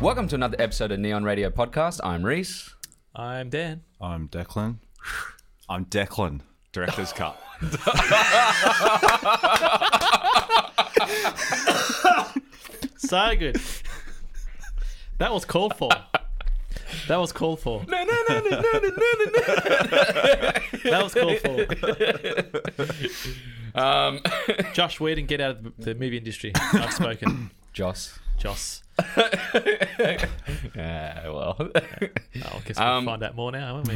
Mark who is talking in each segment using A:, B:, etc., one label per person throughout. A: Welcome to another episode of Neon Radio Podcast. I'm Reese.
B: I'm Dan.
C: I'm Declan. I'm Declan.
D: Director's cut.
B: So good. That was called for. That was called for. That was called for.
A: Um,
B: Josh Whedon, get out of the- the movie industry. I've spoken.
A: Joss.
B: Joss.
A: Yeah, well.
B: Oh, I guess we'll
A: Um,
B: find out more now, won't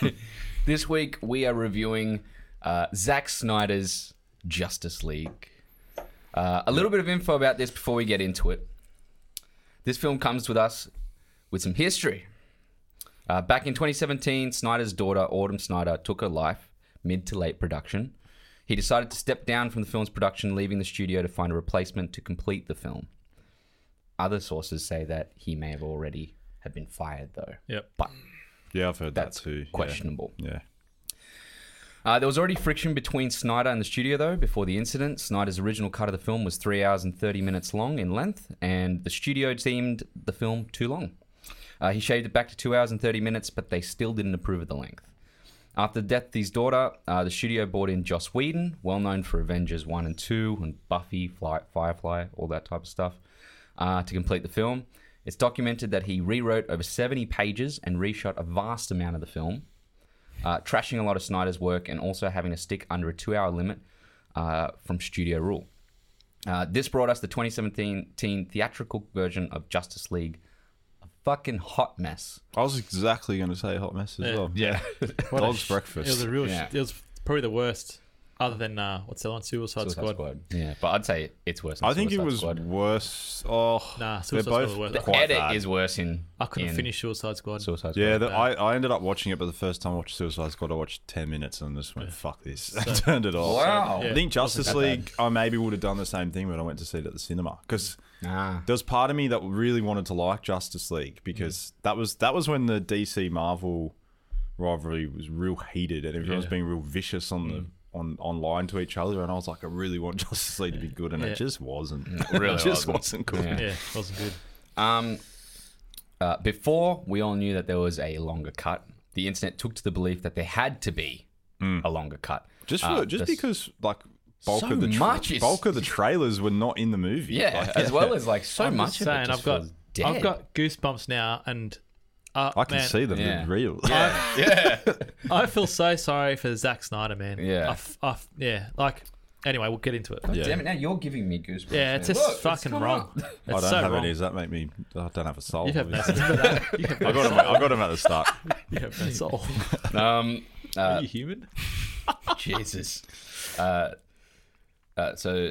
B: we?
A: this week we are reviewing uh, Zack Snyder's Justice League. Uh, a little bit of info about this before we get into it. This film comes with us with some history. Uh, back in 2017, Snyder's daughter, Autumn Snyder, took her life mid to late production. He decided to step down from the film's production, leaving the studio to find a replacement to complete the film. Other sources say that he may have already have been fired, though.
B: Yep.
A: But
C: Yeah, I've heard
A: that's
C: that too.
A: questionable.
C: Yeah. yeah.
A: Uh, there was already friction between Snyder and the studio, though, before the incident. Snyder's original cut of the film was three hours and 30 minutes long in length, and the studio deemed the film too long. Uh, he shaved it back to two hours and 30 minutes, but they still didn't approve of the length. After the death of his daughter, uh, the studio brought in Joss Whedon, well known for Avengers 1 and 2, and Buffy, Fly, Firefly, all that type of stuff, uh, to complete the film. It's documented that he rewrote over 70 pages and reshot a vast amount of the film uh, trashing a lot of Snyder's work and also having to stick under a two hour limit uh, from studio rule. Uh, this brought us the 2017 theatrical version of Justice League, a fucking hot mess.
C: I was exactly going to say hot mess as
B: Yeah.
C: well.
A: Yeah.
B: What a
C: Dog's
B: sh-
C: breakfast.
B: It was a real.
A: Yeah.
B: Sh- it was probably the worst, other than uh, what's the other one? Suicide,
A: Suicide
B: Squad.
A: Squad. Yeah, but I'd say it's worse. Than
C: I think it
A: Suicide
C: was
A: Squad.
C: worse. Oh,
B: Nah,
C: they're
B: Suicide Squad
C: both
B: was worse.
A: The
C: quite
A: edit
C: bad.
A: is worse in.
B: I couldn't
A: in
B: finish Suicide Squad.
A: Suicide Squad.
C: yeah, the, I, I ended up watching it, but the first time I watched Suicide Squad, I watched 10 minutes and just went, fuck this. and turned it off.
A: Wow.
B: Yeah.
C: I think Justice League, I maybe would have done the same thing when I went to see it at the cinema. Because
A: Nah.
C: there was part of me that really wanted to like Justice League because
A: Mm.
C: that was that was when the DC Marvel rivalry was real heated and everyone was
B: Yeah.
C: being real vicious on
A: Mm.
C: the on online to each other and I was like I really want Justice League to be good and
B: Yeah.
C: it just wasn't
A: really
C: it just
A: wasn't.
C: wasn't, good
A: Yeah.
B: Yeah, it wasn't good.
A: Um, uh, before we all knew that there was a longer cut, the internet took to the belief that there had to be a longer cut.
C: Hmm. just
A: Uh,
C: for, just
A: this-
C: because like bulk
A: So
C: of the tra-
A: much is-
C: bulk of the trailers were not in the movie
A: Yeah,
C: Like,
A: as well as like so
B: I'm
A: much
B: just
A: of it
B: saying,
A: just
B: I've got,
A: feels dead.
B: I've got goosebumps now, and uh,
C: I can
B: man, Ah,
C: see them
A: Yeah.
C: in real
B: I feel so sorry for Zack Snyder, man.
A: Yeah.
B: I f- I f- yeah. Like, anyway, we'll get into it.
C: yeah.
A: Damn it! Now you're giving me goosebumps.
B: Yeah, it's
A: man.
B: just
A: Look,
B: fucking
A: come
B: wrong.
A: up.
B: It's
C: I don't
B: so
C: have
B: wrong.
C: any does that make me I don't have a soul
B: You have no
C: obviously.
B: soul. You have
C: I
B: no
C: got him I got him at the start
B: you have no soul.
A: Um,
B: Are you human?
A: Jesus. Uh, uh, so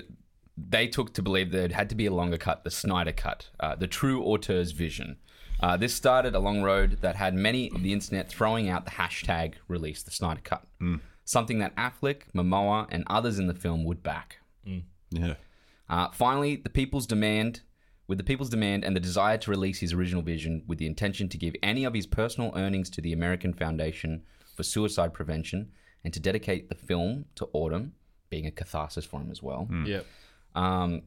A: they took to believe there had to be a longer cut, the Snyder cut, uh, the true auteur's vision. Uh, this started a long road that had many of the internet throwing out the hashtag release the Snyder cut, something that Affleck, Momoa, and others in the film would back.
C: yeah
A: Uh, finally, the people's demand, with the people's demand and the desire to release his original vision, with the intention to give any of his personal earnings to the American Foundation for Suicide Prevention, and to dedicate the film to Autumn, being a catharsis for him as well.
B: Yep.
A: Um,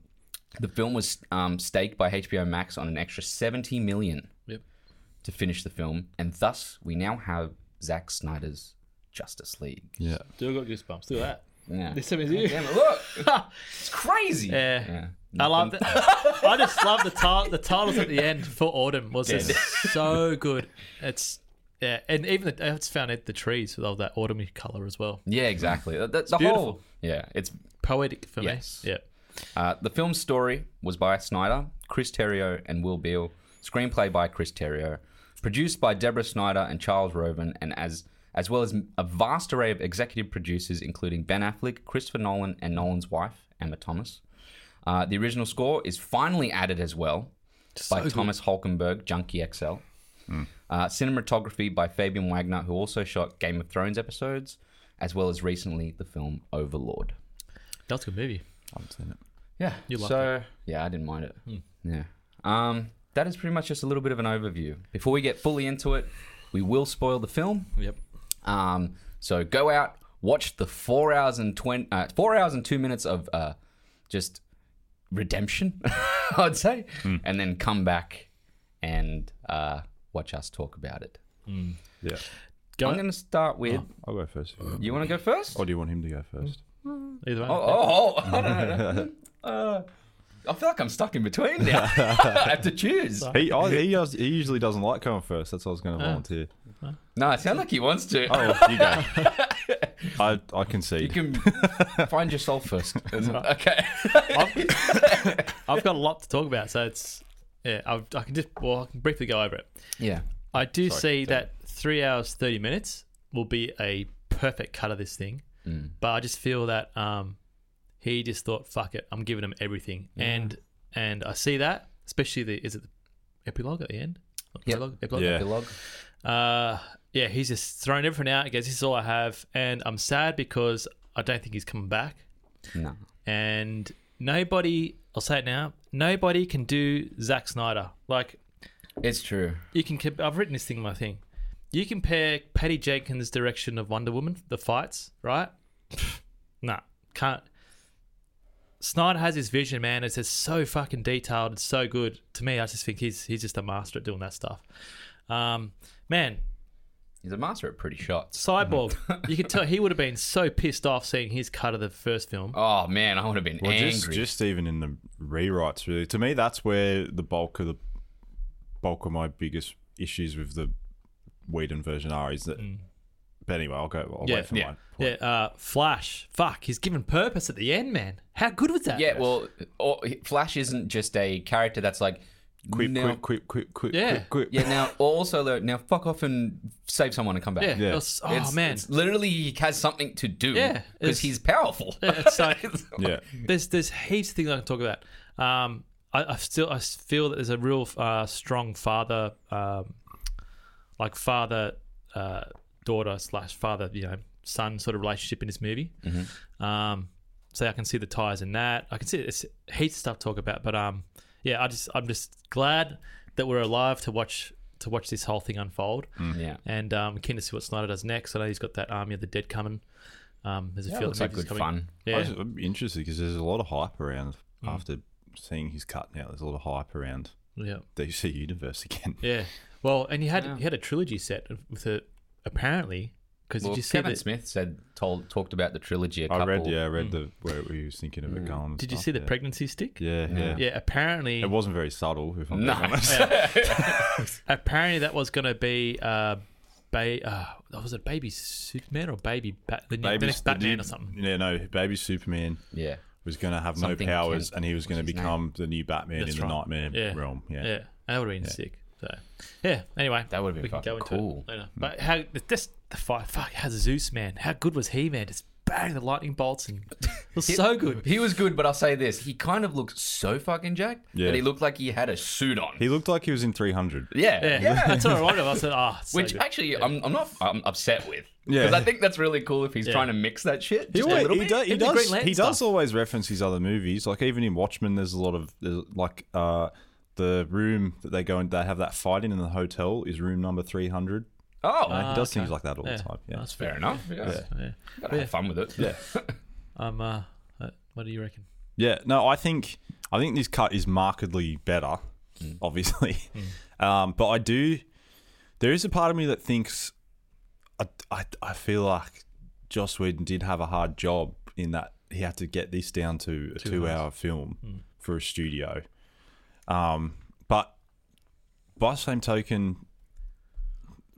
A: the film was um, staked by HBO Max on an extra seventy million
B: Yep.
A: to finish the film, and thus we now have Zack Snyder's Justice League.
C: yeah
B: Still got goosebumps. Look at
A: Yeah,
B: that. This is you.
A: Damn it, look, it's crazy.
B: Yeah.
A: Yeah.
B: I love that. I just love the title. The titles at the end for autumn was just so good. It's yeah, and even the, I just found it the trees with all that autumny color as well.
A: Yeah, exactly. That, that's the
B: beautiful.
A: whole. Yeah, it's
B: Poetic for
A: Yes.
B: me. Yeah.
A: Uh, the film's story was by Snyder, Chris Terrio, and Will Beale. Screenplay by Chris Terrio, produced by Deborah Snyder and Charles Roven, and as as well as a vast array of executive producers, including Ben Affleck, Christopher Nolan, and Nolan's wife Emma Thomas. Uh, the original score is finally added as well by Thomas Holkenberg, Junkie XL. Uh, cinematography by Fabian Wagner, who also shot Game of Thrones episodes, as well as recently the film Overlord.
B: That was a good movie.
C: I haven't seen it
A: Yeah.
B: You loved Hmm.
A: so yeah, I didn't mind it. Yeah. Um, that is pretty much just a little bit of an overview. Before we get fully into it, we will spoil the film.
B: Yep.
A: Um, so go out, watch the four hours and twenty, uh, four hours and two minutes of uh,
B: Hmm.
A: just redemption, I'd say, and then come back and uh, watch us talk about it.
C: Yeah.
B: Go Oh.
A: I'm going to start with.
C: I'll go first. if you want.
A: You want to go first?
C: Or do you want him to go first?
B: either way.
A: Oh, oh, oh, I don't know. Uh, I feel like I'm stuck in between now. I have to choose.
C: He, I, he, does- he usually doesn't like going first. That's why I was going to volunteer.
A: No, it sounds like he wants to.
C: Oh, you go. I, I
A: You
C: concede.
A: can find yourself first. okay.
B: I've got a lot to talk about, so it's yeah. I've, I can just well, I can briefly go over it.
A: Yeah.
B: I do see that three hours thirty minutes will be a perfect cut of this thing, but I just feel that um, he just thought, "Fuck it, I'm giving him everything," and and I see that, especially the is it the epilogue at the end?
A: Yep.
B: Epilogue, epilogue?
C: Yeah.
A: Epilogue.
B: Uh, yeah, he's just thrown everything out. He goes, "This is all I have," and I'm sad because I don't think he's coming back
A: No.
B: and nobody I'll say it now nobody can do Zack Snyder like
A: It's true.
B: you can comp- I've written this thing in my thing you compare Patty Jenkins direction of Wonder Woman the fights right nah can't Snyder has his vision man it's just so fucking detailed it's so good to me I just think he's he's just a master at doing that stuff um man
A: He's a master at pretty shots.
B: Cyborg you could tell he would have been so pissed off seeing his cut of the first film
A: Oh man, I would have been
C: Well,
A: angry.
C: just, just even in the rewrites, really. To me, that's where the bulk of the bulk of my biggest issues with the Whedon version are. Is that? But anyway, I'll go. I'll
B: Yeah,
C: wait for
A: yeah.
C: mine.
B: Yeah, uh, Flash. Fuck, he's given purpose at the end, man. How good was that?
A: yeah, well, or, Flash isn't just a character that's like
C: Quip,
A: now,
C: quip, quip, quip, quip,
B: Yeah.
C: quip, quip.
A: Yeah, now also though, now fuck off and save someone and come back.
B: yeah.
C: yeah.
B: it was- oh
A: It's-
B: man,
A: it's literally he has something to do.
B: Yeah,
A: because
B: it's-
A: he's powerful.
B: Yeah, it's like
C: Yeah.
B: there's there's heaps of things I can talk about. Um, I, I still I s- feel that there's a real uh, strong father, um, like father uh, daughter slash father you know son sort of relationship in this movie.
C: Mm-hmm.
B: Um, so I can see the ties in that. I can see it's heaps of stuff to talk about, but um, yeah, I just I'm just glad that we're alive to watch to watch this whole thing unfold.
C: Mm-hmm.
A: yeah.
B: And um, keen to see what Snyder does next. I know he's got that Army of the Dead coming. Um, there's a
A: That
B: few
A: looks
B: other
A: like
B: movies
A: good
B: coming.
A: fun.
C: I
B: Yeah,
C: was- I'm interested because there's a lot of hype around after seeing his cut. Now there's a lot of hype around
B: yeah,
C: DC Universe again.
B: yeah. Well, and he had
A: Yeah.
B: he had a trilogy set with a apparently because
A: Well,
B: did you see
A: Kevin
B: the
A: Smith said told talked about the trilogy a couple.
C: I read, yeah, I read the uh, where he was thinking of it going. and
B: Hmm. did you
C: stuff,
B: see the
C: yeah.
B: pregnancy stick?
C: Yeah, yeah,
B: Yeah, apparently,
C: It wasn't very subtle. If I'm
A: No.
C: being honest.
B: apparently that was going to be uh, ba- uh, that was a baby Superman or baby Bat- the, new- the
C: Baby-
B: next Batman
C: the-
B: or something.
C: Yeah, no, baby Superman
A: Yeah.
C: was going to have
A: Something
C: no powers,
A: Kent.
C: and he was going to
A: What's his
C: become the new Batman
B: That's
C: in the
B: right.
C: Nightmare
B: Yeah.
C: realm. Yeah.
B: Yeah, that would have been sick. So, yeah. Anyway,
A: That would've been
B: we can go
A: fucking
B: into it
A: cool. Hmm.
B: later. But how this the fight? Fuck, how Zeus man? How good was he, man? Just bang the lightning bolts and it was so good.
A: He was good, but I'll say this: he kind of looked so fucking jacked
C: Yeah.
A: that he looked like he had a suit on.
C: He looked like he was in 300.
A: yeah,
B: Yeah, that's what I wanted. I said, ah, oh, so
A: Which
B: good.
A: actually, I'm, I'm not I'm upset with.
C: Yeah.
A: Because I think that's really cool if he's trying to mix that shit.
C: He,
A: Just a
C: always-
A: little
C: he
A: bit.
C: does, he,
B: Even the Green
C: does,
B: Lantern
C: he does
B: stuff.
C: always reference his other movies. Like, even in Watchmen, there's a lot of, there's like, uh, the room that they go and they have that fight in in the hotel is room number 300.
A: oh,
C: Uh, he does things
B: Ah, okay.
C: like that all
B: Yeah.
C: the time. Yeah.
B: That's fair.
A: fair enough. Yeah.
B: Yeah.
A: Gotta have fun with it. Yeah.
B: Um, uh, uh, what do you reckon?
C: Yeah, no, I think I think this cut is markedly better, obviously. Um, but I do, there is a part of me that thinks, I, I, I feel like Joss Whedon did have a hard job in that he had to get this down to a two-hour film for a studio. Um, but by the same token,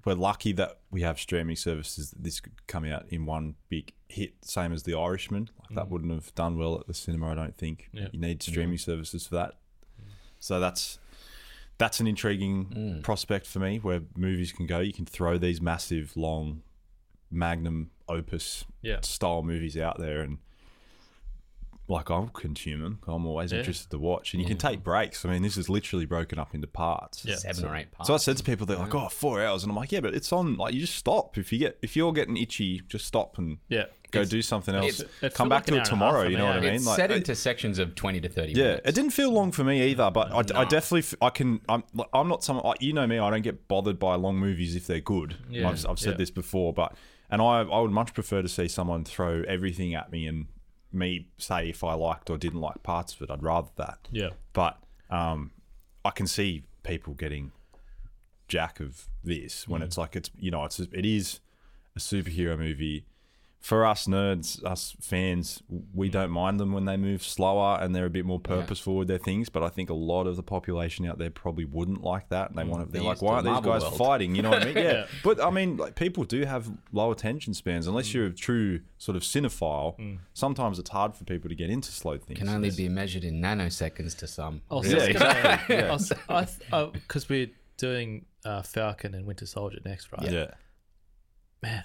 C: we're lucky that we have streaming services that this could come out in one big hit, same as The Irishman. Like that wouldn't have done well at the cinema, I don't think.
B: Mm. Yeah. Mm.
C: You need streaming services for that. So that's that's an intriguing prospect for me, where movies can go. You can throw these massive, long, magnum opus
B: Yeah.
C: style movies out there, and like I'll consume them. I'm always
B: Yeah.
C: interested to watch, and you can take breaks. I mean, this is literally broken up into parts.
B: Yeah.
A: Seven or eight parts.
C: So I said to people, they're like, "Oh, four hours," and I'm like, "Yeah, but it's on. Like, you just stop if you get if you're getting itchy, just stop and
B: Yeah.
C: go do something else.
B: it's- it felt
C: Come back
B: like an hour and
C: to it
B: a half
C: tomorrow.
B: for
C: You
B: me,
C: know what I
B: yeah.
C: mean?
A: it's
C: Like, uh,
A: set
C: I-
A: into sections of 20 to 30
C: yeah,
A: minutes.
C: it didn't feel long for me either, but I, I definitely f- I can I'm like, I'm not someone like, you know me I don't get bothered by long movies if they're good.
B: Yeah,
C: I've, I've said
B: yeah.
C: this before, but and I I would much prefer to see someone throw everything at me and me say if I liked or didn't like parts of it. I'd rather that.
B: Yeah.
C: But um, I can see people getting jack of this when
A: Mm.
C: it's like it's you know it's it is a superhero movie for us nerds us fans
A: Mm.
C: we don't mind them when they move slower and they're a bit more purposeful with their things but i think a lot of the population out there probably wouldn't like that and they want to they're
A: They're
C: like
A: Mm. used to
C: why
A: the
C: aren't these
A: Marvel
C: guys
A: world."
C: fighting you know what i mean yeah, but i mean like people do have low attention spans
A: Mm.
C: unless you're a true sort of cinephile sometimes it's hard for people to get into slow things
A: Can only be measured in nanoseconds to some.
B: Also,
C: Yeah, exactly, yeah.
B: Because uh, we're doing uh, Falcon and Winter Soldier next, right?
C: yeah
B: Man,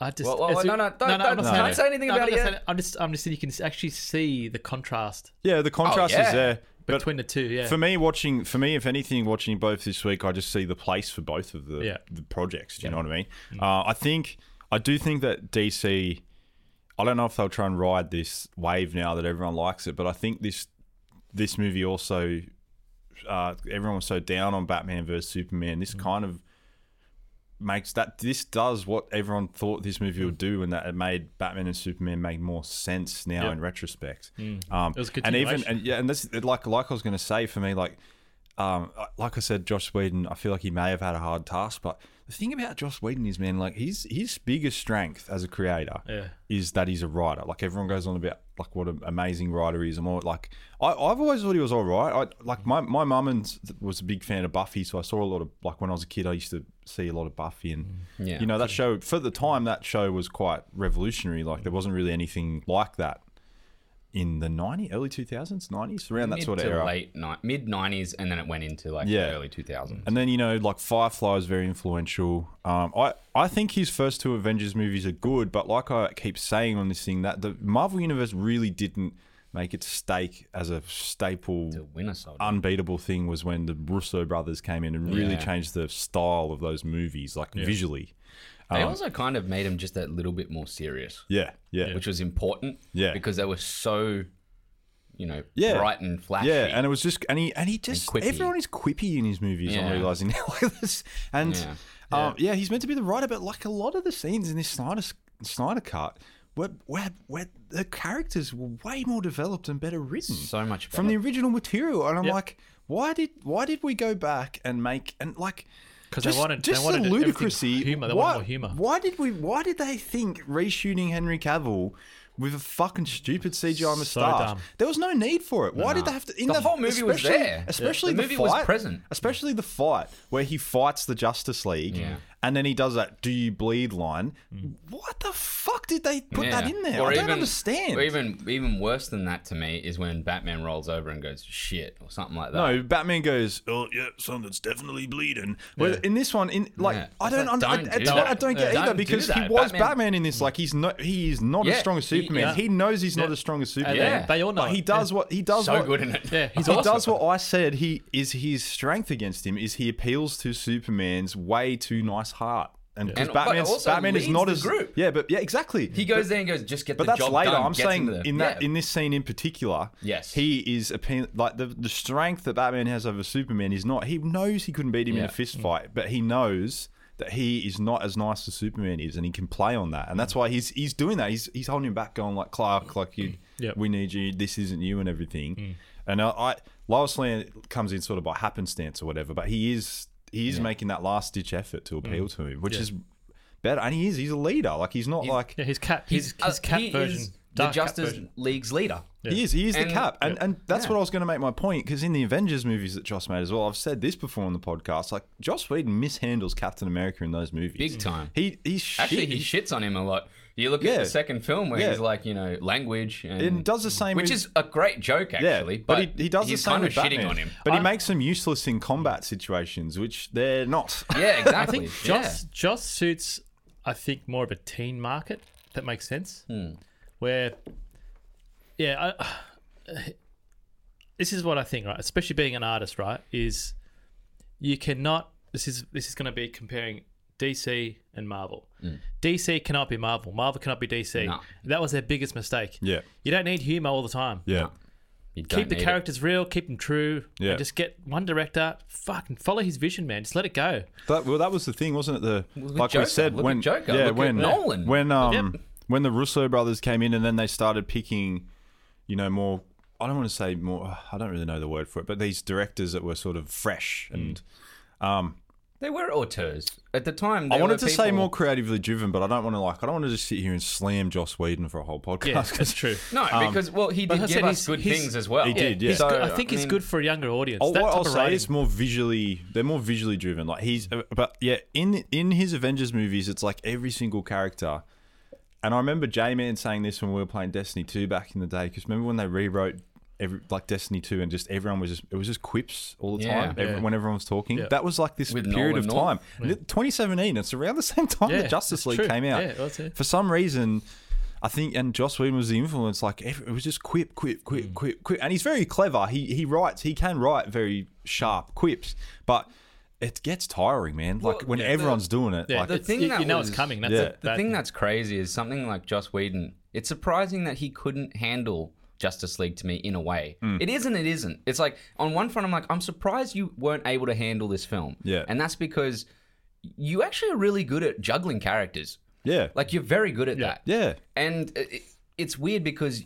B: I just
A: Well, well,
B: it's-
A: no, no, don't-
B: I'm
A: don't-
B: not
A: don't
B: saying-
A: say anything
B: no, I'm
A: about
B: not
A: it yet.
B: saying- I'm just, I'm just saying you can actually see the contrast
C: yeah the contrast
A: yeah.
C: is there but
B: between the two. Yeah,
C: For me, watching for me, if anything, watching both this week, I just see the place for both of the,
B: Yeah.
C: the projects. Do you know what I mean? Uh, I think I do think that DC. I don't know if they'll try and ride this wave now that everyone likes it, but I think this this movie also uh, everyone was so down on Batman versus Superman.
B: Mm.
C: This kind of makes that this does what everyone thought this movie
B: Mm.
C: would do, and that it made Batman and Superman make more sense now
B: Yep.
C: in retrospect. Um,
B: Mm. It was a
C: and even
B: continuation.
C: and yeah, and this like like I was going to say for me like. Um, like I said, Josh Whedon. I feel like he may have had a hard task, but the thing about Josh Whedon is, man, like his his biggest strength as a creator
B: Yeah.
C: is that he's a writer. Like everyone goes on about like what an amazing writer he is, and all like I, I've always thought he was all right. I like my my mum and s- was a big fan of Buffy, so I saw a lot of like when I was a kid, I used to see a lot of Buffy, and
A: Mm. Yeah.
C: you know that show for the time that show was quite revolutionary. Like there wasn't really anything like that in the 90s, early two thousands, nineties, around that
A: Mid
C: sort of
A: to
C: era.
A: late ni- mid nineties, and then it went into like
C: Yeah.
A: the early two thousands.
C: And then you know, like Firefly is very influential. Um, I I think his first two Avengers movies are good, but like I keep saying on this thing, that the Marvel universe really didn't make its stake as a staple,
A: The Winter Soldier.
C: unbeatable thing was when the Russo brothers came in and really
A: Yeah.
C: changed the style of those movies, like visually.
A: they also kind of made him just that little bit more serious,
C: Yeah, yeah, yeah,
A: which was important.
C: Yeah.
A: because they were so, you know,
C: Yeah.
A: bright and flashy.
C: and it was just and he and he just
A: quippy.
C: everyone is quippy in his movies. I'm
A: Yeah.
C: realizing now, like this, and.
A: yeah.
C: Um, yeah, he's meant to be the writer, but like a lot of the scenes in this Snyder Snyder cut, were, were, were the characters were way more developed and better written
A: so much better.
C: from the original material, and I'm
B: Yep.
C: like, why did why did we go back and make and like.
B: because
C: Just,
B: they wanted
C: just
B: they wanted
C: the
B: everything
C: ludicrousy.
B: humor. They
C: why,
B: wanted more humor.
C: Why did we? Why did they think reshooting Henry Cavill with a fucking stupid CGI moustache?
B: dumb.
C: There was no need for it. Why did they have to? In
A: Oh. The whole movie was
C: especially-
A: there.
C: Especially
A: The
C: the,
A: movie
C: fight,
A: was present.
C: Especially the fight where he fights the Justice League,
A: Yeah. Mm.
C: and then he does that "Do you bleed?" line. What the fuck did they put that
A: Yeah.
C: in there?
A: Or
C: I
A: even-
C: don't understand.
A: Or even even worse than that to me is when Batman rolls over and goes shit or something like that.
C: No, Batman goes, "Oh yeah, something's definitely bleeding." But in this one, in like,
A: Yeah.
C: I don't,
A: It's
C: under,
A: like,
C: I,
A: don't
C: I
A: do
C: don't,
A: that.
C: I don't get
A: Yeah.
C: either
A: Don't do
C: because he
A: that.
C: was Batman.
A: Batman-
C: in this. Like, he's not, he is not as
A: Yeah,
C: strong as
A: he-
C: Superman.
A: yeah.
C: He, knows he's not
B: Yeah.
C: as strong as Superman.
B: And they- they all know
C: But he
B: it.
C: does what he does.
A: so
C: what,
A: good in it.
B: Yeah, he's
C: he
B: awesome.
C: does what I said. He is his strength against him is he appeals to Superman's way too nice heart, and because
A: And- but
C: Batman's
A: also
C: Batman is
A: leads
C: not
A: the
C: as
A: group.
C: yeah, but yeah, exactly.
A: He goes there and goes, just get
C: But
A: the
C: that's
A: job
C: later.
A: done.
C: I'm
A: gets
C: saying
A: into the-
C: in that
A: Yeah.
C: in this scene in particular,
A: Yes.
C: he is a pen, like the, the strength that Batman has over Superman is not. He knows he couldn't beat him in
A: Yeah.
C: a fist fight, but he knows that he is not as nice as Superman is, and he can play on that, and that's why he's he's doing that. He's he's holding him back, going like Clark, like you,
B: Yep.
C: we need you. This isn't you, and everything.
A: Mm.
C: And I, I Lois Lane comes in sort of by happenstance or whatever, but he is he is making that last ditch effort to appeal
A: Mm.
C: to him, which is better. And he is he's a leader. Like he's not like
B: yeah, his cat. His,
A: Uh,
B: his cat
A: he
B: version.
A: is the
B: dark cat
A: Justice
B: version.
A: League's leader.
C: He is. He is
A: And-
C: the cap, and and that's
A: yeah.
C: what I was going to make my point because in the Avengers movies that Joss made as well, I've said this before on the podcast. Like Joss Whedon mishandles Captain America in those movies.
B: Mm.
A: Big time.
C: He he's shit.
A: Actually, he shits on him a lot. You look at
C: Yeah.
A: the second film where
C: Yeah.
A: he's like, you know, language and,
C: and does the same,
A: which
C: with-
A: is a great joke
C: yeah.
A: actually.
C: but he, he does
A: he's
C: the same
A: kind
C: with
A: of shitting
C: Batman.
A: on him.
C: But he makes them useless in combat situations, which they're not.
A: Yeah,
B: I
A: exactly.
B: think
A: yeah.
B: Joss Joss suits, I think, more of a teen market. If that makes sense.
A: Hmm.
B: Where, yeah, I, this is what I think, right? Especially being an artist, right? Is you cannot. This is this is going to be comparing DC and Marvel.
A: Hmm.
B: DC cannot be Marvel. Marvel cannot be DC.
A: No.
B: That was their biggest mistake.
C: Yeah.
B: You don't need humor all the time.
C: yeah.
A: You don't
B: Keep the
A: need it.
B: characters real, keep them true. and
C: Yeah.
B: just get one director, fucking follow his vision, man. Just let it go.
C: That, well, that was the thing, wasn't it? The
A: Look at
C: like we
A: Joker.
C: said
A: Look
C: when
A: at Joker.
C: yeah,
A: Look at
C: when
A: Nolan.
C: when um when the Russo brothers came in and then they started picking, you know, more. I don't want to say
A: Mm.
C: more. I don't really know the word for it, but these directors that were sort of fresh and
A: They were auteurs at the time.
C: I
A: there
C: wanted
A: were
C: to say
A: people-
C: more creatively driven, but I don't want to like. I don't want to just sit here and slam Joss Whedon for a whole podcast.
B: Yeah,
C: 'cause
B: that's true.
A: No, because well, he
B: but
A: did
B: I
A: give
B: said
A: us
B: he's-
A: good
B: he's-
A: things as well.
C: He did, yeah.
B: He's
A: So,
B: good. I think it's
A: mean,
B: good for a younger audience.
C: Oh,
B: that
C: what
B: type
C: I'll
B: of
C: say
B: writing.
C: is more visually. They're more visually driven. Like he's, uh, but yeah, in in his Avengers movies, it's like every single character. And I remember J Man saying this when we were playing Destiny Two back in the day. Because remember when they rewrote every like Destiny Two and just everyone was just it was just quips all the
A: Yeah.
C: time. every-
B: Yeah.
C: When everyone was talking,
B: Yeah.
C: that was like this
A: With
C: period
A: Nolan
C: of
A: North.
C: time. 2017. It's around the same time
B: Yeah,
C: that Justice
B: it's
C: League
B: true.
C: came out.
B: Yeah, it was, yeah.
C: For some reason. I think, and Joss Whedon was the influence. Like every, it was just quip, quip, quip,
B: Mm.
C: quip, quip, and he's very clever. He he writes. He can write very sharp quips, but it gets tiring, man. Like
A: Well,
C: when
A: yeah, the-
C: everyone's doing it,
B: Yeah,
C: like
B: the
A: thing
B: thing you,
A: that
B: you know
A: was-
B: it's coming. That's
C: Yeah.
B: it.
A: The
B: That-
A: thing that's crazy is something like Joss Whedon. It's surprising that he couldn't handle Justice League to me in a way.
C: Mm.
A: It is and it isn't. It's like on one front, I'm like, I'm surprised you weren't able to handle this film.
C: Yeah.
A: and that's because you actually are really good at juggling characters.
C: yeah,
A: Like you're very good at
B: Yeah.
A: that.
C: yeah.
A: and it, it's weird because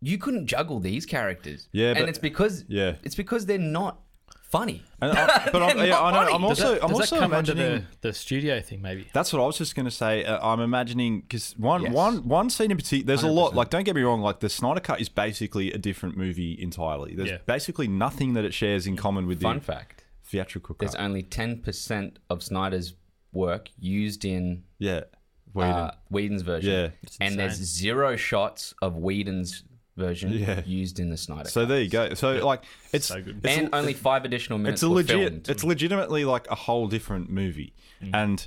A: you couldn't juggle these characters.
C: Yeah,
A: and
C: but-
A: it's because
C: yeah.
A: it's because they're not funny.
C: And I, but I'm,
A: They're
C: yeah,
A: not
C: I know,
A: funny.
C: I'm
B: does
C: also
B: that,
C: I'm
B: does
C: also
B: that come
C: imagining.
B: under the, the studio thing, maybe.
C: That's what I was just going to say. Uh, I'm imagining because one,
A: Yes.
C: one, one scene in particular. There's a lot.
A: 100%.
C: Like, don't get me wrong. Like, the Snyder Cut is basically a different movie entirely. There's
B: Yeah.
C: basically nothing that it shares in common with
A: Fun
C: the
A: fact:
C: theatrical cut.
A: there's only ten percent of Snyder's work used in
C: yeah, Whedon.
A: uh, Whedon's version.
C: Yeah.
A: and there's zero shots of Whedon's version
C: Yeah.
A: used in the Snyder.
C: so
A: cut.
C: there you go. So like, it's
B: So good.
C: it's
A: and only five additional minutes.
C: it's a
A: were
C: legit
A: filmed.
C: it's legitimately like a whole different movie
B: Mm.
C: and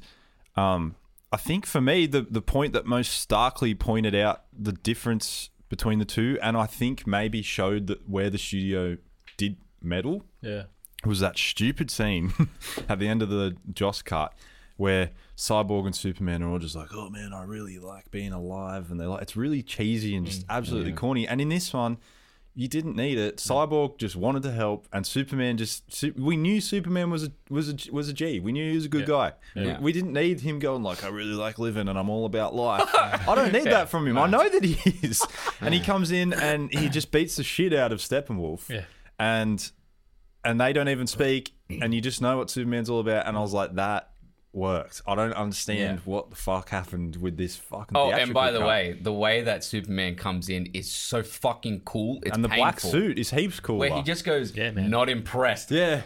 C: um i think for me the the point that most starkly pointed out the difference between the two and i think maybe showed that where the studio did meddle
B: Yeah.
C: was that stupid scene at the end of the Joss cut where Cyborg and Superman are all just like, "Oh man, I really like being alive," and they're like, "It's really cheesy and
A: Mm,
C: just absolutely corny." And in this one, you didn't need it.
A: Mm.
C: Cyborg just wanted to help, and Superman just Su- we knew Superman was a was a was a G. We knew he was a good guy.
A: Yeah.
C: We, we didn't need him going like, "I really like living and I'm all about life." I don't need that from him. I know that he is, and he comes in and he just beats the shit out of Steppenwolf.
B: Yeah.
C: And and they don't even speak, and you just know what Superman's all about. And I was like, that worked. I don't understand
A: Yeah.
C: what the fuck happened with this fucking.
A: Oh, and by the
C: theatrical cut.
A: way, the way that Superman comes in is so fucking cool. It's
C: and the black
A: painful.
C: suit is heaps cooler.
A: where he just goes,
B: Yeah, man.
A: not impressed.
C: yeah,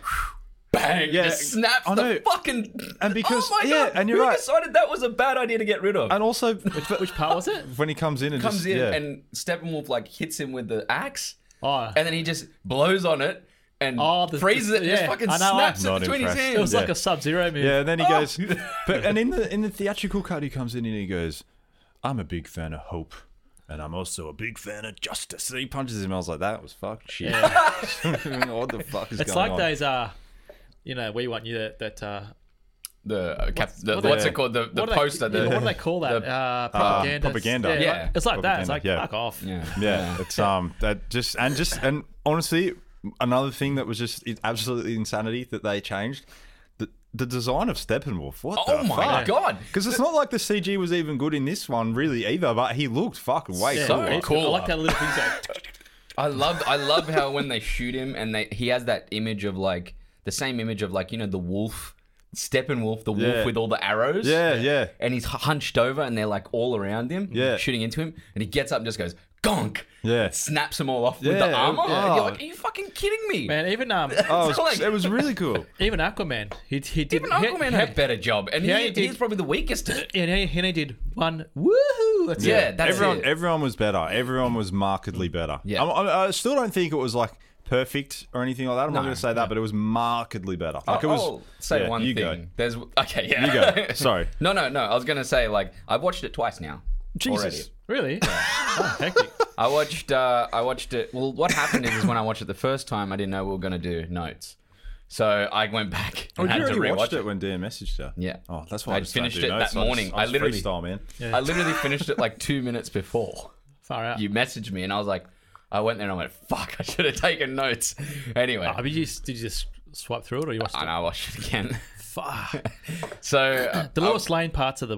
A: Bang!
C: Yeah,
A: just snaps
C: I know.
A: the fucking.
C: And because-
A: oh my
C: yeah,
A: God,
C: and you're
A: who
C: right.
A: decided that was a bad idea to get rid of.
C: and also
B: Which part was it?
C: when he comes in and
A: comes
C: just,
A: in
C: yeah.
A: and Steppenwolf like hits him with the axe,
B: Oh,
A: and then he just blows on it and
B: Oh, the-
A: freezes it. and
B: yeah,
A: just fucking
B: I know,
A: snaps
C: I'm
A: it
C: not
A: between his
C: impressed.
A: hands.
B: it was like
C: yeah.
B: a Sub Zero movie.
C: Yeah, and
A: Oh.
C: then he goes, but and in the in the theatrical cut, he comes in and he goes, "I'm a big fan of hope, and I'm also a big fan of justice." And he punches him. I was like, "That was fucked shit. what the fuck is
B: It's
C: going
B: like
C: on?"
B: those, uh, you know, we want you that, that uh,
A: the, uh, cap- the-
B: what
A: what's,
B: are they-
A: it called? The, the
B: what do
A: poster.
B: They, yeah,
A: the,
B: what do they call that?
A: the-
B: uh, propaganda.
C: propaganda.
B: Yeah,
A: Yeah.
B: like- it's like that. It's like
C: Propaganda, yeah.
B: fuck off.
A: yeah.
C: Yeah, it's um that just and just and honestly, another thing that was just i- absolutely insanity that they changed the the design of Steppenwolf. What?
A: Oh
C: the
A: my God.
C: Because it's not like the CG was even good in this one really either, but he looked fucking way
B: Yeah,
C: cooler.
B: I- I
A: cool.
B: like that little thing. Like,
A: I love I love how when they shoot him and they he has that image of like the same image of like you know the wolf Steppenwolf the wolf
C: Yeah.
A: with all the arrows
C: Yeah, yeah.
A: and he's hunched over and they're like all around him
C: Yeah.
A: shooting into him and he gets up and just goes gonk
C: Yeah.
A: snaps them all off with
C: Yeah,
A: the armor
C: yeah.
A: And you're like are you fucking kidding me
B: man, even um,
C: Oh, it
A: It's
C: was,
A: like-
C: it was really cool.
B: even Aquaman, he he did.
A: even
B: he-
A: Aquaman eh? had a better job and
B: Yeah,
A: he,
B: he did.
A: he's probably the weakest at it
B: he, and he, and he did one woohoo. That's
A: yeah,
B: it.
A: that's
C: everyone,
A: it
C: everyone was better. Everyone was markedly better.
A: Yeah.
C: I'm- I, I still don't think it was like perfect or anything like that. I'm not
A: No,
C: going to say that, but it was markedly better. Like it was.
A: I'll say
C: yeah,
A: one
C: you
A: thing
C: go.
A: there's okay yeah
C: You go. Sorry.
A: no no no I was gonna say like I've watched it twice now already.
C: Jesus.
B: really. oh, hectic.
A: I watched. Uh, I watched it. Well, what happened is, is when I watched it the first time, I didn't know we were going to do notes, so I went back
C: Oh,
A: and
C: you
A: had to
C: already
A: rewatch
C: watched
A: it.
C: it when Dan messaged her.
A: Yeah.
C: Oh, that's why I,
A: I
C: just
A: finished
C: don't do
A: it that
C: notes.
A: morning.
C: I, just,
A: I literally-
C: freestyle, man.
A: I literally finished it like two minutes before
B: Far out.
A: you messaged me, and I was like, I went there and I went, "Fuck, I should have taken notes." Anyway,
B: Oh, but you just, did you just swipe through it or you watched
A: and
B: it?
A: I watched it again.
B: Fuck.
A: So uh,
B: The Lois Lane parts of the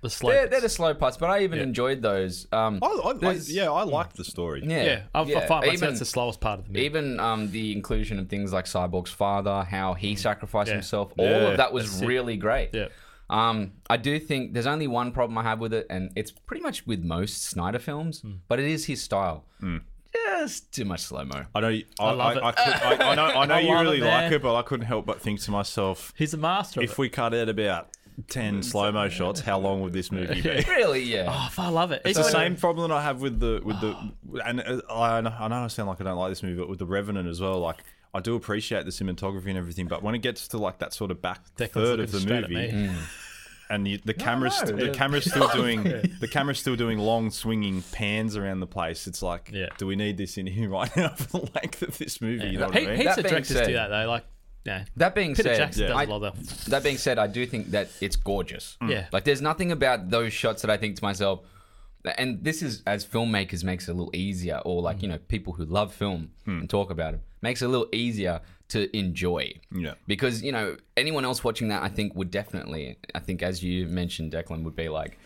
B: the slow.
A: They're, they're
B: bits.
A: the slow parts, but I even
B: Yeah. Oh,
A: enjoyed those. Um,
C: I, I, I,
A: There's-
C: yeah, I liked the story.
A: yeah,
B: yeah, I, I find myself
A: even,
B: it's the slowest part of the movie.
A: even um, the inclusion of things like Cyborg's father, how he sacrificed
B: Mm. Yeah.
A: himself, all
C: Yeah,
A: of that was really great.
B: yeah,
A: Um, I do think there's only one problem I have with it, and it's pretty much with most Snyder films,
B: Mm.
A: but it is his style. Just too much slow mo.
C: I know. You, I, I,
B: I love
C: I,
B: it.
C: could, I, I know. I know
B: I
C: you
B: love
C: really
B: it,
C: like
B: man.
C: it, but I couldn't help but think to myself,
B: he's a master. Of
C: if
B: it.
C: we cut out about ten slow mo shots, how long would this movie be?
A: Really, Hmm. yeah.
B: Oh, I love it.
C: It's the same problem that I have with the with the and uh, I know, I know I sound like I don't like this movie, but with the Revenant as well, like. I do appreciate the cinematography and everything, but when it gets to like that sort of back third of the movie, and the, the camera's
A: no,
C: the camera's still doing the camera's still doing long swinging pans around the place. It's like,
B: Yeah.
C: do we need this in here right now for the length of this movie? You know what
B: He,
C: I mean?
B: heaps
A: That
B: of
A: being
B: directors
A: said-
B: do that though. Like, yeah,
A: That being
B: Peter
A: said,
B: Jackson does
A: I-
B: a lot of that.
A: that being said, I do think that it's gorgeous.
B: Mm. Yeah.
A: Like there's nothing about those shots that I think to myself, and this is as filmmakers makes it a little easier, or
B: Mm.
A: like you know people who love film and talk about it makes it a little easier to enjoy.
B: Mm.
C: Yeah.
A: Because you know anyone else watching that, I think would definitely, I think as you mentioned, Declan would be like.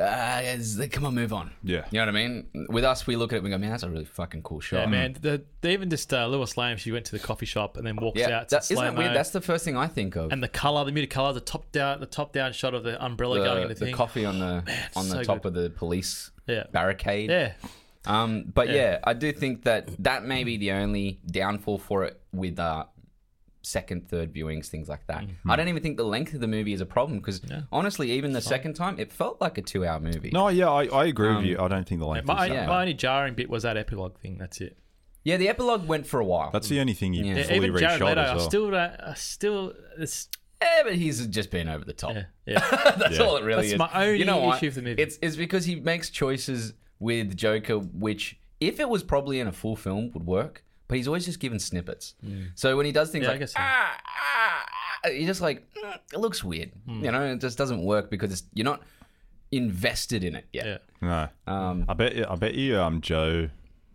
A: Ah, it's- come on, move on.
C: Yeah.
A: you know what I mean. With us, we look at it, we go, "Man, that's a really fucking cool shot."
B: Yeah, man. The, they even just uh, Lewis Lame. She went to the coffee shop and then walks
A: yeah. that,
B: out. That,
A: isn't that weird? That's the first thing I think of.
B: and the color, the muted color, the top down, the top down shot of the umbrella going
A: the,
B: into
A: the
B: thing.
A: coffee on the on the
B: so
A: top
B: good.
A: of the police
B: Yeah.
A: barricade.
B: Yeah,
A: Um, but yeah. I do think that that may be the only downfall for it with uh, second, third viewings, things like that.
B: Mm-hmm.
A: I don't even think the length of the movie is a problem because honestly, even the second time, it felt like a two-hour movie.
C: No, yeah, I, I agree
B: Um,
C: with you. I don't think the length.
B: my,
C: is that
A: Yeah.
B: my only jarring bit was that epilogue thing. That's it.
A: Yeah, the epilogue went for a while.
C: That's the only thing you
A: Yeah.
C: fully
B: even Jared
C: reshot
B: Leto,
C: as
B: I
C: well.
B: still, don't- I still, it's,
A: yeah, but he's just been over the top.
B: yeah, yeah.
A: That's all it really
B: That's
A: is.
B: my only
A: you know why?
B: issue with the movie.
A: It's, it's because he makes choices with Joker, which if it was probably in a full film would work, but he's always just given snippets. So when he does things
B: Yeah, I
A: like
B: guess so.
A: ah, ah, ah, you're just like "Mm, it looks weird,
B: Hmm.
A: you know, it just doesn't work because it's, you're not invested in it yet.
B: yeah.
C: no,
A: Um,
C: I bet you, I bet you, um, Joe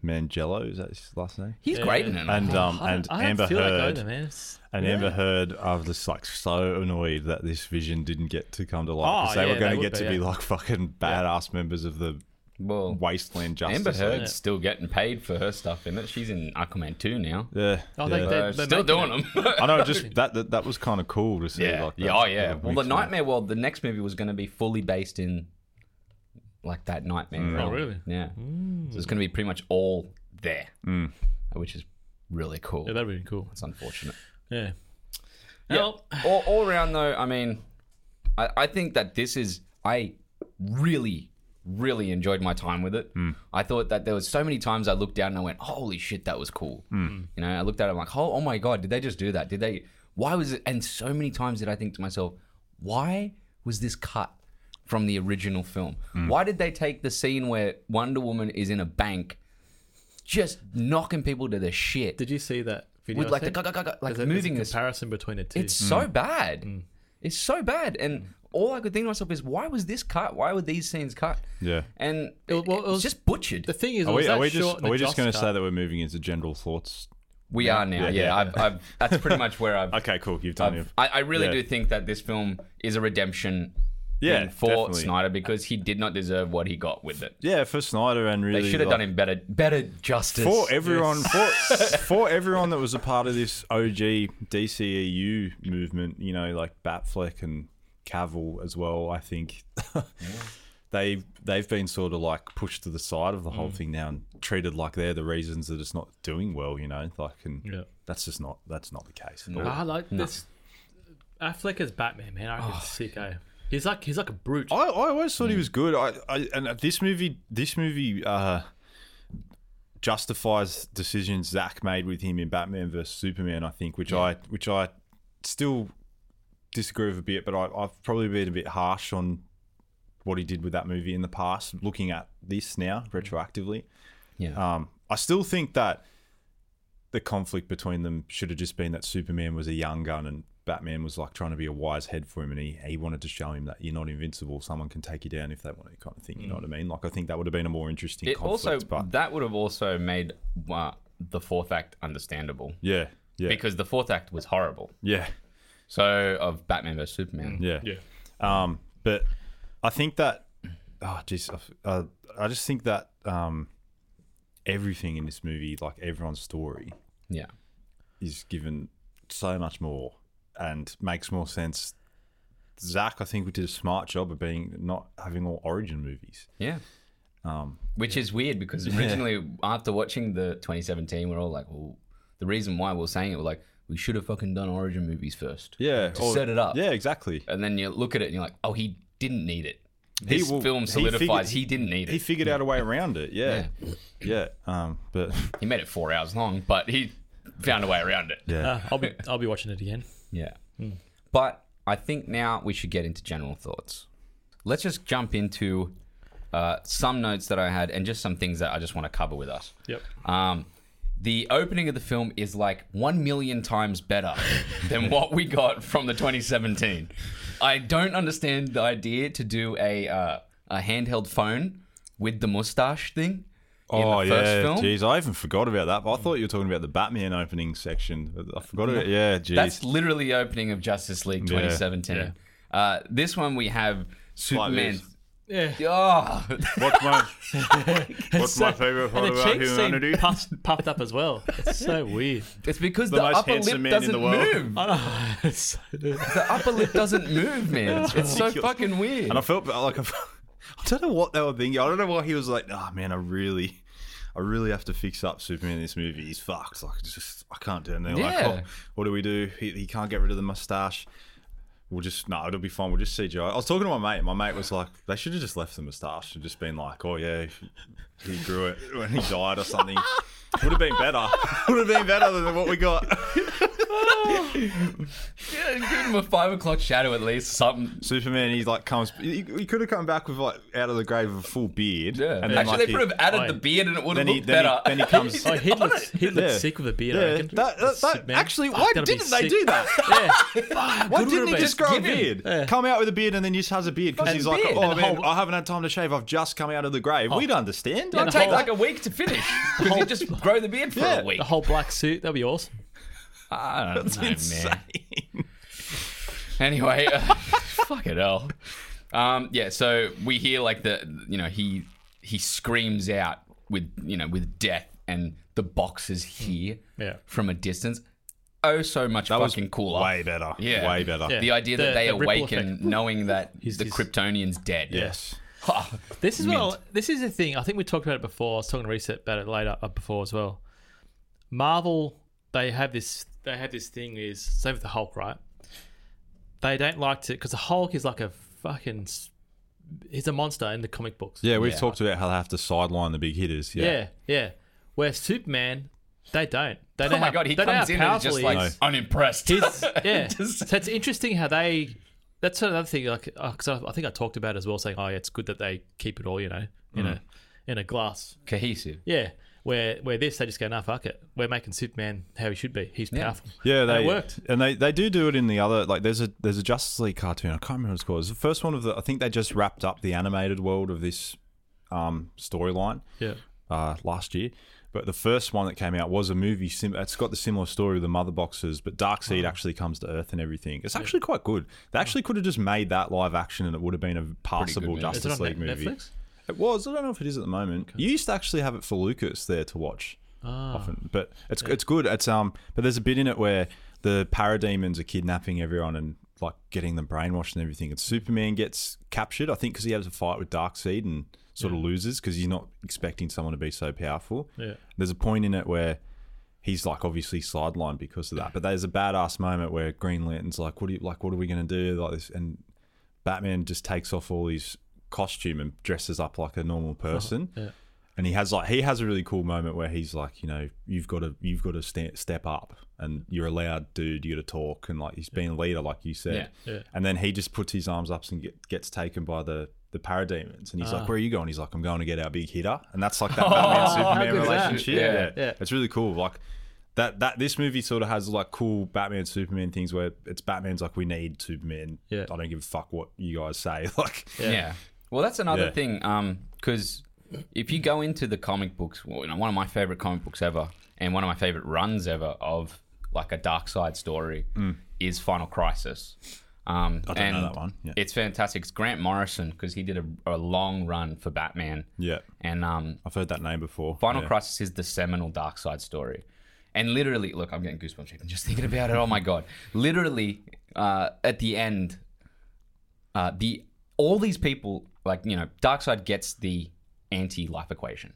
C: Mangello is that his last name?
A: he's
B: Yeah.
A: great in it.
C: And um,
B: I don't-
C: and
B: I don't
C: Amber
B: feel like
C: Heard,
B: either, man. It's-
C: and Amber Heard, I was just like so annoyed that this vision didn't get to come to
B: Oh,
C: life because they
B: yeah,
C: were going
B: they
C: to
B: would be,
C: get to be
B: yeah.
C: like fucking badass members of the
A: well,
C: wasteland justice.
A: Amber
C: League.
A: Heard's still getting paid for her stuff in it. She's in Aquaman 2 now.
C: Yeah,
B: Oh, they-
C: yeah.
B: they-
A: So
B: they're
A: still
B: making
A: doing them.
C: I know. Just that that, that was kind of cool to see.
A: Yeah.
C: Like
A: yeah.
C: that
A: Oh, yeah.
C: little
A: Well, the
C: mix, man.
A: Nightmare World, the next movie was going to be fully based in like that nightmare.
C: Mm. Oh,
A: realm.
B: really?
A: Yeah. So it's going to be pretty much all there,
C: Mm.
A: which is really cool.
B: Yeah, that'd be cool.
A: It's unfortunate.
B: Yeah.
A: Yeah.
B: Well,
A: all, all around, though, I mean, I, I think that this is, I really, really enjoyed my time with it. I thought that there was so many times I looked down and I went, holy shit, that was cool. You know, I looked at it, I'm like, oh, oh my God, did they just do that? Did they, why was it? And so many times did I think to myself, why was this cut from the original film? Why did they take the scene where Wonder Woman is in a bank just knocking people to the shit?
B: did you see that video?
A: with
B: I
A: like the
B: sent?
A: gu- gu- gu- gu- like
B: There's a- there's
A: moving
B: a
A: this
B: comparison between the two.
A: it's
C: Mm.
A: so bad. It's so bad. And all I could think to myself is, why was this cut? Why were these scenes cut?
C: Yeah.
A: And
B: It- well, it
A: it's
B: was-
A: just butchered.
B: the thing is,
C: Are
B: was
C: we,
B: that
C: are we
B: short
C: just
B: and
C: are
B: the
C: we just
B: Joss
C: going to say
B: cut?
C: that we're moving into general thoughts?
A: we are now. Yeah,
C: yeah, yeah.
A: I've, I've, that's pretty much where I've.
C: Okay, cool. You've done it.
A: I've- I, I really
C: Yeah.
A: do think that this film is a redemption
C: Yeah,
A: thing for
C: definitely.
A: Snyder because he did not deserve what he got with it.
C: Yeah, for Snyder and really
A: They should have
C: like,
A: done him better, better justice.
C: for everyone for, for everyone that was a part of this OG DCEU E movement, you know, like Batfleck and Cavill as well, I think they they've been sort of like pushed to the side of the whole thing now and treated like they're the reasons that it's not doing well, you know, like and
B: Yeah.
C: that's just not that's not the case. at all.
B: I Ah, like this. Affleck is Batman, man. I reckon it's sick, eh? He's like he's like a brute.
C: I, I always thought he was good. I, I and this movie this movie uh, justifies decisions Zach made with him in Batman vs Superman. I think, which I which I still disagree with a bit, but I, I've probably been a bit harsh on what he did with that movie in the past. Looking at this now retroactively,
A: Yeah.
C: um, I still think that the conflict between them should have just been that Superman was a young gun and Batman was like trying to be a wise head for him, and he he wanted to show him that you're not invincible. Someone can take you down if they want to, kind of thing. You know what I mean? Like I think that would have been a more interesting
A: Mm. it
C: conflict.
A: also
C: but
A: that would have also made uh, the fourth act understandable
C: yeah, yeah,
A: because the fourth act was horrible.
C: yeah,
A: So of Batman vs Superman.
C: yeah,
B: Yeah.
C: Um, but I think that oh jeez, I- uh, I just think that um, everything in this movie, like everyone's story,
A: Yeah.
C: is given so much more and makes more sense. Zach, I think we did a smart job of being not having all origin movies.
A: Yeah.
C: Um,
A: Which is weird because originally, after watching the 2017, we're all like, well, the reason why we're saying it, we're like, we should have fucking done origin movies first.
C: yeah,
A: To set it up.
C: Yeah, exactly.
A: And then you look at it and you're like, oh, he didn't need it. This
C: will-
A: film
C: he
A: solidifies
C: figured-
A: he, didn't need it.
C: He figured out a way around it. Yeah, yeah. Um, but
A: He made it four hours long, but he found a way around it.
C: yeah, Hmm.
B: Uh, I'll be I'll be watching it again.
A: Yeah. But I think now we should get into general thoughts. Let's just jump into uh, some notes that I had and just some things that I just want to cover with us.
B: Yep.
A: Um, the opening of the film is like one million times better than what we got from the 2017. I don't understand the idea to do a uh, a handheld phone with the mustache thing.
C: oh
A: in the first
C: yeah,
A: film.
C: jeez, I even forgot about that. But I thought you were talking about the Batman opening section. I forgot about it. Yeah, jeez.
A: That's literally the opening of Justice League 2017. Uh, this one we have Superman.
C: this.
B: Yeah.
A: Ah,
C: What's my What's my favorite
B: And the cheeks seem puffed, puffed up as well. It's so weird.
A: it's because the,
C: The most
A: upper
C: handsome
A: lip
C: man in
A: doesn't
C: the world.
A: move.
B: I know. It's so-
A: The upper lip doesn't move, man. It's, it's so
C: ridiculous.
A: fucking weird.
C: And I felt bad, like I, I don't know what they were thinking. I don't know why he was like, "Ah, man, I really, I really have to fix up Superman in this movie. He's fucked. Like, it's just I can't do it." And they're like,
A: Yeah.
C: oh, "What do we do? He, he can't get rid of the mustache. We'll just no, it'll be fine. We'll just CGI." I was talking to my mate. My mate was like, "They should have just left the mustache and just been like, oh yeah, he grew it when he died or something." Would have been better. Would have been better than what we got.
A: Yeah, give him a five o'clock shadow at least. Something.
C: Superman, he like comes. He, he could have come back with like out of the grave with a full beard.
A: Yeah.
C: and then,
A: Actually,
C: like,
A: they
C: he-
A: could have added
B: Oi.
A: the beard and it would have
C: then he,
A: looked
C: then,
A: better.
C: He, then he comes.
B: oh, he'd look, he'd look
C: Yeah.
B: sick with a beard. I
C: yeah,
B: reckon.
C: that, that, that-
B: Superman.
C: actually,
B: Fuck,
C: why
B: that'd be
C: didn't they
B: sick.
C: do that?
B: Yeah.
C: Why
B: Good
C: didn't he
B: would've
C: just
B: been.
C: grow a
A: Give him.
C: beard?
B: Yeah.
C: Come out with a beard and then he just has a beard because
A: Fucking
C: he's like,
A: beard.
C: oh
B: And
C: man,
B: whole-
C: I haven't had time to shave. I've just come out of the grave. We'd understand.
A: It'll
B: the
A: take
B: whole-
A: like a week to finish because you just grow the beard for
C: Yeah.
A: a week.
B: The whole black suit. That'd be awesome.
A: I don't know,
C: insane.
A: man. Anyway, uh, fuck it hell. Um, yeah, so we hear like the you know he he screams out with you know with death and the boxes here
B: Hmm. Yeah.
A: from a distance. Oh, so much
C: That was
A: fucking cooler.
C: Way better.
A: Yeah.
C: Way better.
B: Yeah.
A: The idea that
B: The-
A: they
B: the ripple
A: awaken
B: effect.
A: knowing that the
B: he's-
A: Kryptonian's dead. Oh
C: Yes.
A: Ha.
B: This is what
A: Mint.
B: I- this is the thing. I think we talked about it before. I was talking to Reset about it later uh, before as well. Marvel, they have this. They have this thing is same with the Hulk, right? They don't like to because the Hulk is like a fucking. s- He's a monster in the comic books.
C: Yeah, we've
A: Yeah.
C: talked about how they have to sideline the big hitters. Yeah.
B: yeah, yeah. Where Superman, they don't. They don't
A: oh my
B: have-
A: god, he
B: they don't
A: comes
B: have
A: in and is
B: powerful
A: just
B: he
A: like
B: is.
C: is.
A: unimpressed.
B: He's, yeah.
A: Just-
B: so it's interesting how they. That's another thing. Like, because I, I think I talked about it as well, saying, "Oh, yeah, it's good that they keep it all, you know, in
C: Mm.
B: a in a glass."
A: cohesive.
B: Yeah, where where this they just go, "Nah, fuck it. We're making Superman how he should be. He's powerful."
C: Yeah,
B: And
C: they
B: it worked.
C: and they, they do do it in the other like there's a there's a Justice League cartoon. I can't remember what it's called. It's the first one of the I think they just wrapped up the animated world of this um, storyline
B: Yeah,
C: uh, last year. But the first one that came out was a movie. Sim- it's got the similar story with the mother boxes, but Darkseid actually comes to Earth and everything. It's actually quite good. They actually could have just made that live action, and it would have been a passable
A: movie.
B: is it
C: Justice
B: on
C: League
B: Net-
C: movie.
B: Netflix?
C: It was. I don't know if it is at the moment. You used to actually have it for Lucas there to watch often, but it's it's good. It's um, but there's a bit in it where the parademons are kidnapping everyone and like getting them brainwashed and everything. And Superman gets captured, I think, because he has a fight with Darkseid and sort of loses because he's not expecting someone to be so powerful.
B: Yeah.
C: There's a point in it where he's like obviously sidelined because of that. But there's a badass moment where Green Lantern's like, "What do you like? What are we gonna do?" Like this, and Batman just takes off all his costume and dresses up like a normal person.
B: Uh-huh. yeah.
C: And he has like he has a really cool moment where he's like, you know, you've got to you've got to ste- step up, and you're allowed, dude. You got to talk, and like he's been a leader, like you said.
B: Yeah, yeah.
C: And then he just puts his arms up and get, gets taken by the the parademons, and he's
B: Ah.
C: like, "Where are you going?" He's like, "I'm going to get our big hitter," and that's like that Batman Superman
B: Oh, good is that?
C: relationship.
A: Yeah.
C: yeah.
B: Yeah.
C: It's really cool. Like that that this movie sort of has like cool Batman Superman things where it's Batman's like we need Superman.
B: Yeah.
C: I don't give a fuck what you guys say. Like
A: Yeah. Well, that's another
C: Yeah.
A: thing. Um, because if you go into the comic books, well, you know, one of my favorite comic books ever, and one of my favorite runs ever of like a dark side story is Final Crisis. Um,
C: Mm. I don't
A: and
C: know that one. Yeah.
A: It's fantastic. It's Grant Morrison because he did a, a long run for Batman,
C: yeah.
A: and um,
C: I've heard that name before.
A: Final
C: yeah.
A: Crisis is the seminal Dark Side story. And literally, look, I'm getting goosebumps even just thinking about it. Oh my god! Literally, uh, at the end, uh, the all these people, like you know, Darkseid gets the anti-life equation.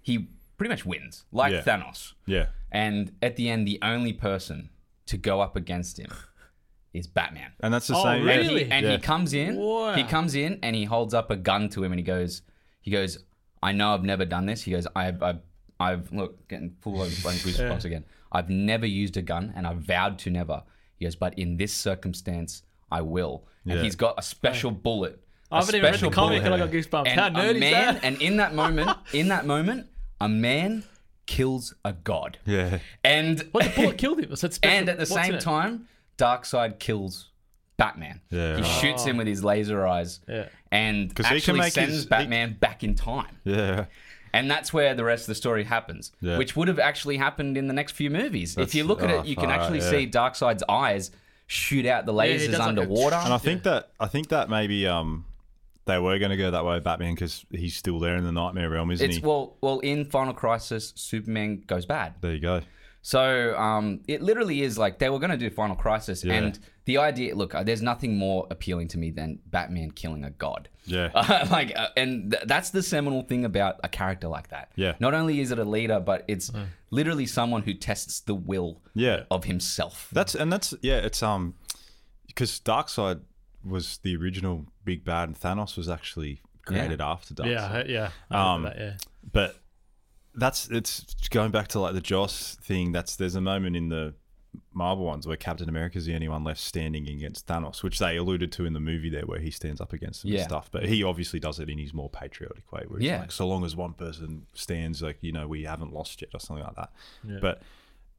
A: He pretty much wins, like
C: Mm-hmm. Yeah.
A: Thanos.
C: Yeah.
A: And at the end, the only person to go up against him is Batman.
C: And that's the
B: Oh,
C: same.
B: really?
A: And, he, and he
C: Yeah.
A: comes in.
B: Wow.
A: He comes in and he holds up a gun to him and he goes, he goes, I know I've never done this. He goes, I, I, I've look getting full of bloody goosebumps again. I've never used a gun and I vowed to never. He goes, but in this circumstance, I will. And
C: Yeah.
A: he's got a special bullet.
B: I
A: a
B: haven't even read the
A: special
B: comic and I
A: bullet.
B: got goosebumps.
A: And
B: How nerdy
A: a
B: is
A: man,
B: that?
A: and in that moment, in that moment, a man kills a god.
C: Yeah.
A: And
B: What the bullet killed him? So it's special-
A: and at the
B: what's in
A: same
B: it?
A: time, Darkseid kills Batman.
C: Yeah,
A: he
C: right.
A: shoots him with his laser eyes,
B: Yeah.
A: and
C: 'Cause he can
A: actually
C: make
A: sends
C: his- he-
A: Batman back in time.
C: Yeah.
A: And that's where the rest of the story happens,
C: Yeah.
A: which would have actually happened in the next few movies. if
C: That's-
A: you look at
C: oh,
A: it, you can
C: far out,
A: actually
C: yeah.
A: see Darkseid's eyes shoot out the
B: he
A: lasers
B: does like a
A: underwater.
C: And I think that I think that maybe um they were going to go that way with Batman because he's still there in the nightmare realm, isn't
A: it's
C: he?
A: well, well, in Final Crisis, Superman goes bad.
C: there you go.
A: So um, it literally is like they were going to do Final Crisis,
C: Yeah.
A: and the idea. Look, uh, there's nothing more appealing to me than Batman killing a god.
C: Yeah.
A: Uh, like, uh, and th- that's the seminal thing about a character like that.
C: Yeah. Mm.
A: Not only is it a leader, but it's literally someone who tests the will
C: Yeah.
A: of himself.
C: That's and that's yeah. It's um because Darkseid was the original big bad, and Thanos was actually created after Darkseid.
B: Yeah, I- yeah. I
C: Um,
B: remember that, yeah.
C: but that's it's going back to like the Joss thing. That's there's a moment in the Marvel ones where Captain America's the only one left standing against Thanos, which they alluded to in the movie there, where he stands up against him
A: Yeah.
C: and stuff. But he obviously does it in his more patriotic way, where it's
A: Yeah.
C: like so long as one person stands, like you know we haven't lost yet or something like that.
B: Yeah.
C: But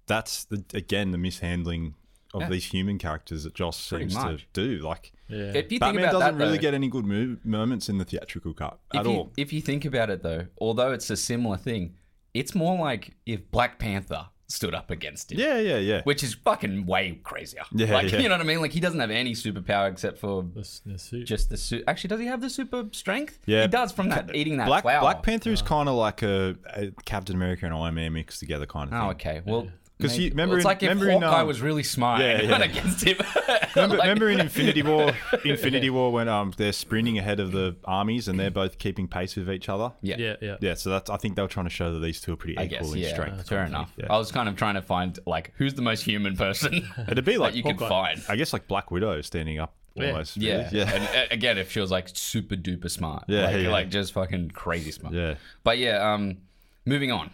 C: that's the, again the mishandling of
A: Yeah.
C: these human characters that Joss
A: Pretty
C: seems
A: much.
C: to do. Like
B: Yeah.
A: If you think
C: Batman
A: about
C: doesn't
A: that,
C: really
A: though,
C: get any good move, moments in the theatrical cut
A: if
C: at
A: you,
C: all.
A: If you think about it, though, although it's a similar thing, it's more like if Black Panther stood up against him.
C: Yeah, yeah, yeah.
A: Which is fucking way crazier.
C: Yeah,
A: like
C: yeah.
A: you know what I mean. Like he doesn't have any superpower except for
B: The- the suit.
A: just the suit. Actually, does he have the super strength?
C: Yeah.
A: he does from that eating that
C: Black,
A: flower.
C: Black Panther is kind of like a, a Captain America and Iron Man mixed together kind of
A: Oh,
C: thing.
A: okay. Well,
C: 'Cause
A: maybe-
C: you- remember
A: well, it's
C: in-
A: like
C: remember
A: if
C: in,
A: Hawkeye
C: um,
A: was really smart
C: Yeah,
A: and went
C: yeah.
A: against him.
C: Remember,
A: Like-
C: remember in Infinity War, Infinity War when um they're sprinting ahead of the armies and they're both keeping pace with each other.
A: Yeah.
B: yeah, yeah.
C: Yeah, so that's I think they were trying to show that these two are pretty
A: I
C: equal
A: guess,
C: in
A: yeah.
C: strength.
A: fair enough.
C: Yeah.
A: I was kind of trying to find like who's the most human person
C: It'd be
A: that
C: like
A: you could find.
C: I guess like Black Widow standing up
B: Yeah.
C: almost.
A: Yeah.
C: really. yeah,
A: And uh, again, if she was like super duper smart,
C: Yeah,
A: like,
C: yeah.
A: like just fucking crazy smart.
C: yeah.
A: But yeah, um, moving on.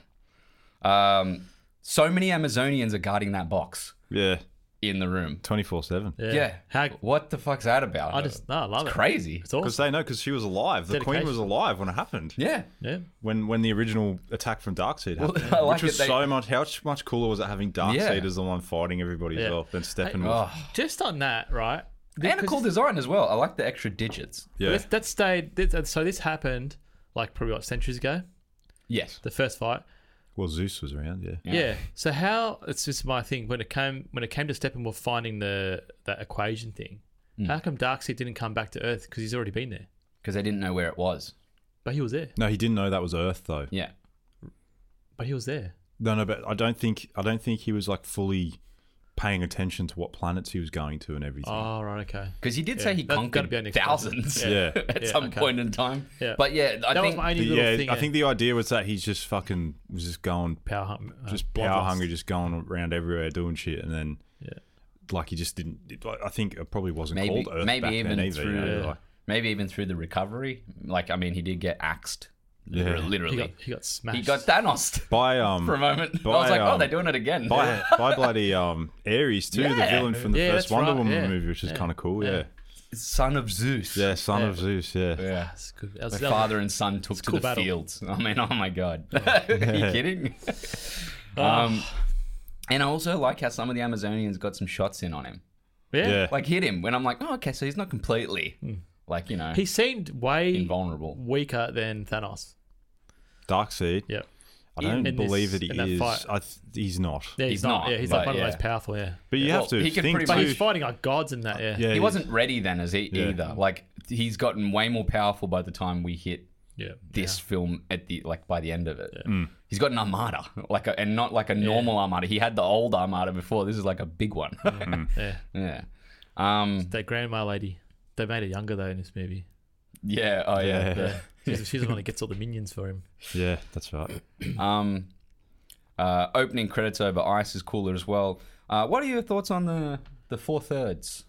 A: Um, so many Amazonians are guarding that box
C: yeah.
A: in the room.
C: Twenty four seven.
B: Yeah.
A: Yeah.
B: How,
A: What the fuck's that about?
B: I just, no, I love
A: it's
B: it.
A: crazy.
B: It's awesome.
C: Because they know, because she was alive. The Queen
B: Dedication.
C: was alive when it happened.
A: Yeah.
B: Yeah.
C: When when the original attack from Darkseid
A: Well,
C: happened,
A: I like
C: which was
A: it they-
C: so much. How much cooler was it having Darkseid
A: Yeah.
C: as the one fighting everybody
B: Yeah.
C: as well than Steppenwolf?
A: Oh.
B: Just on that, right?
A: And a cool design as well. I like the extra digits.
C: yeah,
B: This, that stayed. This, so this happened like probably what centuries ago.
A: Yes.
B: The first fight.
C: Well, Zeus was around, yeah.
B: Yeah. So how it's just my thing when it came when it came to Steppenwolf finding the that equation thing.
C: Hmm.
B: How come Darkseid didn't come back to Earth because he's already been there,
A: Because they didn't know where it was.
B: but he was there,
C: No, he didn't know that was Earth though.
A: Yeah.
B: but he was there.
C: No, no, but I don't think I don't think he was like fully paying attention to what planets he was going to and everything.
B: Oh right, okay.
A: Because he did say he
B: that's gotta
A: conquered
B: be our next
A: thousands
C: yeah. yeah.
A: at
B: Yeah,
A: some
B: okay.
A: point in time.
B: Yeah.
A: But yeah, I
B: that
A: think
B: was my
C: The-
B: only little
C: yeah,
B: thing.
C: I think the idea was that he's just fucking was just going
B: power, hung- uh,
C: just
B: bloodlust.
C: power hungry, just going around everywhere doing shit, and then
B: Yeah.
C: like he just didn't. It, I think it probably wasn't
A: maybe
C: called Earth
A: maybe
C: back
A: even
C: then either. you
A: through
C: know,
B: Yeah.
C: like-
A: maybe even through the recovery. Like I mean, he did get axed. Literally,
B: He got,
A: literally.
B: he got smashed.
A: he got Thanos
C: by um
A: for a moment. I was
C: by,
A: like, oh,
C: um,
A: they're doing it again.
C: by by bloody um Ares too, the
A: Yeah.
C: villain from the
B: Yeah,
C: first
B: that's
C: Wonder
B: right,
C: Woman
B: yeah.
C: movie, which is kind of cool. Yeah,
A: Son of Zeus.
C: yeah, son
B: Yeah.
C: of Zeus. Yeah,
A: Yeah.
B: That's good. That was-
A: The
B: that was-
A: father and son took to
B: cool
A: the
B: battle.
A: fields. I mean, oh my god, are you kidding? um, and I also like how some of the Amazonians got some shots in on him,
B: yeah.
C: yeah.
A: like hit him. When I'm like, oh, okay, so he's not completely like you know
B: He seemed way
A: invulnerable.
B: weaker than Thanos.
C: Darkseid.
B: Yep.
C: I
B: in-
C: don't
B: in this-
C: believe that
B: in
C: he
B: that
C: is.
B: fight.
C: I th- he's not.
B: Yeah, he's,
A: He's
B: not,
A: not,
B: Yeah, he's
A: but
B: like one
A: yeah.
B: of the most powerful. Yeah,
C: But you
A: Well,
C: have to
A: he can
C: think
A: pretty
B: but
A: much-
C: too.
B: he's fighting like gods in that. Yeah,
C: yeah,
A: He wasn't ready then as e-
C: Yeah.
A: either. Like he's gotten way more powerful by the time we hit
B: yeah.
A: this film at the like by the end of it. He's got an armada, like a, and not like a normal armada. He had the old armada before. This is like a big one.
B: yeah.
A: yeah.
C: Hmm.
A: Um.
B: That grandma lady, they made her younger though in this movie.
A: Yeah. Oh yeah.
C: Yeah.
A: yeah.
B: She's, she's the one that gets all the minions for him.
C: Yeah, that's right.
A: Um. Uh, opening credits over ice is cooler as well. Uh, what are your thoughts on the the four thirds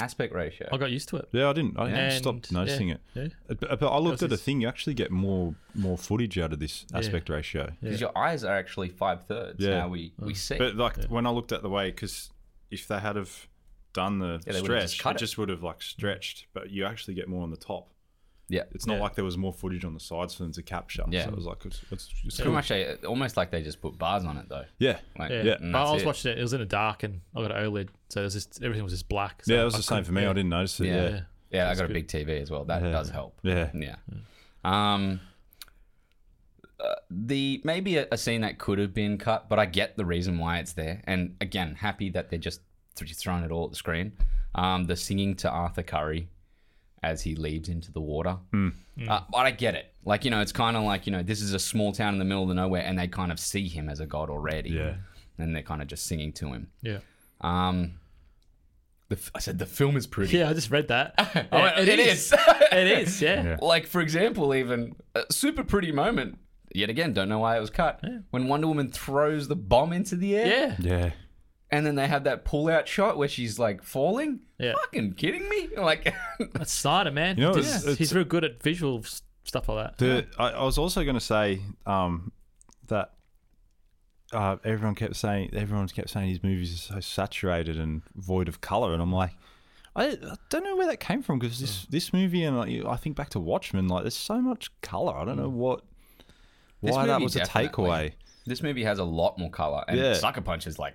A: aspect ratio?
B: I got used to it.
C: Yeah, I didn't. I
B: And-
C: stopped
B: yeah,
C: noticing it.
B: yeah.
C: Uh, But, but I looked
B: That
C: at a
B: was his-
C: thing. You actually get more more footage out of this aspect ratio.
A: Because your eyes are actually five thirds.
C: Yeah.
A: Now we
B: Mm.
A: we see.
C: But like when I looked at the way, because if they had have done the
A: Yeah, they would've just
C: stretch,
A: cut
C: it
A: it.
C: just would have like stretched. But you actually get more on the top.
A: yeah.
C: It's not
B: Yeah.
C: like there was more footage on the sides for them to capture.
A: Yeah.
C: so it was like it's, it's, it's
A: Pretty
C: cool.
A: much, they, almost like they just put bars on it though.
C: Yeah,
A: Like,
B: Yeah,
C: Yeah. Mm,
A: and
B: but
A: that's
B: I was
A: it.
B: watching it. It was in the dark, and I got an OLED, so it was just everything was just black. So
C: yeah, it was
B: I
C: the same
B: couldn't-
C: for me.
B: yeah.
C: I didn't notice it.
A: Yeah.
C: Yeah,
B: Yeah.
C: yeah.
A: Yeah, I
B: That's
A: got a
B: good.
A: big TV as well. That
C: Yeah.
A: does help. Yeah. Um, uh, the maybe a, a scene that could have been cut, but I get the reason why it's there. And again, happy that they're just th- throwing it all at the screen. Um, the singing to Arthur Curry as he leaves into the water. Uh, but I get it. Like you know, it's kind of like you know, this is a small town in the middle of nowhere, and they kind of see him as a god already.
C: Yeah.
A: and they're kind of just singing to him.
B: Yeah,
A: Um, the f- I said the film is pretty.
B: yeah. I just read that.
A: I went,
B: Yeah,
A: it is.
B: it is. Yeah.
C: Yeah.
A: like for example, even a super pretty moment. Yet again, don't know why it was cut. When Wonder Woman throws the bomb into the air,
B: Yeah.
C: yeah.
A: and then they have that pull-out shot where she's like falling.
B: Yeah.
A: Fucking kidding me? Like,
B: That's Snyder, man.
C: You know,
B: He's-
C: it's- it's-
B: he's real good at visual s- stuff like that.
C: The, I, I was also going to say um, that uh, everyone kept saying everyone kept saying his movies are so saturated and void of color, and I'm like, I, I don't know where that came from because
A: Mm.
C: this this movie and like, I think back to Watchmen, like there's so much color. I don't know what
A: Mm. This
C: why that
A: movie
C: was a
A: definitely-
C: takeaway.
A: this movie has a lot more color, and
C: Yeah.
A: Sucker Punch is like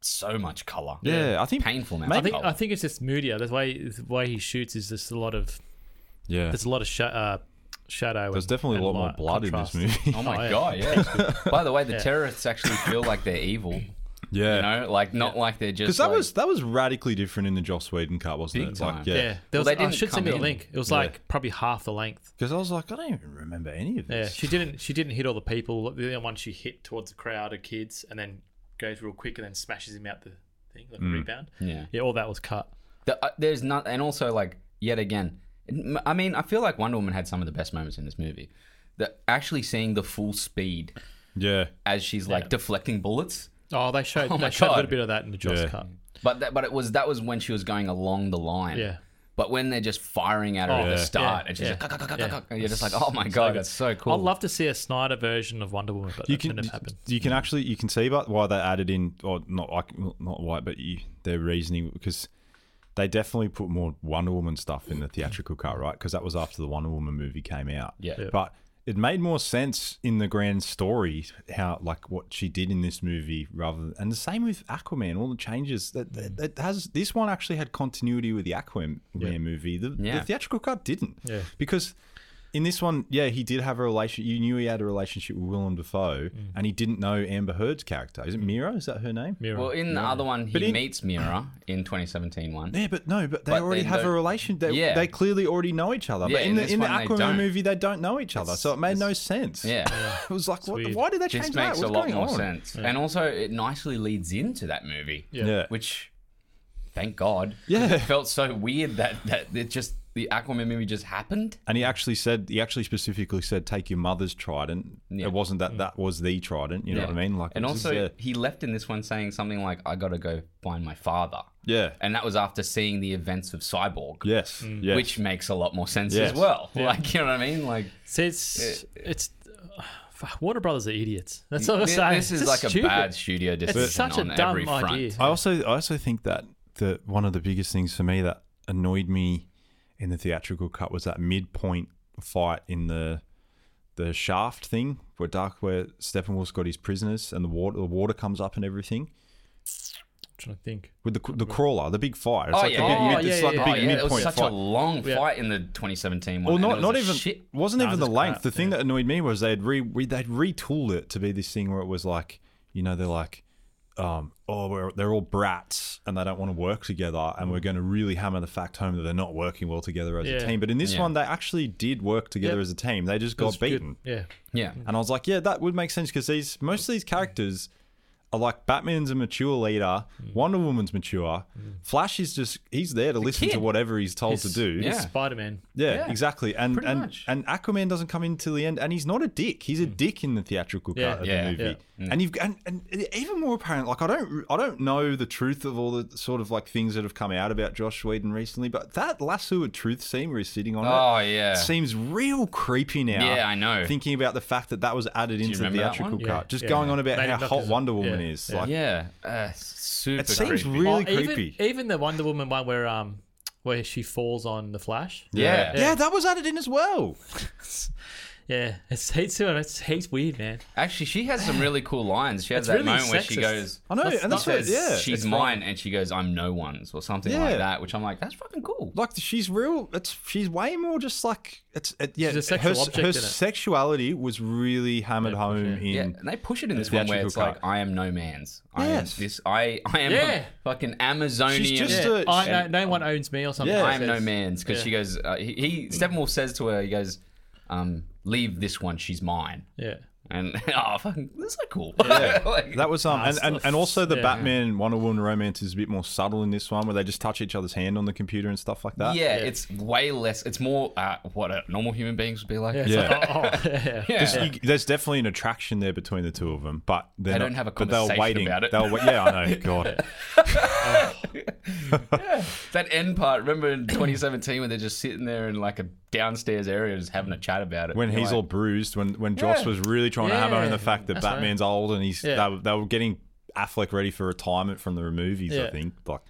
A: so much color.
C: Yeah, I think
A: painful now.
C: Maybe-
B: I think
A: color.
B: I think it's just moodier. The way the way he shoots is just a lot of
C: yeah,
B: there's a lot of sha- uh, shadow.
C: there's
B: and-
C: definitely
B: and
C: a lot more
B: light
C: blood
B: contrast.
C: in this movie.
A: Oh my
B: yeah.
A: god! Yeah. By the way, the terrorists actually feel like they're evil.
C: yeah,
A: You know, like not like they're just.
C: because that
A: like-
C: was that was radically different in the Joss Whedon cut, wasn't
A: Big
C: it?
A: time.
C: Like,
B: Yeah,
C: yeah,
B: there
A: Well,
B: was,
A: they
B: I
A: didn't
B: should send me
A: come
B: the
A: in.
B: link. It was
C: Yeah.
B: like probably half the length.
C: because I was like, I don't even remember any of
B: Yeah,
C: this.
B: she didn't. She didn't hit all the people. The only one she hit towards the crowd of kids, and then goes real quick, and then smashes him out the thing like a rebound.
A: Mm. Yeah.
B: yeah. All that was cut.
A: The, uh, there's not, and also like yet again, m- I mean, I feel like Wonder Woman had some of the best moments in this movie. The actually seeing the full speed
C: yeah.
A: as she's like deflecting bullets,
B: Oh, they showed.
A: Oh my
B: they showed a
A: God.
B: little bit of that in the Joss
C: Yeah.
B: cut.
A: but that, but it was that was when she was going along the line.
B: Yeah.
A: But when they're just firing at her at
B: Oh,
A: the
B: yeah.
A: start,
B: Yeah.
A: and she's
B: Yeah.
A: like, "Cuck, cuck, cuck,
B: Yeah.
A: cuck," and you're just like, oh my god, that's so cool.
B: I'd love to see a Snyder version of Wonder Woman, but
C: you
B: that
C: can
B: didn't happen.
C: you can actually you can see but why they added in or not like well, not why but you, their reasoning because they definitely put more Wonder Woman stuff in the theatrical cut right because that was after the Wonder Woman movie came out
A: Yeah. Yeah.
C: but it made more sense in the grand story how like what she did in this movie rather than and the same with Aquaman all the changes that
A: Mm.
C: that, that has this one actually had continuity with the Aquaman movie the,
A: Yeah.
C: the theatrical cut didn't
B: Yeah.
C: because in this one, yeah, he did have a relation. You knew he had a relationship with Willem Dafoe, and he didn't know Amber Heard's character. Is it Mira? Is that her name?
B: Mirror.
A: well, in the other one, he
C: But in-
A: meets Mira in 2017 one.
C: Yeah, but no, but they
A: But
C: already
A: they
C: have a
A: don't-
C: relation. They,
A: Yeah.
C: they clearly already know each other.
A: Yeah,
C: but in,
A: in
C: the
A: this
C: in the
A: one they
C: Aquaman
A: don't.
C: movie, they don't know each other, so it made no sense.
A: Yeah.
C: it was like, what,
B: weird.
C: why did they change
A: This
C: that?
A: makes a
C: What's
A: lot
C: going
A: more
C: on?
A: sense, and also it nicely leads into that movie.
C: Yeah, yeah.
A: which thank god 'cause
C: Yeah.
A: it felt so weird that that it just the aquaman movie just happened
C: And he actually said, he actually specifically said, take your mother's trident.
A: Yeah.
C: It wasn't that that was the trident. You know what I mean? Like,
A: and
C: it was just,
A: also he left in this one saying something like i gotta go find my father
C: yeah, yeah,
A: and that was after seeing the events of cyborg
C: yes, yes.
A: which makes a lot more sense
C: Yes.
A: as well like you know what i mean like
B: See, it's it's uh, fuck, Warner Brothers are idiots. That's all I'm
A: this,
B: saying.
A: this
B: It's
A: is like
B: stupid.
A: a bad studio
B: It's
A: decision
B: such a
A: on
B: dumb
A: every front
B: idea.
C: I also I also think that the one of the biggest things for me that annoyed me in the theatrical cut was that midpoint fight in the the shaft thing where Dark where Steppenwolf's got his prisoners and the water the water comes up and everything.
B: trying to think.
C: with the the crawler, the big fight. It's
A: Oh,
C: like
A: yeah.
C: a big
A: Oh,
C: mid,
B: yeah,
C: it's
B: yeah,
C: like
B: yeah.
C: a
A: Oh,
C: big
A: yeah, it
C: midpoint
A: was such
C: fight.
A: a long
B: Yeah.
A: fight in the 2017 one.
C: well,
A: and it
C: not
A: was
C: not
A: a
C: even
A: shit.
C: wasn't
B: Nah,
C: even the
B: just
C: length.
B: crap,
C: the thing
B: yeah.
C: that annoyed me was they'd re, re they'd retooled it to be this thing where it was like you know they're like um oh we're, they're all brats and they don't want to work together and we're going to really hammer the fact home that they're not working well together as
B: Yeah.
C: a team. But in this
A: Yeah.
C: one, they actually did work together
B: Yep.
C: as a team. They just
B: It was
C: got
B: good.
C: beaten.
B: Yeah.
A: Yeah.
C: And I was like, yeah, that would make sense because these most of these characters are like Batman's a mature leader, Wonder Woman's mature, Flash is just he's there to listen to
A: kid. whatever
C: whatever he's told
B: He's-
C: to do.
A: yeah.
B: Spider Man.
C: Yeah,
A: Yeah,
C: exactly. And
A: pretty
C: and
A: much.
C: and Aquaman doesn't come in till the end, and he's not a dick. He's a
B: Mm.
C: dick in the theatrical
B: Yeah,
C: cut of
A: yeah,
C: the movie.
A: yeah. Mm.
C: And you've and, and even more apparent. Like I don't I don't know the truth of all the sort of like things that have come out about Josh Whedon recently, but that lasso of truth scene where he's sitting on it
A: Oh yeah.
C: seems real creepy now.
A: Yeah, I know.
C: Thinking about the fact that that was added into the
A: remember that
C: theatrical
A: one?
C: cut,
B: Yeah,
C: just
B: yeah.
C: going on about
B: They
C: how
B: knocked
C: hot
B: us-
C: Wonder Woman
B: yeah,
C: is.
B: yeah.
C: Like,
A: yeah. Uh, super.
C: it seems
A: creepy.
C: really
B: Oh, even-
C: creepy.
B: Even, the Wonder Woman one where um where she falls on the Flash.
A: Yeah.
C: yeah. that was added in as well.
B: Yeah, it's hates it's hates weird, man.
A: Actually, she has some really cool lines. She has
B: It's
A: that
B: really
A: moment where she
B: sexist.
A: goes.
C: I know,
B: That's
C: and that's
B: not-
C: what,
A: Says,
C: yeah.
A: she's
C: it's fine.
A: mine, and she goes, "I'm no one's" or something
C: Yeah.
A: like that, which I'm like, that's fucking cool.
C: like she's real it's she's way more just like it's it, yeah
B: She's a sexual
C: her,
B: object,
C: her
B: innit?
C: sexuality was really hammered home in
A: Yeah, and they push it in this one where
C: theatrical
A: it's
C: cut.
A: like, "I am no man's." I
C: Yes.
A: am this. I I am
B: Yeah.
A: a fucking Amazonian.
C: She's just
B: Yeah,
C: a-
B: I,
C: and-
B: no, no one owns me or something.
C: Yeah.
A: I
B: It
A: am no
B: says.
A: man's because
B: Yeah.
A: she goes. Uh, he, he Steppenwolf says to her, he goes, um, "Leave this one. She's mine."
B: Yeah,
A: And oh, fucking, that's so cool. Like,
C: that was um and,
B: it's
C: and,
B: not-
C: and also the
B: yeah.
C: batman wonder woman romance is a bit more subtle in this one where they just touch each other's hand on the computer and stuff like that
A: yeah, it's way less. It's more uh, what a normal human beings would be like.
B: yeah, it's
C: Yeah.
B: like, oh, oh, yeah.
A: Yeah.
C: There's, you- there's definitely an attraction there between the two of them, but they're
A: They
C: not-
A: don't have a
C: but they were
A: conversation
C: waiting.
A: about it.
C: They were wait- yeah, I know. God,
A: That end part, remember in 2017 when they're just sitting there in like a downstairs area just having a chat about it.
C: when
A: You're
C: he's
A: like,
C: all bruised, when when Joss
A: Yeah.
C: was really trying to hammer
B: Yeah,
C: in the fact that
B: that's right.
C: Batman's old and he's
B: Yeah.
C: they, were, they were getting Affleck ready for retirement from the movies. I
B: Yeah.
C: think like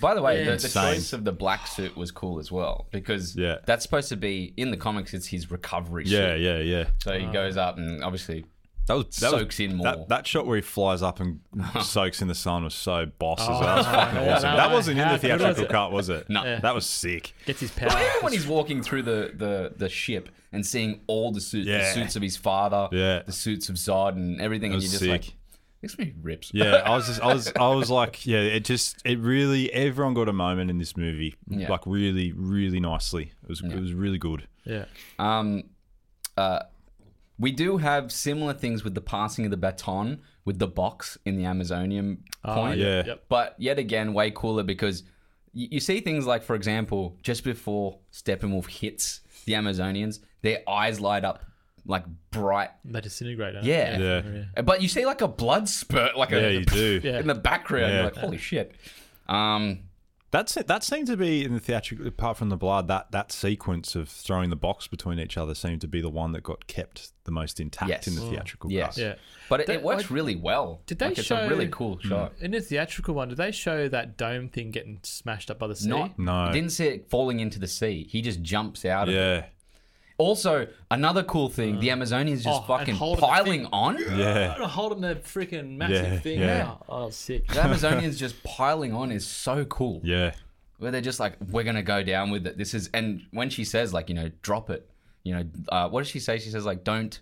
A: By the way,
B: Yeah.
A: the, the
C: Insane.
A: choice of the black suit was cool as well because
C: Yeah.
A: that's supposed to be in the comics. It's his recovery
C: yeah,
A: suit.
C: yeah, yeah.
A: So he goes up and obviously
C: That was that was-
A: Soaks in more.
C: That, that shot where he flies up and soaks in the sun was so boss as well. That was
B: Oh,
C: fucking
B: yeah,
C: awesome.
B: no,
C: that
B: no,
C: wasn't in
B: how
C: the
B: good was
C: theatrical
B: it?
C: cut, was it?
A: No. Yeah.
C: that was sick.
B: gets his power.
A: Well, even when he's walking through the, the, the ship and seeing all the suits, the
C: Yeah.
A: suits of his father,
C: Yeah.
A: the suits of Zod and everything, and
C: was
A: you're just
C: sick.
A: like, this movie rips.
C: Yeah, I was just, I was, I was like, yeah, it just, it really, everyone got a moment in this movie,
A: Yeah.
C: like really, really nicely. It was, it was really good.
B: yeah,
A: Um, uh, we do have similar things with the passing of the baton with the box in the Amazonian
B: Ah,
A: point.
C: yeah.
B: Yep.
A: But yet again, way cooler because you, you see things like, for example, just before Steppenwolf hits the Amazonians, their eyes light up like bright.
B: They disintegrate. don't they?
A: Yeah.
C: Yeah,
A: But you see like a blood spurt, like
C: yeah,
A: a,
C: you do.
B: Yeah.
A: in the background. You're
C: Yeah.
A: like, holy shit. Um,
C: That's it. That seemed to be in the theatrical, apart from the blood, that that sequence of throwing the box between each other seemed to be the one that got kept the most intact
A: Yes.
C: in the theatrical
A: yes.
C: cut.
B: Yeah.
A: But it,
B: That-
A: it works
B: like-
A: really well.
B: Did they
A: like, it's
B: show-
A: a really cool shot.
B: In the theatrical one, did they show that dome thing getting smashed up by the sea?
A: Not
C: No.
A: Didn't see it falling into the sea. He just jumps out of it.
C: Yeah,
A: Also, another cool thing, the Amazonians
B: Oh,
A: just
B: and
A: fucking
B: holding the
A: piling
B: thing.
A: on.
C: yeah.
B: I'm gonna hold him the freaking massive
C: Yeah,
B: thing.
C: yeah.
B: now. Oh, sick.
A: The Amazonians just piling on is so cool.
C: Yeah.
A: Where they're just like, we're gonna go down with it. This is and when she says like, you know, drop it. You know, uh, what does she say? She says like, don't,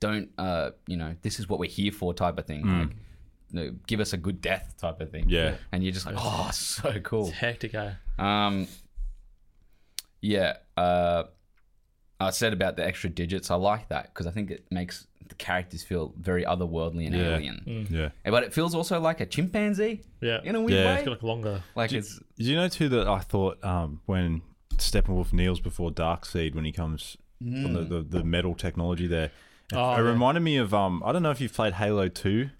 A: don't, uh, you know, this is what we're here for, type of thing. Like, you know, give us a good death, type of thing.
C: Hmm. Yeah.
A: And you're just like, oh, so cool.
B: Hectic. eh?
A: Um, yeah, uh, I said about the extra digits. I like that because I think it makes the characters feel very otherworldly and
C: Yeah. Mm.
A: alien. Eh,
C: Yeah.
A: But it feels also like a chimpanzee
B: Yeah.
A: in a weird
C: Yeah.
B: It's
A: way.
B: gonna look longer.
A: Like it's
C: Do you know too that I thought um, when Steppenwolf kneels before Darkseid when he comes on
A: Mm.
C: the, the, the metal technology there, it,
B: Oh,
C: it
B: yeah.
C: reminded me of um, I don't know if you've played Halo Two.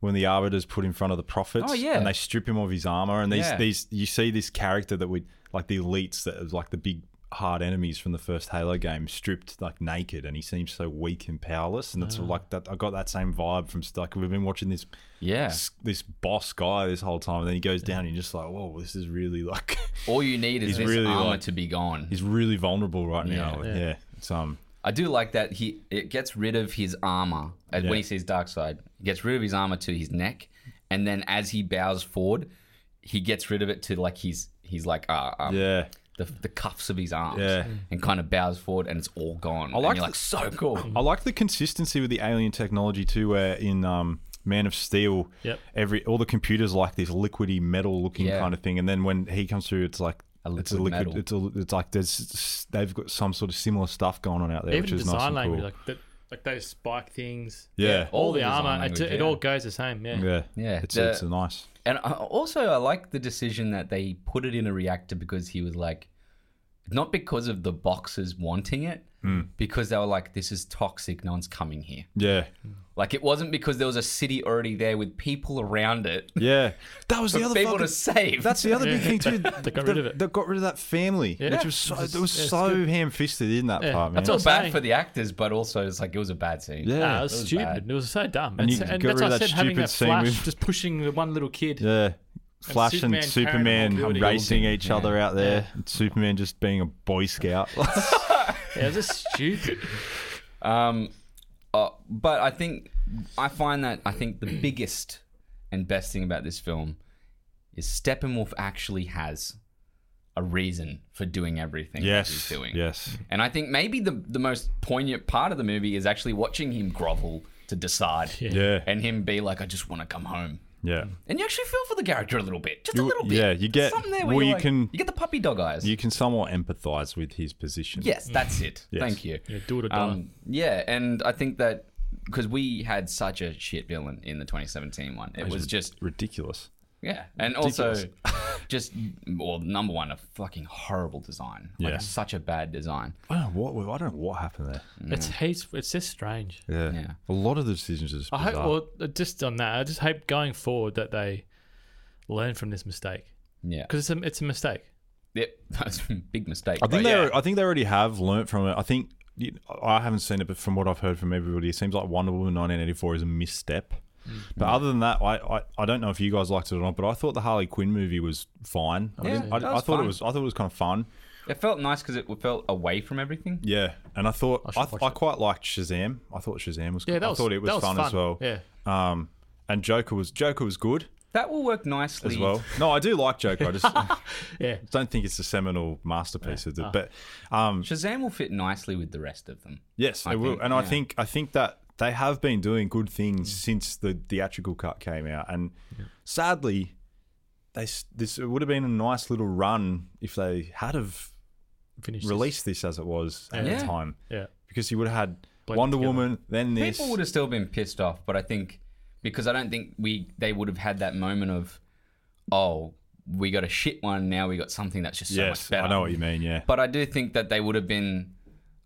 C: When the Arbiter's put in front of the prophets,
A: Oh, yeah.
C: and they strip him of his armor, and these
A: Yeah.
C: these you see this character that we like the elites that is like the big hard enemies from the first Halo game, stripped like naked, and he seems so weak and powerless, and it's
A: Ah.
C: like that. I got that same vibe from like we've been watching this
A: yeah.
C: s- this boss guy this whole time, and then he goes down, and you're just like, whoa, this is really like
A: All you need is
C: He's
A: this
C: really
A: armor
C: like-
A: to be gone.
C: he's really vulnerable right now.
B: Yeah.
C: Yeah. it's um,
A: I do like that he it gets rid of his armor and
C: Yeah.
A: when he sees Darkseid. It gets rid of his armor to his neck, and then as he bows forward, he gets rid of it to like he's he's like uh, um,
C: Yeah.
A: the, the cuffs of his arms
C: Yeah.
A: and kind of bows forward and it's all gone. I
C: like
A: like, you're
C: the-
A: like so cool.
C: I like the consistency with the alien technology too, where in um, Man of Steel,
B: Yep.
C: every all the computers like this liquidy metal looking
A: Yeah.
C: kind of thing, and then when he comes through, it's like
A: A
C: it's a
A: liquid
C: liquid.
A: metal.
C: It's a, it's like there's they've got some sort of similar stuff going on out there,
B: Even
C: which is nice
B: design
C: and
B: language,
C: cool.
B: like the, like those spike things.
C: yeah,
A: all
B: All, the
A: the design
B: armor, it,
A: language,
B: it
A: yeah.
B: all goes the same. Yeah.
C: yeah,
A: Yeah,
C: It's
A: the-
C: it's a nice.
A: And I- also, I like the decision that they put it in a reactor because he was like, not because of the boxers wanting it,
C: Hmm.
A: because they were like, this is toxic, no one's coming here.
C: Yeah,
A: Like, it wasn't because there was a city already there with people around it
C: yeah. That was the
A: for
C: other
A: people
C: fucking-
A: to save.
C: That's the other big
B: Yeah.
C: thing too.
B: They got rid of it.
C: They got rid of that family,
B: Yeah.
C: which was so
B: This is-
C: it was
B: yeah, it's
C: so ham fisted in that
B: Yeah.
C: part, man.
B: That's
A: it's all
B: I'm
A: bad
B: saying.
A: for the actors, but also it's like it was a bad scene.
C: yeah,
B: Nah, it was,
A: was
B: stupid.
A: bad.
B: It was so dumb.
C: And
B: And,
C: you
B: so-
C: got
B: and
C: rid
B: that's
C: of
B: why I
C: that
B: said having
C: stupid
B: that
C: scene
B: flash,
C: with-
B: just pushing the one little kid.
C: Yeah. Flash
B: Superman
C: and
B: carrying
C: Superman,
B: the whole building.
C: racing
B: Yeah.
C: each other out there. and Superman just being a boy scout.
B: Yeah, it was just stupid.
A: Um, uh, but I think I find that I think the biggest and best thing about this film is Steppenwolf actually has a reason for doing everything that he's
C: yes.
A: doing.
C: Yes.
A: And I think maybe the the most poignant part of the movie is actually watching him grovel to Desaad
C: Yeah.
A: and him be like, "I just want to come home."
C: Yeah.
A: And you actually feel for the character a little bit, just a
C: You-
A: little bit.
C: yeah, you
A: There's
C: get-
A: something there where
C: well,
A: you're
C: you
A: like-
C: can-
A: you get the puppy dog eyes.
C: You can somewhat empathize with his position.
A: yes, that's it.
C: Yes.
A: Thank you.
B: Yeah, do it or die.
A: Um, yeah, and I think that because we had such a shit villain in the 2017 one, it was just
C: ridiculous.
A: yeah, and also just well, number one, a fucking horrible design. Like
C: Yeah.
A: such a bad design.
C: I don't know what I don't know what happened there.
B: It's heaps. It's just strange.
C: Yeah.
A: Yeah.
C: A lot of the decisions are just
B: I hope.
C: bizarre.
B: Well, uh, just on that, I just hope going forward that they learn from this mistake
A: Yeah,
B: because it's a it's a mistake.
A: yep, that's a big mistake.
C: I
A: but
C: think they
A: yeah.
C: are I think they already have learnt from it. I think you- I haven't seen it, but from what I've heard from everybody, it seems like Wonder Woman 1984 is a misstep.
B: Mm.
C: But other than that, I, I, I don't know if you guys liked it or not, but I thought the Harley Quinn movie was fine. I,
A: Yeah,
C: didn't- I,
A: that
C: I
A: was
C: thought
A: fine.
C: it was I thought it was kind of fun.
A: it felt nice because it felt away from everything.
C: Yeah, and I thought
B: should
C: I,
B: watch
C: I,
B: it.
C: quite liked Shazam. I thought Shazam was.
B: Yeah,
C: good.
B: that was.
C: I thought it was,
B: that was
C: fun, as well.
B: Yeah,
C: Um, and Joker was Joker was good
A: That will work nicely
C: as well. No, I do like Joker. I just
B: yeah.
C: don't think it's the seminal masterpiece of the. But um,
A: Shazam will fit nicely with the rest of them.
C: yes, I will.
A: think,
C: And I
A: yeah.
C: think I think that they have been doing good things since the theatrical cut came out. And sadly, they s- this it would have been a nice little run if they had have
B: Finish this.
C: released this as it was at
A: Yeah.
C: the time,
B: Yeah,
C: because you would have had.
B: Blend it
C: Wonder
B: together.
C: Woman, then this.
A: People would have still been pissed off, but I think because I don't think we they would have had that moment of, oh, we got a shit one now. We got something that's just so
C: yes,
A: much better.
C: I know what you mean. Yeah,
A: But I do think that they would have been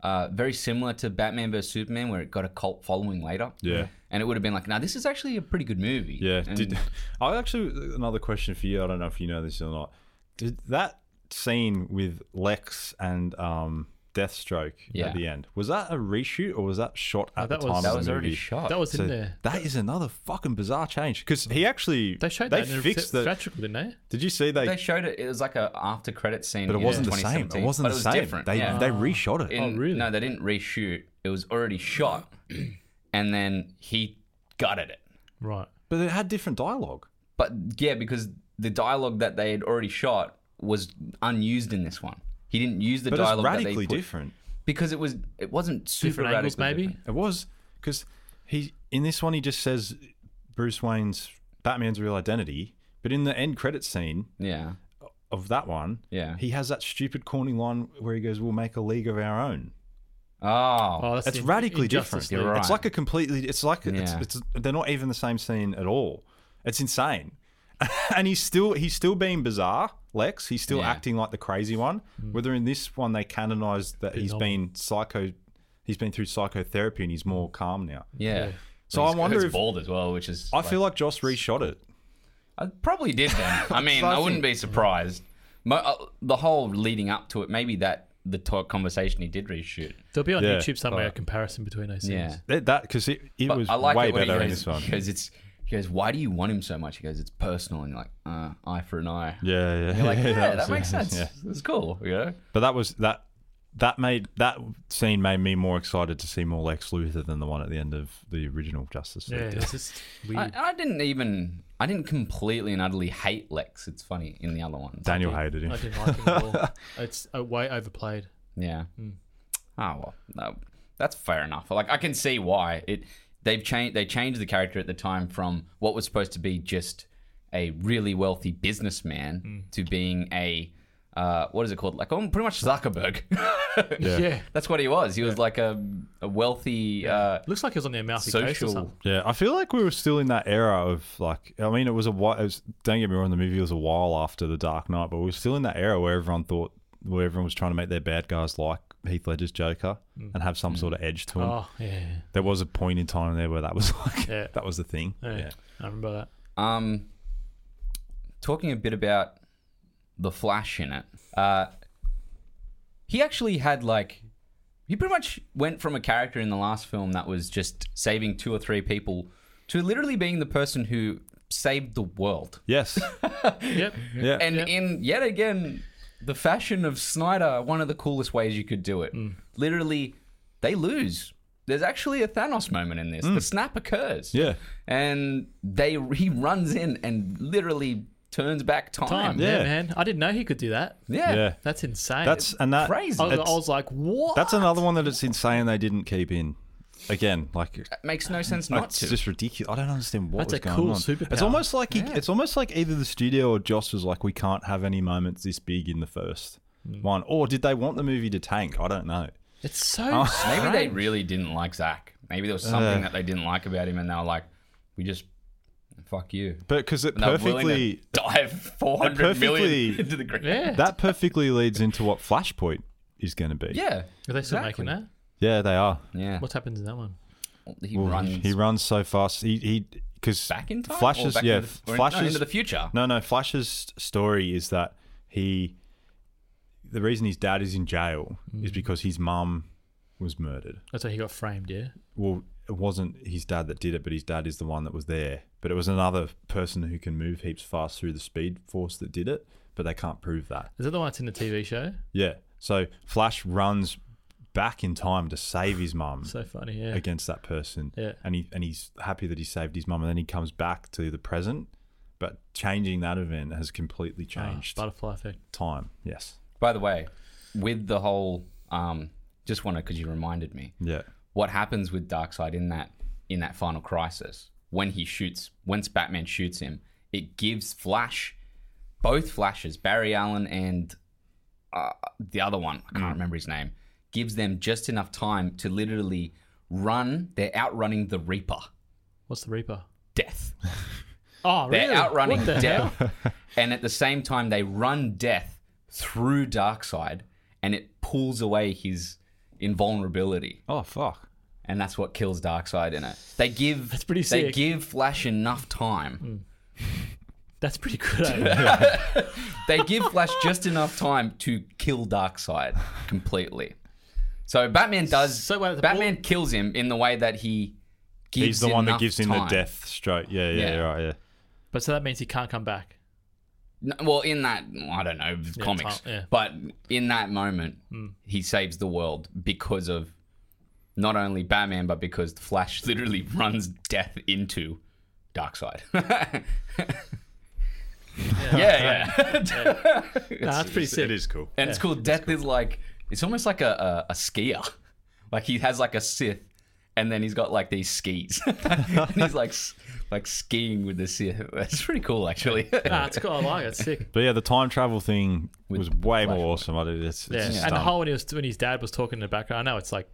A: uh, very similar to Batman vs Superman, where it got a cult following later.
C: Yeah.
A: and it would have been like, now this is actually a pretty good movie.
C: yeah.
A: And
C: Did I actually another question for you? I don't know if you know this or not. Did that scene with Lex and um, Deathstroke
A: Yeah.
C: at the end was that a reshoot or was that shot at
B: Oh, that
C: the
B: was-
C: time?
A: that
C: of
A: was
C: the
A: already
C: movie?
A: shot.
B: that was
C: So
B: in there.
C: that is another fucking bizarre change because he actually
B: They showed that in
C: fixed
B: the
C: the.
B: theatrical, didn't they?
C: did you see they?
A: they showed it. It was like a after credit scene,
C: but it
A: in
C: wasn't the same.
A: 2017,
C: It wasn't
A: but
C: the
A: it was
C: same.
A: Different.
C: They
A: yeah.
C: they reshot it.
A: In-
B: really?
A: No, they didn't reshoot. It was already shot, and then he gutted it.
B: Right.
C: but it had different dialogue.
A: But yeah, because the dialogue that they had already shot was unused in this one. He didn't use the
C: But it's
A: dialogue that
C: radically
A: they put,
C: different.
A: because it was it wasn't super
B: Different angles,
A: radically
B: maybe?
A: different.
C: It was because he in this one he just says Bruce Wayne's Batman's real identity, but in the end credit scene
A: Yeah,
C: of that one,
A: yeah.
C: he has that stupid corny line where he goes, "We'll make a league of our own."
A: oh,
B: that's
C: It's
B: the
C: radically
B: Injustice
C: different.
A: You're
B: League.
A: right.
C: It's like a completely. It's like
A: Yeah.
C: it's, it's they're not even the same scene at all. It's insane, and he's still he's still being bizarre. Lex, he's still
A: Yeah.
C: acting like the crazy one. Whether in this one they canonized that he's
B: normal.
C: been psycho, he's been through psychotherapy and he's more calm now.
A: yeah.
C: So I wonder
A: it's
C: if
A: bald as well, which is
C: I feel like Joss reshot it.
A: I probably did then. I mean,
C: So I
A: I wouldn't be surprised. Mo- uh, the whole leading up to it, maybe that the talk conversation he did reshoot.
B: There'll be on
C: Yeah.
B: YouTube somewhere a comparison between those things.
A: Yeah.
C: That- That because it, it
A: But
C: was
A: I like
C: way
A: it when
C: better
A: he
C: in
A: goes,
C: this one.
A: He goes, it's, he goes, why do you want him so much? He goes, it's personal. And you're like, uh, eye for an eye.
C: Yeah, yeah,
A: You're like, yeah, that
C: was-
A: makes sense.
C: yeah.
A: It's cool, you know?
C: But that was that that made that scene made me more excited to see more Lex Luthor than the one at the end of the original Justice League.
B: Yeah,
C: did.
B: it's just weird.
A: I, I didn't even. I didn't completely and utterly hate Lex. It's funny in the other ones.
C: Daniel hated him.
B: I didn't like him at all. It's uh, way overplayed.
A: Yeah.
C: Hmm.
A: Ah well, no, that's fair enough. Like I can see why it. They've changed. They changed the character at the time from what was supposed to be just a really wealthy businessman
C: Hmm.
A: to being a uh, what is it called? Like oh, pretty much Zuckerberg.
C: Yeah.
B: Yeah.
A: that's what he was. He was like a, a wealthy. Uh,
B: Looks like he was on their mouthy coast or
A: Social-
B: something.
C: Yeah, I feel like we were still in that era of like, I mean, it was a while. It was, don't get me wrong, the movie was a while after The Dark Knight, but we were still in that era where everyone thought, where everyone was trying to make their bad guys like Heath Ledger's Joker and have
A: Mm.
C: some sort of edge to them.
B: Mm. Oh, yeah.
C: There was a point in time there where that was like,
B: Yeah.
C: that was the thing.
B: yeah.
C: Yeah.
B: I remember that.
A: Um, talking a bit about the Flash in it, uh, he actually had like he pretty much went from a character in the last film that was just saving two or three people to literally being the person who saved the world.
C: Yes.
B: Yep.
C: Yeah.
A: And in yet again the fashion of Snyder, one of the coolest ways you could do it.
C: Mm.
A: Literally, they lose. There's actually a Thanos moment in this. The snap occurs
C: Mm. yeah.
A: and they he runs in and literally turns back time.
B: Time.
A: Yeah.
B: Yeah.
C: Yeah.
B: man. I didn't know he could do that.
A: Yeah.
C: Yeah.
B: That's insane.
C: That's, and that,
A: Crazy.
B: I was, I
C: it's-
B: was like, what?
C: that's another one that it's insane they didn't keep in. Again, like,
A: That makes no sense not
C: it's
A: to.
C: just ridiculous. I don't understand what
B: That's
C: was
B: a
C: going
B: cool
C: on. It's
B: superpower.
C: almost like he,
A: Yeah.
C: it's almost like either the studio or Joss was like, we can't have any moments this big in the first
A: Mm.
C: one, or did they want the movie to tank? I don't know.
B: It's so.
A: Maybe they
B: strange.
A: really didn't like Zach. Maybe
C: Uh.
A: there was something that they didn't like about him, and they were like, "We just fuck you."
C: But because it
A: And they were willing
C: perfectly
A: to dive four hundred million
C: perfectly-
A: into the ground.
B: Yeah.
C: that perfectly leads into what Flashpoint is going to be.
A: Yeah,
B: Are they still
A: Exactly.
B: making that?
C: yeah, they are.
A: yeah.
B: What happens in that one?
A: He
C: Well,
A: runs
C: he- he runs so fast. He he because
A: back in time. Or
C: Flashes,
A: back
C: yeah,
A: into the, or in- no,
C: Flashes
A: into the future.
C: No, no. Flash's story is that he, the reason his dad is in jail is
B: Mm.
C: because his mum was murdered.
B: That's why Oh, he got framed, yeah?
C: Well, it wasn't his dad that did it, but his dad is the one that was there. But it was another person who can move heaps fast through the speed force that did it, but they can't prove that.
B: Is that the one that's in the TV show?
C: Yeah. So Flash runs back in time to save his mum
B: So funny, yeah.
C: against that person.
B: Yeah.
C: And he and he's happy that he saved his mum and then he comes back to the present. But changing that event has completely
B: Ah,
C: changed
B: butterfly effect.
C: time. Yes.
A: By the way, with the whole, um, just want to because you reminded me.
C: Yeah.
A: what happens with Darkseid in that in that final crisis when he shoots once Batman shoots him it gives Flash both Flashes Barry Allen and uh, the other one I can't remember his name gives them just enough time to literally run they're outrunning the Reaper
B: What's the Reaper?
A: death
B: Oh, really?
A: they're outrunning
B: What the hell?
A: death and at the same time they run death through Darkseid and it pulls away his invulnerability
C: Oh fuck.
A: and that's what kills Darkseid in it. They give
B: That's pretty
A: They
B: sick. Hmm.
A: give Flash enough time.
B: That's pretty good. eh?
A: they give Flash just enough time to kill Darkseid completely. So Batman does.
B: So uh, wait, the
A: Batman kills him in the way that he gives.
C: He's the one that
A: enough
C: gives him
A: time.
C: the death stroke. Yeah, yeah,
A: Yeah.
C: right, yeah.
B: but so that means he can't come back.
A: No, well, in that I don't know comics,
B: time, yeah.
A: but in that moment, he saves the world because of not only Batman, but because the Flash literally runs death into Darkseid. yeah, yeah,
B: Nah, that's pretty sick.
C: It is cool.
A: and it's called Death is like it's almost like a, a, a skier, like he has like a Sith, and then he's got like these skis, and he's like s- like skiing with the Sith. It's pretty cool, actually.
B: Nah, it's cool. I like it. It's sick.
C: But yeah, the time travel thing was way
A: Flashpoint.
C: more awesome. I did it's,
B: Yeah.
C: it's just
B: And the
C: dumb.
B: whole when, he was, when his dad was talking in the background, I know it's like,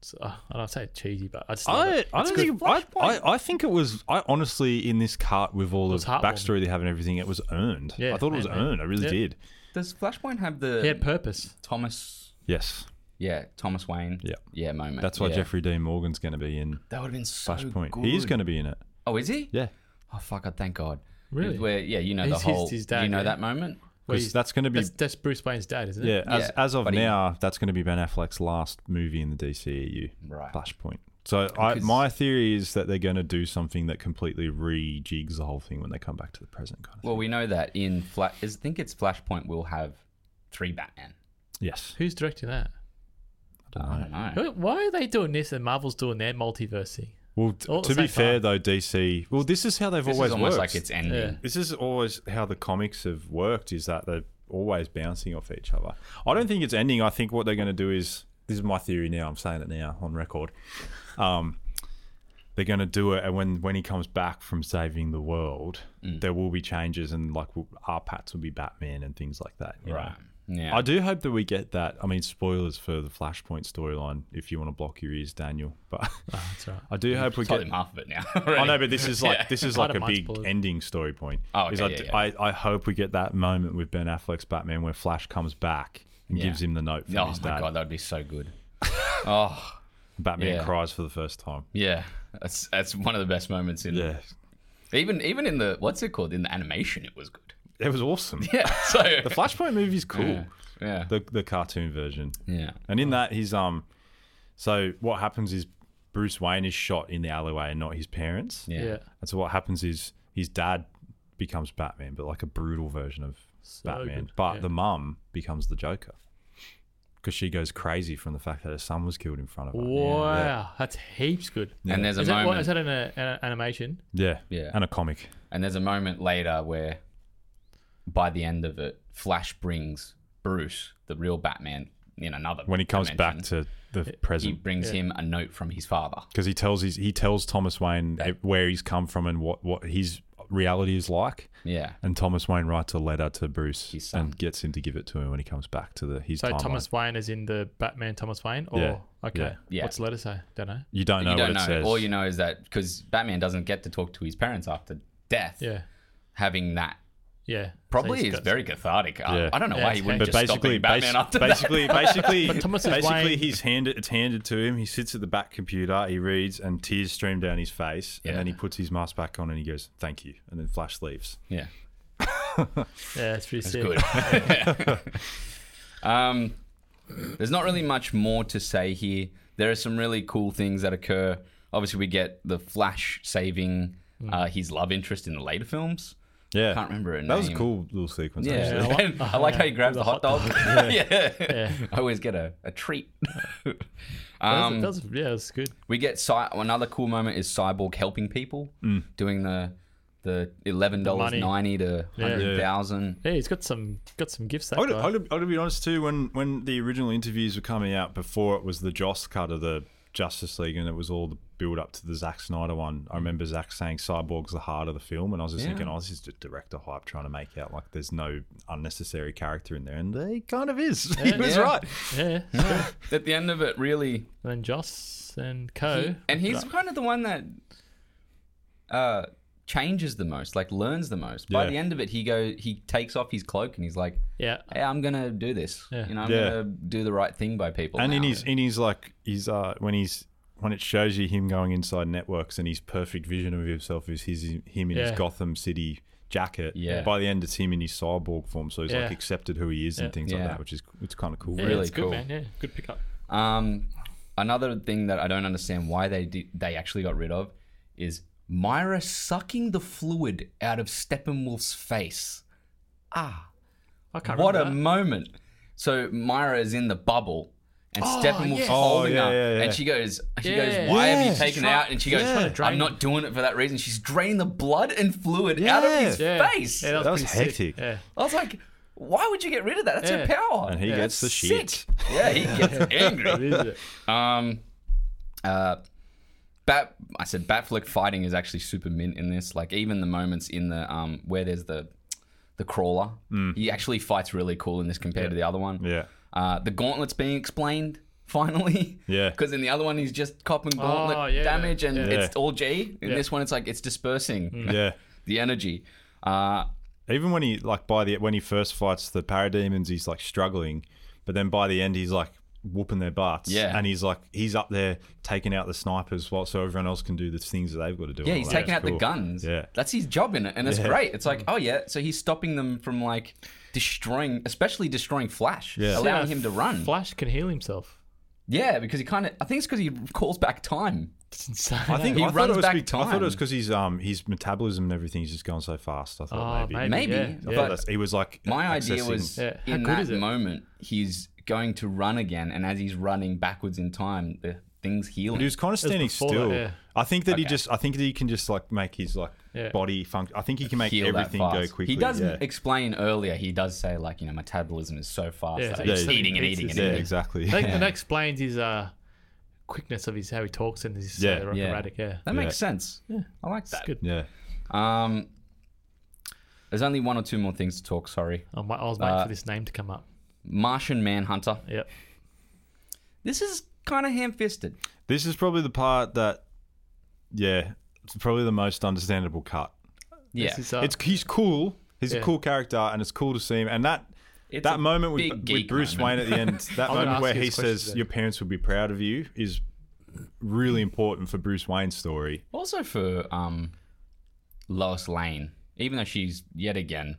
B: it's, uh, I don't say cheesy, but I just love
C: I,
B: it.
C: I
B: It's
C: don't
B: good.
C: think I, I, I think it was I honestly in this cart with all the
B: was heartwarming.
C: backstory they have and everything it was earned.
B: Yeah,
C: I thought it was
B: amen.
C: earned. I really
B: Yeah.
C: did.
A: Does Flashpoint have the
B: He had purpose.
A: Thomas?
C: Yes,
A: Yeah, Thomas Wayne.
C: Yeah.
A: yeah, moment.
C: that's why
A: yeah.
C: Jeffrey Dean Morgan's going to be in
A: That would have been so
C: Flashpoint.
A: good.
C: He is going to be in it.
A: Oh, is he?
C: Yeah,
A: Oh fuck! I thank God.
B: Really?
A: Where? Yeah, you know the
B: He's- he's-
A: whole.
B: he's dad,
A: you know
B: yeah.
A: that moment.
B: Where
C: because
B: he's-
C: that's going to be
B: That's, that's Bruce Wayne's dad, isn't it?
C: yeah, As,
A: Yeah,
C: as of
A: but he-
C: now, that's going to be Ben Affleck's last movie in the DCEU.
A: Right.
C: Flashpoint. So I,
A: Because-
C: my theory is that they're going to do something that completely rejigs the whole thing when they come back to the present. Kind of.
A: Well, we know that in Flash. I think it's Flashpoint. We'll have three Batman.
C: yes.
B: Who's directing that?
A: I don't know.
B: Who- Why are they doing this and Marvel's doing their multiverse thing?
C: Well, t-
B: All at
C: to
B: the
C: be
B: same
C: fair though, DC. Well, this is how they've
A: This
C: always
A: is almost
C: worked.
A: like it's ending.
B: Yeah.
C: this is always how the comics have worked. Is that they're always bouncing off each other. I don't think it's ending. I think what they're going to do is this is my theory now. I'm saying it now on record. Um, they're going to do it, and when when he comes back from saving the world,
A: Mm.
C: there will be changes, and like w- our Pats will be Batman and things like that. you know?
A: Right. Yeah.
C: I do hope that we get that. I mean, spoilers for the Flashpoint storyline. If you want to block your ears, Daniel, but
B: Oh, that's all right.
C: I do hope we
A: told
C: get.
A: him half of it now.
C: I
A: already.
C: know, but this is like this is
B: Part
C: like
B: of
C: a
B: mine's
C: big
B: spoiled.
C: ending story point.
A: Oh, okay,
C: Is
A: yeah,
C: I,
A: yeah.
C: I, I hope we get that moment with Ben Affleck's Batman where Flash comes back and
A: Yeah.
C: gives him the note from
A: Oh my
C: his dad.
A: god, that'd be so good. oh
C: Batman
A: Yeah.
C: cries for the first time.
A: yeah, that's that's one of the best moments in
C: Yeah,
A: even even in the what's it called in the animation. It was good.
C: it was awesome.
A: Yeah. So
C: The Flashpoint movie's cool.
A: yeah, yeah,
C: The the cartoon version.
A: yeah.
C: And in that, he's um. So what happens is Bruce Wayne is shot in the alleyway and not his parents.
A: Yeah.
B: Yeah.
C: And so what happens is his dad becomes Batman, but like a brutal version of
B: So
C: Batman.
B: good,
C: But
B: yeah.
C: the mum becomes the Joker because she goes crazy from the fact that her son was killed in front of her.
B: Wow, that's heaps good.
A: And there's a
B: is, that,
A: moment,
B: what, is that an, uh, an animation?
C: Yeah.
A: Yeah.
C: And a comic.
A: and there's a moment later where, by the end of it, Flash brings Bruce, the real Batman, in another.
C: When he comes back
A: dimension.
C: to the
A: he
C: present.
A: brings him a note from his father.
C: Because he tells his, he tells Thomas Wayne eh, where he's come from and what, what his reality is like.
A: Yeah,
C: And Thomas Wayne writes a letter to Bruce
A: His son.
C: and gets him to give it to him when he comes back to the his
B: So
C: timeline.
B: Thomas Wayne is in the Batman Thomas Wayne? Or,
C: Yeah.
B: Okay.
A: Yeah.
B: What's the letter say? Don't know.
C: you don't know
A: you
C: what
A: don't
C: it
A: know.
C: says.
A: All you know is that because Batman doesn't get to talk to his parents after death,
B: Yeah.
A: having that
B: Yeah.
A: Probably
B: So he's
A: is
B: got-
A: very cathartic. I-
C: Yeah.
A: I don't know
B: Yeah,
A: why he
B: it's
A: wouldn't
C: but
A: just stop
C: basically,
A: being Batman
C: basi-
A: after that.
C: basically, basically,
B: Thomas is
C: basically,
B: Wayne.
C: he's handed it's handed to him. He sits at the back computer, he reads, and tears stream down his face,
A: Yeah.
C: and then he puts his mask back on and he goes, "Thank you," and then Flash leaves.
A: Yeah,
B: Yeah, it's pretty sick.
A: good. um, there's not really much more to say here. There are some really cool things that occur. Obviously, we get the Flash saving uh, his love interest in the later films.
C: Yeah,
A: Can't remember her
C: That was a
A: name.
C: cool little sequence.
A: Yeah,
C: actually.
B: I
A: And I like how he grabs the hot dog. yeah. I always get a, a treat.
B: That
A: um,
B: was- that was- yeah, it's good.
A: We get Cy- another cool moment is Cyborg helping people,
C: Mm.
A: doing the the eleven dollars ninety to
B: Yeah.
A: hundred thousand.
B: Yeah, he's got some got some gifts. That
C: I would,
B: guy.
C: I, would, I would be honest too. When when the original interviews were coming out before it was the Joss cut of the Justice League, and it was all the build up to the Zack Snyder one. I remember Zack saying Cyborg's the heart of the film, and I was just
A: Yeah.
C: thinking, oh, this is just director hype trying to make out like there's no unnecessary character in there, and he kind of is. he was
A: Yeah.
C: right.
B: Yeah.
A: At the end of it, really,
B: And then Joss and Co.
A: he- and he's kind of the one that uh, changes the most, like learns the most. By
C: Yeah.
A: the end of it, he go he takes off his cloak and he's like,
B: yeah.
A: "Hey, I'm gonna do this.
B: Yeah.
A: You know, I'm
C: Yeah.
A: gonna do the right thing by people."
C: And in
A: now."
C: his in his like his uh when he's when it shows you him going inside networks and his perfect vision of himself is his him in
B: Yeah.
C: his Gotham City jacket.
A: Yeah.
C: By the end, it's him in his cyborg form, so he's
B: Yeah.
C: like accepted who he is
B: Yeah.
C: and things
A: Yeah.
C: like that, which is it's kind of cool.
B: Yeah,
A: Really
B: it's
A: cool.
B: good, man. Yeah, good pickup.
A: Um, another thing that I don't understand why they did, they actually got rid of is Myra sucking the fluid out of Steppenwolf's face. Ah,
B: I can't
A: what a
B: remember.
A: moment! So Myra is in the bubble. And
B: Oh,
A: Steppenwolf's
B: yes.
A: holding
C: Oh, yeah,
A: her,
C: yeah, yeah.
A: and she goes, she
B: Yeah.
A: goes, why have you
C: Yeah.
A: taken it out? And she goes,
C: Yeah. Trying to
B: drain
A: I'm not doing it for that reason. She's draining the blood and fluid out of his
C: Yeah.
B: yeah.
A: face.
B: Yeah, that was,
C: That was
B: pretty sick.
C: hectic.
B: Yeah.
A: I was like, why would you get rid of that? That's her
B: Yeah.
A: power.
C: And he gets the
A: That's
C: shit.
A: sick. Yeah, he gets angry.
B: It is it.
A: Um, uh, Bat. I said Batflick fighting is actually super mint in this. Like even the moments in the um where there's the the crawler, he actually fights really cool in this compared to the other one.
C: Mm. Yeah.
A: Uh, the gauntlets being explained finally.
C: Yeah.
A: Because in the other one he's just copping gauntlet
B: Oh, yeah.
A: damage and
B: Yeah.
A: it's all G. In
B: Yeah. Mm.
A: this one it's like it's dispersing
C: Yeah.
A: the energy. Uh,
C: Even when he like by the when he first fights the parademons, he's like struggling, but then by the end he's like whooping their butts.
A: Yeah.
C: And he's like he's up there taking out the snipers while so everyone else can do the things that they've got to do.
A: Yeah,
C: and
A: he's
C: all that.
A: taking out
C: It's
A: the
C: Oh, cool.
A: guns.
C: Yeah.
A: That's his job in it, and it's great. It's
B: Mm.
A: like, oh yeah, so he's stopping them from like destroying, especially destroying Flash,
C: Yeah.
A: allowing
B: Yeah,
A: him to run.
B: Flash can heal himself.
A: yeah, because he kind of, I think it's because he calls back time.
B: It's insane.
C: I think
A: He
C: I thought
A: runs
C: it was
A: back
C: be- I thought
A: time.
C: it was because his um his metabolism and everything's just going so fast. I thought
B: Oh,
C: maybe.
A: Maybe,
B: maybe. yeah,
C: I
A: but
C: thought that's, he was like
A: My idea
C: accessing-
A: was
B: Yeah, how
A: in
B: good
A: that
B: is it?
A: moment, he's going to run again, and as he's running backwards in time, the thing's healing.
C: But he was kind of
B: was
C: standing
B: before
C: still.
B: that, yeah.
C: I think that he
A: Okay.
C: just. I think that he can just like make his like
B: Yeah.
C: body function. I think he can make
A: heal that
C: everything go
A: fast.
C: quickly.
A: He does
C: Yeah,
A: explain earlier. He does say like you know metabolism is so fast
B: Yeah,
A: that
B: it's
A: he's
C: like
A: eating and eating and
B: eating pizzas.
C: yeah
A: eating.
C: exactly.
B: I think and that explains his uh, quickness of his how he talks and his
C: Yeah.
B: yeah, uh,
A: Yeah.
B: erratic. Yeah,
A: That
C: Yeah.
A: makes sense. Yeah, I like that.
B: it's good.
C: yeah.
A: Um, there's only one or two more things to talk. Sorry,
B: I mi- I was waiting
A: Uh,
B: for this name to come up.
A: Martian Manhunter.
B: Yep.
A: This is kind of ham-fisted.
C: This is probably the part that. Yeah, it's probably the most understandable cut.
A: Yeah,
B: This is, uh,
C: It's he's cool. He's a
B: Yeah.
C: cool character, and it's cool to see him. And that
A: It's a
C: that moment with,
A: big
C: with
A: geek
C: Bruce
A: moment.
C: Wayne at the end, that
B: I'm gonna
C: moment
B: ask
C: where
B: you
C: he
B: this question
C: says
B: then.
C: your parents would be proud of you is really important for Bruce Wayne's story.
A: Also for um, Lois Lane, even though she's yet again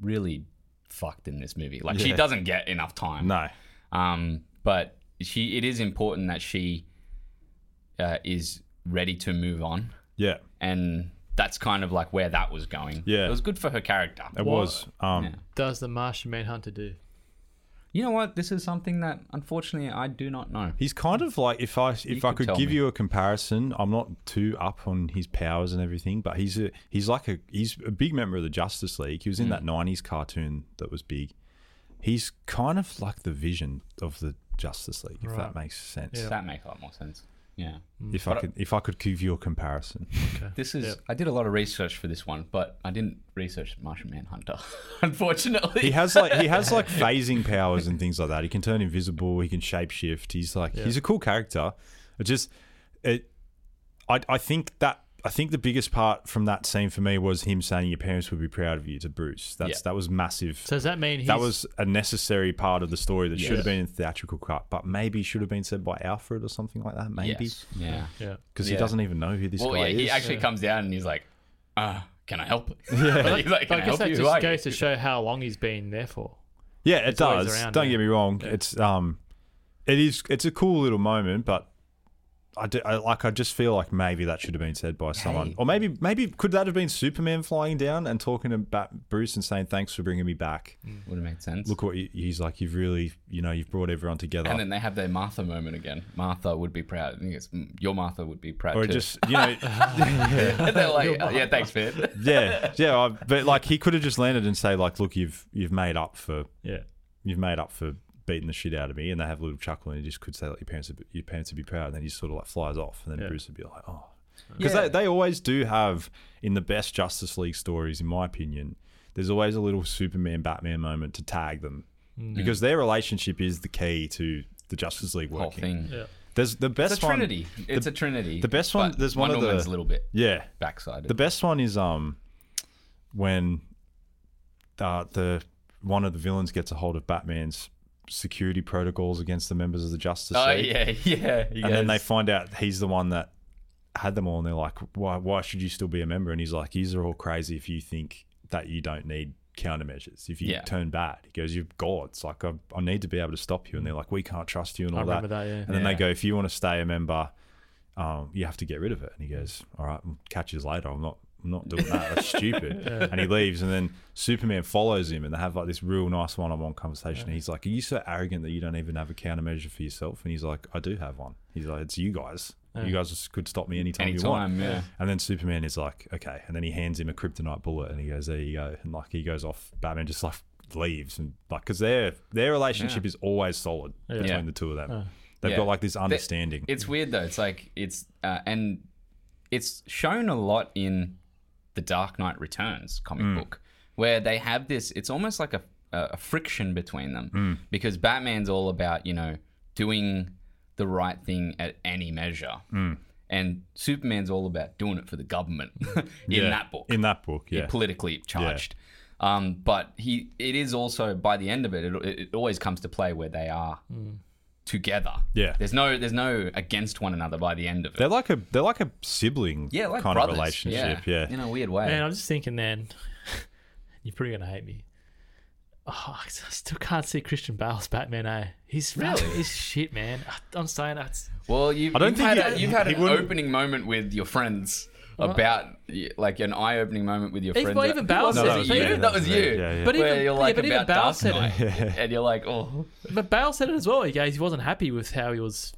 A: really fucked in this movie. Like she
C: Yeah.
A: doesn't get enough time.
C: No,
A: Um, but she, it is important that she uh, is ready to move on,
C: yeah,
A: and that's kind of like where that was going.
C: Yeah.
A: it was good for her character.
C: it was. Um,
B: Does the Martian Manhunter do?
A: You know what? This is something that unfortunately I do not know.
C: He's kind of like if I if I
A: could
C: could
A: tell
C: give
A: me.
C: you a comparison, I'm not too up on his powers and everything, but he's a he's like a he's a big member of the Justice League. He was
A: Mm.
C: in that '90s cartoon that was big. He's kind of like the Vision of the Justice League, if that
B: Right.
C: makes sense.
A: That makes a lot more sense. Yeah.
C: If I could if I could give you a comparison,
A: This is.
B: Yep.
A: I did a lot of research for this one, but I didn't research Martian Manhunter, unfortunately.
C: he has like he has like phasing powers and things like that. He can turn invisible. He can shapeshift. He's like he's a cool character. It just it, I I think that I think the biggest part from that scene for me was him saying your parents would be proud of you to Bruce. That's
A: Yeah.
C: that was massive.
B: So does that mean he's,
C: that was a necessary part of the story that should
A: Yes.
C: have been in the theatrical cut, but maybe should have been said by Alfred or something like that. Maybe
A: Yes. Yeah.
B: Yeah.
C: because
A: Yeah.
C: he doesn't even know who this
A: Well,
C: guy
A: yeah, he
C: is.
A: actually comes down and he's like, uh, can I help? he's like,
B: But
A: can
B: I
A: I,
B: guess
A: help
B: that
A: you? Who are you?"
B: just goes to show how long he's been there for.
C: Yeah, it
B: always
C: does.
B: around,
C: Don't
B: yeah.
C: get me wrong. It's um, it is. It's a cool little moment, but I, do, I like. I just feel like maybe that should have been said by someone,
A: Hey.
C: or maybe maybe could that have been Superman flying down and talking to Bat- Bruce and saying thanks for bringing me back.
A: Would have made sense.
C: Look what you, he's like. You've really, you know, you've brought everyone together.
A: and then they have their Martha moment again. Martha would be proud. And he goes, "Mm, your Martha would be proud
C: or
A: too.
C: just you know,
A: and they're like, "Oh, yeah, thanks, man.
C: yeah, yeah. I, but like he could have just landed and say like, look, you've you've made up for
B: Yeah.
C: you've made up for beating the shit out of me, and they have a little chuckle, and he just could say like your parents, would be, your parents would be proud, and then he sort of like flies off, and then
B: Yeah.
C: Bruce would be like, oh, because
A: Yeah.
C: they, they always do have in the best Justice League stories, in my opinion. There's always a little Superman Batman moment to tag them because their relationship is the key to the Justice League
A: Whole
C: working.
A: thing.
B: Yeah.
C: There's the best
A: It's a
C: one-
A: trinity. It's a trinity.
C: the best one-
A: but
C: there's one
A: Wonder
C: of the-
A: Woman's a little bit
C: yeah,
A: backsided.
C: the best one is um when uh, the one of the villains gets a hold of Batman's security protocols against the members of the Justice
A: oh,
C: League.
A: yeah, yeah.
C: and then they find out he's the one that had them all, and they're like, "Why? Why should you still be a member?" And he's like, "These are all crazy. If you think that you don't need countermeasures, if you
A: Yeah.
C: turn bad, he goes, you're gods. Like I, I need to be able to stop you." And they're like, "We can't trust you," and
B: I
C: all
B: remember that, yeah.
C: And then they
A: Yeah.
C: go, "If you want to stay a member, um, you have to get rid of it." And he goes, "All right, we'll catch you later. I'm not." I'm not doing that. That's stupid. And he leaves, and then Superman follows him, and they have like this real nice one-on-one conversation. And he's like, "Are you so arrogant that you don't even have a countermeasure for yourself?" And he's like, "I do have one." He's like, "It's you guys. You guys just could stop me anytime, you want."
A: Anytime, yeah.
C: And then Superman is like, "Okay," and then he hands him a kryptonite bullet, and he goes, "There you go." And like he goes off. Batman just like leaves, and like because their their relationship is always solid between
A: Yeah.
C: the two of them. They've
A: Yeah.
C: got like this understanding.
A: It's weird though. It's like it's uh, and it's shown a lot in the Dark Knight Returns comic book, where they have this. It's almost like a a friction between them because Batman's all about you know doing the right thing at any measure, and Superman's all about doing it for the government in
C: Yeah.
A: that book
C: In that book, yeah.
A: politically charged. Um, but he, it is also by the end of it, it, it always comes to play where they are together.
C: Hmm. Yeah.
A: there's no, there's no against one another by the end of it.
C: They're like a they're like a sibling
A: yeah, like
C: kind
A: brothers.
C: of relationship. Yeah.
A: in a weird way.
B: Man, I'm just thinking then, you're probably going to hate me. Oh, I still can't see Christian Bale's Batman, eh? He's really? He's shit, man. I- I'm saying that's.
A: well, you,
C: I don't
A: you've
C: think
A: had,
C: he-
A: a, you've had
C: he
A: an
C: wouldn't-
A: opening moment with your friends. about y- like an eye-opening moment with your
B: If-
A: friends.
B: well, even Bal
A: That
B: says
A: was
B: it.
A: you.
B: Even-
A: that was you.
C: Yeah, yeah.
B: But
A: Where
B: even-
A: you're
B: yeah,
A: like
B: but even
A: about
B: Bal
A: Dark
B: said
A: Knight, and you're like, oh,
B: But Bale said it as well. Yeah, he wasn't happy with how he was,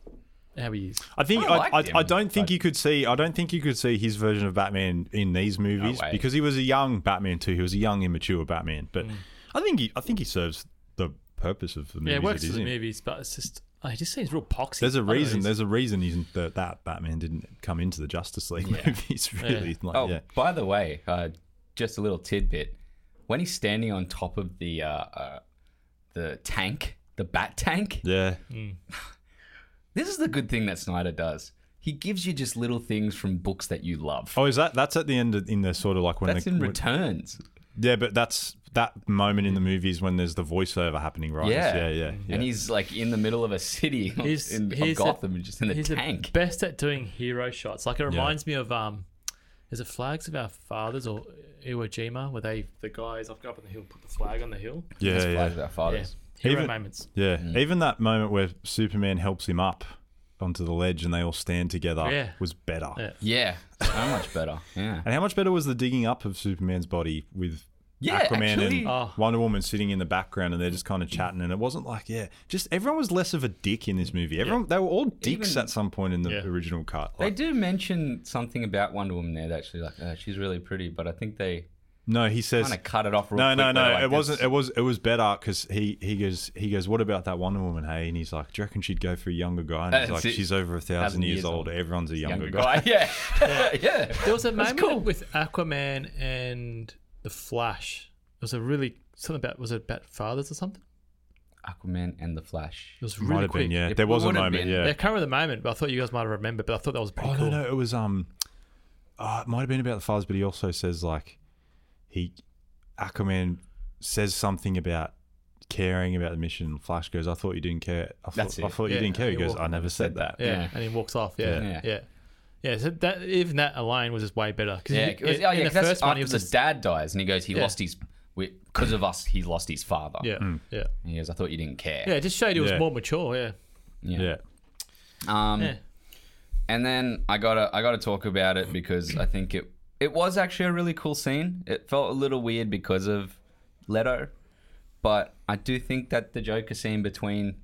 B: how he is.
C: I think
A: I
C: I,
A: liked
C: I,
A: him,
C: I don't think
A: but-
C: you could see I don't think you could see his version of Batman in these movies
A: way.
C: because he was a young Batman too. He was a young immature Batman, but
B: Mm.
C: I think he I think he serves the purpose of the movies.
B: Yeah, it works
C: that
B: for
C: he's
B: the
C: in.
B: movies, but it's just oh, he just seems real poxy.
C: There's
B: I
C: a
B: don't know,
C: reason.
B: he's-
C: There's a reason he's that that Batman didn't come into the Justice League movies. Really, like
A: Oh,
C: yeah.
A: by the way, uh, just a little tidbit. When he's standing on top of the uh, uh, the tank, the bat tank,
C: Yeah,
A: Mm. this is the good thing that Snyder does. He gives you just little things from books that you love.
C: Oh, is that that's at the end of, in the sort of like when
A: That's
C: the
A: in
C: when-
A: returns,
C: yeah, but that's that moment in the movies when there's the voiceover happening, right?
A: Yeah.
C: yeah, yeah. yeah.
A: and he's like in the middle of a city
B: He's-
A: in of
B: he's a-
A: Gotham, and just in the
B: he's
A: tank.
B: the best at doing hero shots. Like it reminds me of um, is it Flags of Our Fathers or Iwo Jima where they the guys up up on the hill put the flag on the hill.
C: yeah,
A: That's
C: yeah,
A: Flash of Our
B: Yeah,
A: fathers.
B: hero
C: Even-
B: moments.
C: yeah.
A: Mm.
C: Even that moment where Superman helps him up onto the ledge and they all stand together
B: Yeah.
C: was better.
B: Yeah.
A: Yeah, so much better. Yeah,
C: And how much better was the digging up of Superman's body with
A: yeah.
C: Aquaman
A: actually,
C: and
B: Oh. Mm.
C: Wonder Woman sitting in the background and they're just kind of chatting and it wasn't like yeah, just everyone was less of a dick in this movie. Everyone they were all dicks
A: Even-
C: at some point in the
B: Yeah.
C: original cut.
A: they
C: Like,
A: do mention something about Wonder Woman there. Actually, like oh, she's really pretty, but I think they
C: no, he says
A: kind of cut it off. Real
C: No,
A: quick
C: no,
A: later,
C: no.
A: like,
C: it wasn't.
A: this-
C: It was. It was better because he he goes he goes. What about that Wonder Woman? Hey, and he's like, do you reckon she'd go for a younger guy? And he's
A: That's
C: like,
A: it.
C: she's over a thousand years, old. Everyone's a younger,
A: younger
C: guy.
A: guy. Yeah, yeah.
B: There was a moment
A: cool.
B: with Aquaman and the Flash. It was a really something about was it about fathers or something?
A: Aquaman and the Flash.
B: It was
C: Might
B: really
C: have
B: quick.
C: been. Yeah,
A: It
C: there was a
A: would have
C: moment.
A: been.
C: Yeah.
B: Yeah, I can't remember the moment, but I thought you guys might have remembered. But I thought that was pretty
C: oh
B: cool.
C: no, no. It was um. Uh, it might have been about the fathers, but he also says like, he Aquaman says something about caring about the mission. Flash goes, I thought you didn't care. I thought,
A: That's
C: I
A: it.
C: thought
B: Yeah,
C: you didn't care. He
B: he
C: goes,
B: walked-
C: I never said that.
B: Yeah,
A: Yeah.
B: and he walks off. Yeah,
A: Yeah.
B: yeah, yeah. So that even that alone was just way better. Cause
A: Yeah,
B: you-
A: it was-
B: in
A: oh, yeah, 'cause
B: the
A: that's
B: first one, he
A: after
B: was
A: the
B: just
A: dad dies, and he goes, he
B: Yeah.
A: lost his because of us. He lost his father.
B: yeah, yeah,
A: And he goes, I thought you didn't care.
B: yeah. It just showed he was
C: Mm. Yeah.
B: more mature. Yeah,
A: Yeah.
C: Yeah.
A: Um,
B: yeah.
A: and then I gotta I gotta talk about it because I think it it was actually a really cool scene. It felt a little weird because of Leto, but I do think that the Joker scene between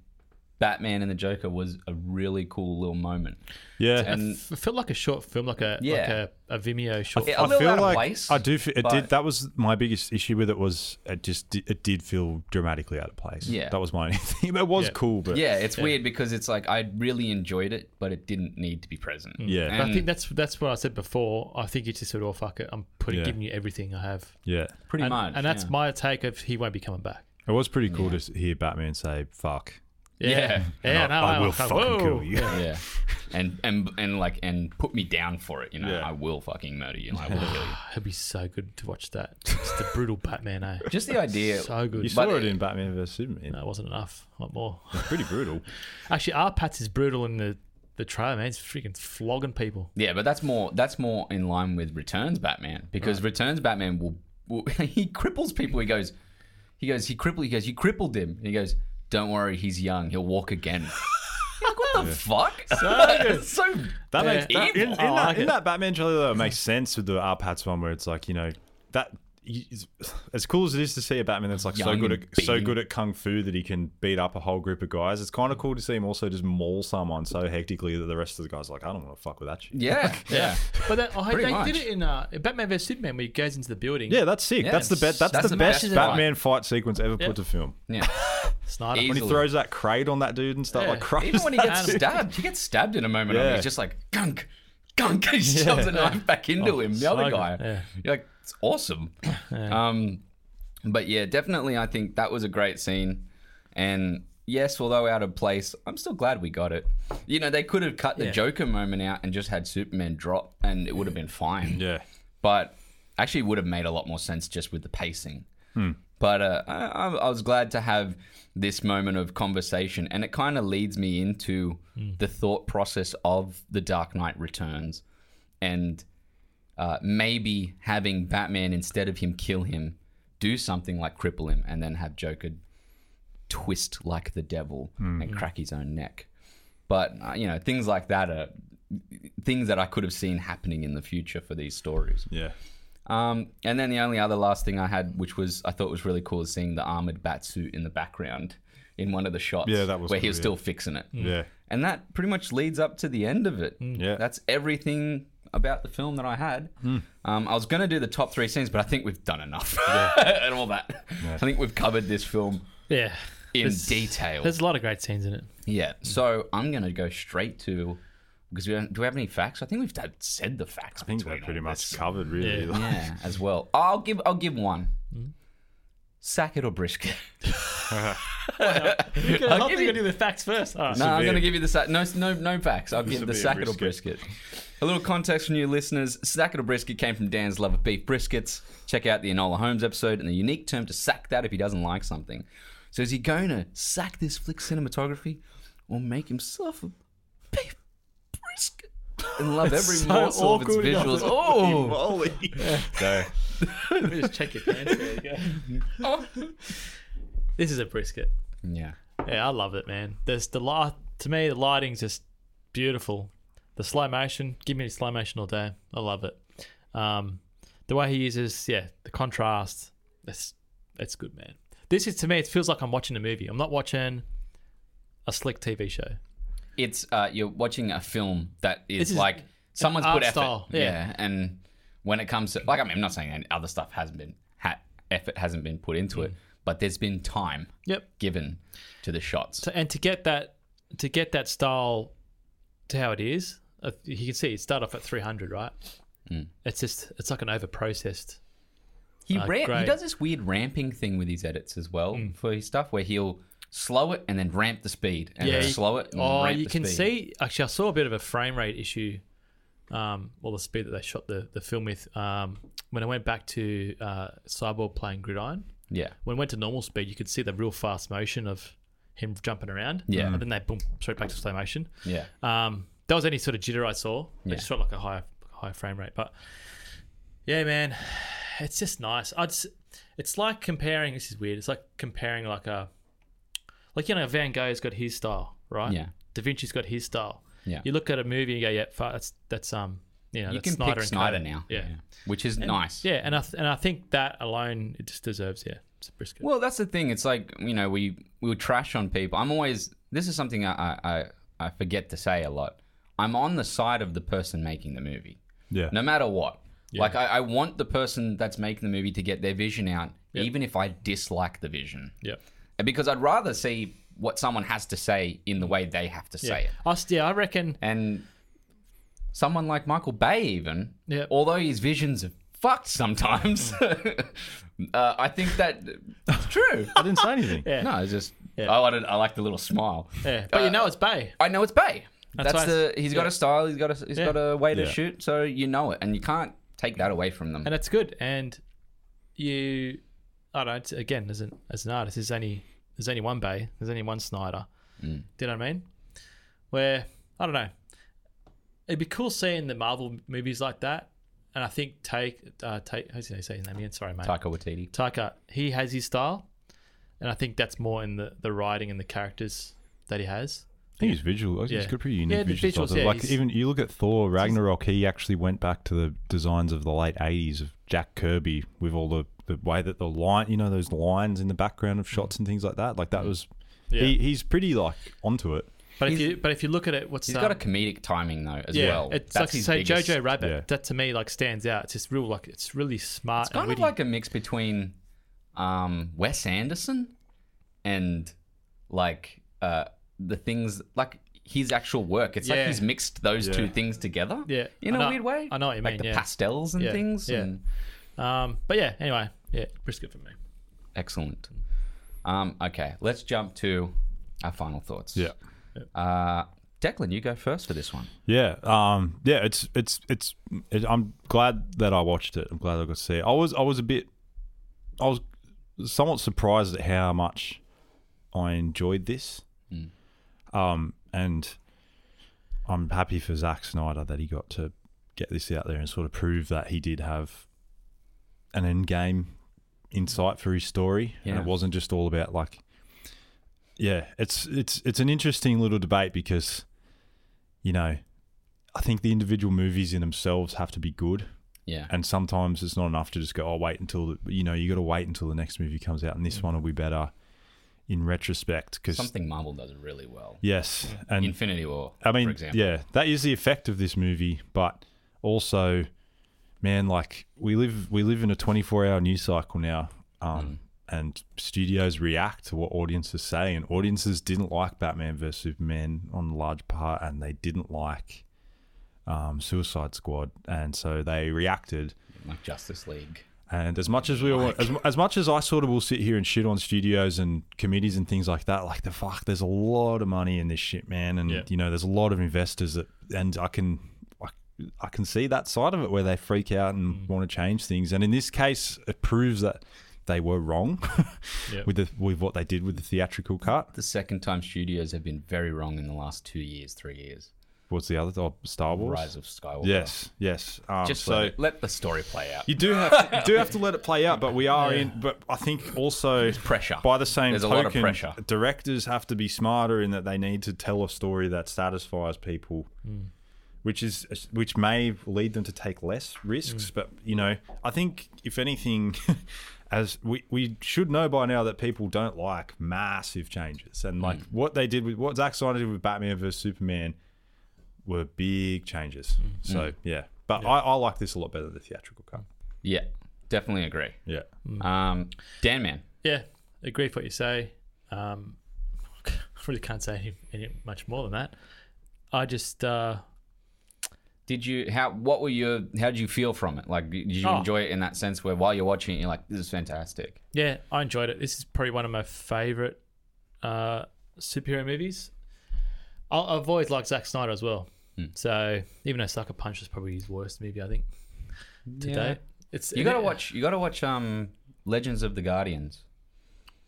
A: Batman and the Joker was a really cool little moment.
C: Yeah.
B: It
A: And-
B: f- it felt like a short film, like a
A: Yeah.
B: like a, a Vimeo short.
A: Yeah,
B: film.
A: a little out of place,
C: I do. Feel, it
A: but-
C: did. That was my biggest issue with it. Was it just? di- It did feel dramatically out of place.
A: Yeah.
C: that was my only thing. It was
B: Yeah.
C: cool, but
A: Yeah, it's weird because it's like I really enjoyed it, but it didn't need to be present.
C: Yeah.
B: But Mm. I
A: And-
B: think that's that's what I said before. I think you just said, "Oh fuck it, I'm putting
C: Yeah.
B: giving you everything I have."
C: yeah,
A: pretty
B: and,
A: much,
B: and that's
A: yeah.
B: my take of he won't be coming back.
C: it was pretty cool to to hear Batman say "fuck."
A: Yeah.
B: yeah. no,
C: I
B: no,
C: will
B: no,
C: fucking
B: whoa.
C: kill you.
A: yeah and and and like and put me down for it you know
C: Yeah.
A: i will fucking murder you and i will kill you
B: It'd be so good to watch that. Just the brutal Batman, eh?
A: just the idea
B: So
C: You
B: good.
C: saw
A: But-
C: it in Batman vs Superman.
B: That wasn't enough. What more?
C: It's pretty brutal.
B: Actually, our Pats is brutal in the the trailer, man. He's freaking flogging people.
A: yeah but that's more that's more in line with returns batman because returns batman will, will he cripples people he goes he goes he crippled he goes you crippled him and he goes don't worry he's young he'll walk again like what the fuck It's so
C: That
B: Yeah.
C: makes that, in, in,
A: Evil.
B: I
C: that,
B: like
C: in
B: it.
C: that Batman trailer though, it makes sense with the RPATS one where it's like you know that he's- as cool as it is to see a Batman that's like so
A: Young
C: good
A: and
C: at so
A: beating.
C: good at kung fu that he can beat up a whole group of guys. It's kind of cool to see him also just maul someone so hectically that the rest of the guys are like I don't want to fuck with that shit.
A: yeah yeah
B: But that, oh,
A: Pretty
B: they
A: much.
B: did it in uh, Batman vs Superman, where he goes into the building.
C: Yeah, that's sick.
A: Yeah,
C: that's the
A: it's-
C: best. That's,
A: that's
C: the
A: the
C: best
A: best
C: Batman fight sequence ever
B: Yeah.
C: put to film.
A: yeah
B: Snyder.
A: Easy.
C: When he
A: Easily.
C: throws that crate on that dude and stuff
B: Yeah.
C: like crushes
A: Even when he gets
B: Animal.
A: stabbed, he gets stabbed in a moment. and
C: Yeah.
A: He's just like gunk, gunk. He shoves a knife back into him. The other
B: Oh, so good.
A: guy.
B: Yeah.
A: You're like, it's awesome. Um, but yeah, definitely, I think that was a great scene. And yes, although out of place, I'm still glad we got it. You know, they could have cut the
B: Yeah.
A: Joker moment out and just had Superman drop, and it would have been fine
C: yeah,
A: but actually it would have made a lot more sense just with the pacing. But uh, I, I I was glad to have this moment of conversation, and it kind of leads me into the thought process of The Dark Knight Returns, and uh, maybe having Batman instead of him kill him, do something like cripple him, and then have Joker twist like the devil and crack his own neck. But uh, you know, things like that are things that I could have seen happening in the future for these stories.
C: Yeah.
A: Um, and then the only other last thing I had, which was I thought was really cool, is seeing the armored bat suit in the background in one of the shots.
C: Yeah, that was
A: where he
C: cool,
A: was
C: yeah.
A: still fixing it.
C: Yeah. Mm.
A: And that pretty much leads up to the end of it.
C: Yeah. Hmm.
A: That's everything about the film that I had. Um, I was going to do the top three scenes, but I think we've done enough and all that. I think we've covered this film
B: Yeah.
A: in
B: There's-
A: detail.
B: There's a lot of great scenes in it.
A: Yeah. So I'm going to go straight to because we don't, do we have any facts? I think we've done- said the facts.
C: I think we're pretty much covered, really.
B: Yeah.
C: Like,
A: yeah, as well. I'll give I'll give one.
B: Hmm?
A: Sack it or brisket.
B: I
A: I'll
B: think
A: give
B: we're
A: you-
B: gonna do the facts first. All right.
A: No,
C: would
A: I'm
C: be
A: going
C: a-
A: to give you the sack. No, no, no facts. I'll give
C: would
A: the
C: be a
A: sack it or
C: brisket.
A: brisket. A little context for new listeners: sack it or brisket came from Dan's love of beef briskets. Check out the Enola Holmes episode and the unique term to sack that if he doesn't like something. So is he going to sack this flick's cinematography, or make himself a beef brisket and love every
B: so
A: morsel of its
B: awkward.
A: visuals? Oh,
C: Holy So,
B: Let me just check your pants. There you go. Oh. this is a brisket.
A: yeah.
B: Yeah, I love it, man. There's the light. To me, the lighting's just beautiful. The slow motion. Give me slow motion all day. I love it. Um, the way he uses, yeah, the contrast. That's that's good, man. This is to me. It feels like I'm watching a movie. I'm not watching a slick TV show.
A: it's uh, you're watching a film that is,
B: This is
A: like someone's
B: art
A: put effort.
B: style, yeah.
A: Yeah. and when it comes to like, I mean, I'm not saying any other stuff hasn't been ha- effort hasn't been put into
B: Mm.
A: it, but there's been time
B: Yep.
A: given to the shots.
B: So, and to get that, to get that style, to how it is, uh, you can see it start off at 300, right? It's just it's like an over processed.
A: He
B: uh,
A: ramp, he
B: great. Mm.
A: does this weird ramping thing with his edits as well for his stuff, where he'll slow it and then ramp the speed, and
B: Yeah,
A: then
B: you-
A: slow it. And
B: Oh,
A: ramp
B: you
A: the
B: can
A: speed.
B: see. Actually, I saw a bit of a frame rate issue. Um, well, the speed that they shot the, the film with. Um, when I went back to uh, Cyborg playing Gridiron,
A: Yeah,
B: when it went to normal speed, you could see the real fast motion of him jumping around.
A: Yeah.
B: And then they boom straight back to slow motion.
A: yeah.
B: Um, that was any sort of jitter I saw. They
A: Yeah.
B: just shot like a high, high frame rate. But yeah, man, it's just nice. I just, it's like comparing. This is weird. It's like comparing like a, like you know, Van Gogh's got his style, right?
A: Yeah.
B: Da Vinci's got his style.
A: Yeah.
B: You look at a movie and you go, yeah, fuck, that's that's um, you know,
A: You
B: that's
A: can
B: Snyder
A: pick
B: and
A: Snyder
B: Cohen.
A: now,
B: Yeah.
A: which is nice.
B: Yeah, and I th- and I think that alone it just deserves yeah, it's a brisket.
A: Well, that's the thing. It's like you know, we we would trash on people. I'm always this is something I I, I- I forget to say a lot. I'm on the side of the person making the movie,
C: yeah.
A: no matter what. Like I, I want the person that's making the movie to get their vision out, even if I dislike the vision,
B: yeah.
A: And because I'd rather see what someone has to say in the way they have to
B: Yeah.
A: say it.
B: I s- yeah, I reckon
A: And someone like Michael Bay, even,
B: Yeah.
A: although his visions are fucked sometimes,
B: Mm.
A: uh, I think that it's true.
C: I didn't say anything.
B: Yeah.
A: No, it's just
B: Yeah.
A: I wanted. I like the little smile.
B: yeah,
A: Uh,
B: but you know it's Bay.
A: I know it's Bay.
B: That's
A: That's,
B: why
A: the. He's got
B: yeah.
A: a style. He's got a. He's
B: Yeah.
A: got a way to
C: Yeah.
A: shoot. So you know it, and you can't take that away from them.
B: and it's good. And you, I don't. know, Again, as an as an artist, there's only there's only one Bay, there's only one Snyder.
A: Mm.
B: Do you know what I mean? Where I don't know. It'd be cool seeing the Marvel movies like that. And I think take uh, take how's he say his name again? Sorry, mate.
A: Taika Waititi.
B: Taika, he has his style, and I think that's more in the the writing and the characters that he has.
C: I think his visual. I think
B: Yeah.
C: he's got pretty unique
B: Yeah, the
C: visual styles.
B: visuals, yeah,
C: like
B: he's-
C: even you look at Thor Ragnarok, he actually went back to the designs of the late '80s of Jack Kirby with all the the way that the line, you know, those lines in the background
B: Mm.
C: of shots and things like that. Like that was, he, he's pretty like onto it.
B: But if
A: He's-
B: you but if you look at it, what's
A: He's
B: um,
A: got a comedic timing though, as well.
B: It's
A: That's
B: like
A: his
B: so
A: biggest-
B: Jojo Rabbit.
C: Yeah.
B: That to me like stands out. It's just real like it's really smart.
A: It's kind
B: and
A: of
B: witty.
A: like a mix between um, Wes Anderson and like uh, the things like his actual work. It's
B: Yeah.
A: like he's mixed those two
C: Yeah.
A: things together.
B: Yeah.
A: in
B: I
A: a
B: know-
A: weird way.
B: I know what you
A: like
B: mean,
A: the
B: yeah.
A: pastels and
B: Yeah,
A: things.
B: yeah.
A: and-
B: um, but yeah. Anyway, yeah, brisket for me.
A: excellent. Um, okay, let's jump to our final thoughts.
C: Yeah.
A: Uh, Declan, you go first for this one.
C: Yeah, um, yeah, it's it's it's. It, I'm glad that I watched it. I'm glad I got to see. It. I was I was a bit, I was somewhat surprised at how much I enjoyed this, um, and I'm happy for Zack Snyder that he got to get this out there and sort of prove that he did have an end game insight for his story, and
A: Yeah.
C: it wasn't just all about like, yeah, it's it's it's an interesting little debate because you know, I think the individual movies in themselves have to be good,
A: Yeah.
C: and sometimes it's not enough to just go, "Oh, wait until the, you know you got to wait until the next movie comes out, and this one will be better." In retrospect, because
A: Mm. Something Marvel does really well.
C: yes, and
A: Infinity War.
C: I mean,
A: for example.
C: yeah, that is the effect of this movie, but also, man, like we live we live in a twenty four hour news cycle now,
A: Mm.
C: um, and studios react to what audiences say, and audiences didn't like Batman vs Superman on a large part, and they didn't like um, Suicide Squad, and so they reacted.
A: Like Justice League.
C: And as much as we all, as, as much as I sort of will sit here and shit on studios and committees and things like that, like the fuck, there's a lot of money in this shit, man, and
B: Yeah.
C: you know, there's a lot of investors that, and I can, I, I can see that side of it where they freak out and
A: Mm.
C: want to change things, and in this case, it proves that they were wrong
B: Yeah.
C: with the, with what they did with the theatrical cut.
A: The second time studios have been very wrong in the last two years, three years.
C: What's the other? Oh, Star Wars.
A: Rise of Skywalker.
C: Yes, yes. Um,
A: Just
C: so
A: let, it- let the story play out.
C: you do have to, do have to let it play out, but we are in. But I think also
A: pressure.
C: By the same
A: There's a
C: token,
A: lot of pressure.
C: directors have to be smarter in that they need to tell a story that satisfies people,
A: Hmm.
C: which is which may lead them to take less risks.
A: Hmm.
C: But you know, I think if anything, as we we should know by now that people don't like massive changes,
A: Hmm.
C: and like what they did with what Zack Snyder did with Batman versus Superman were big changes.
A: Hmm.
C: So yeah, but I, I like this a lot better than the theatrical cut.
A: Yeah, definitely agree.
C: Yeah.
A: Um, Dan Man.
B: Yeah, agree with what you say. Um, I really can't say any, any much more than that. I just uh,
A: Did you how what were your how did you feel from it? Like did you
B: Oh.
A: enjoy it in that sense where while you're watching it you're like this is fantastic.
B: yeah, I enjoyed it. This is probably one of my favorite uh, superhero movies. I- I've always liked Zack Snyder as well.
A: Hmm.
B: So even though Sucker Punch was probably his worst movie, I think today it's
A: You got to watch you got to watch um Legends of the Guardians.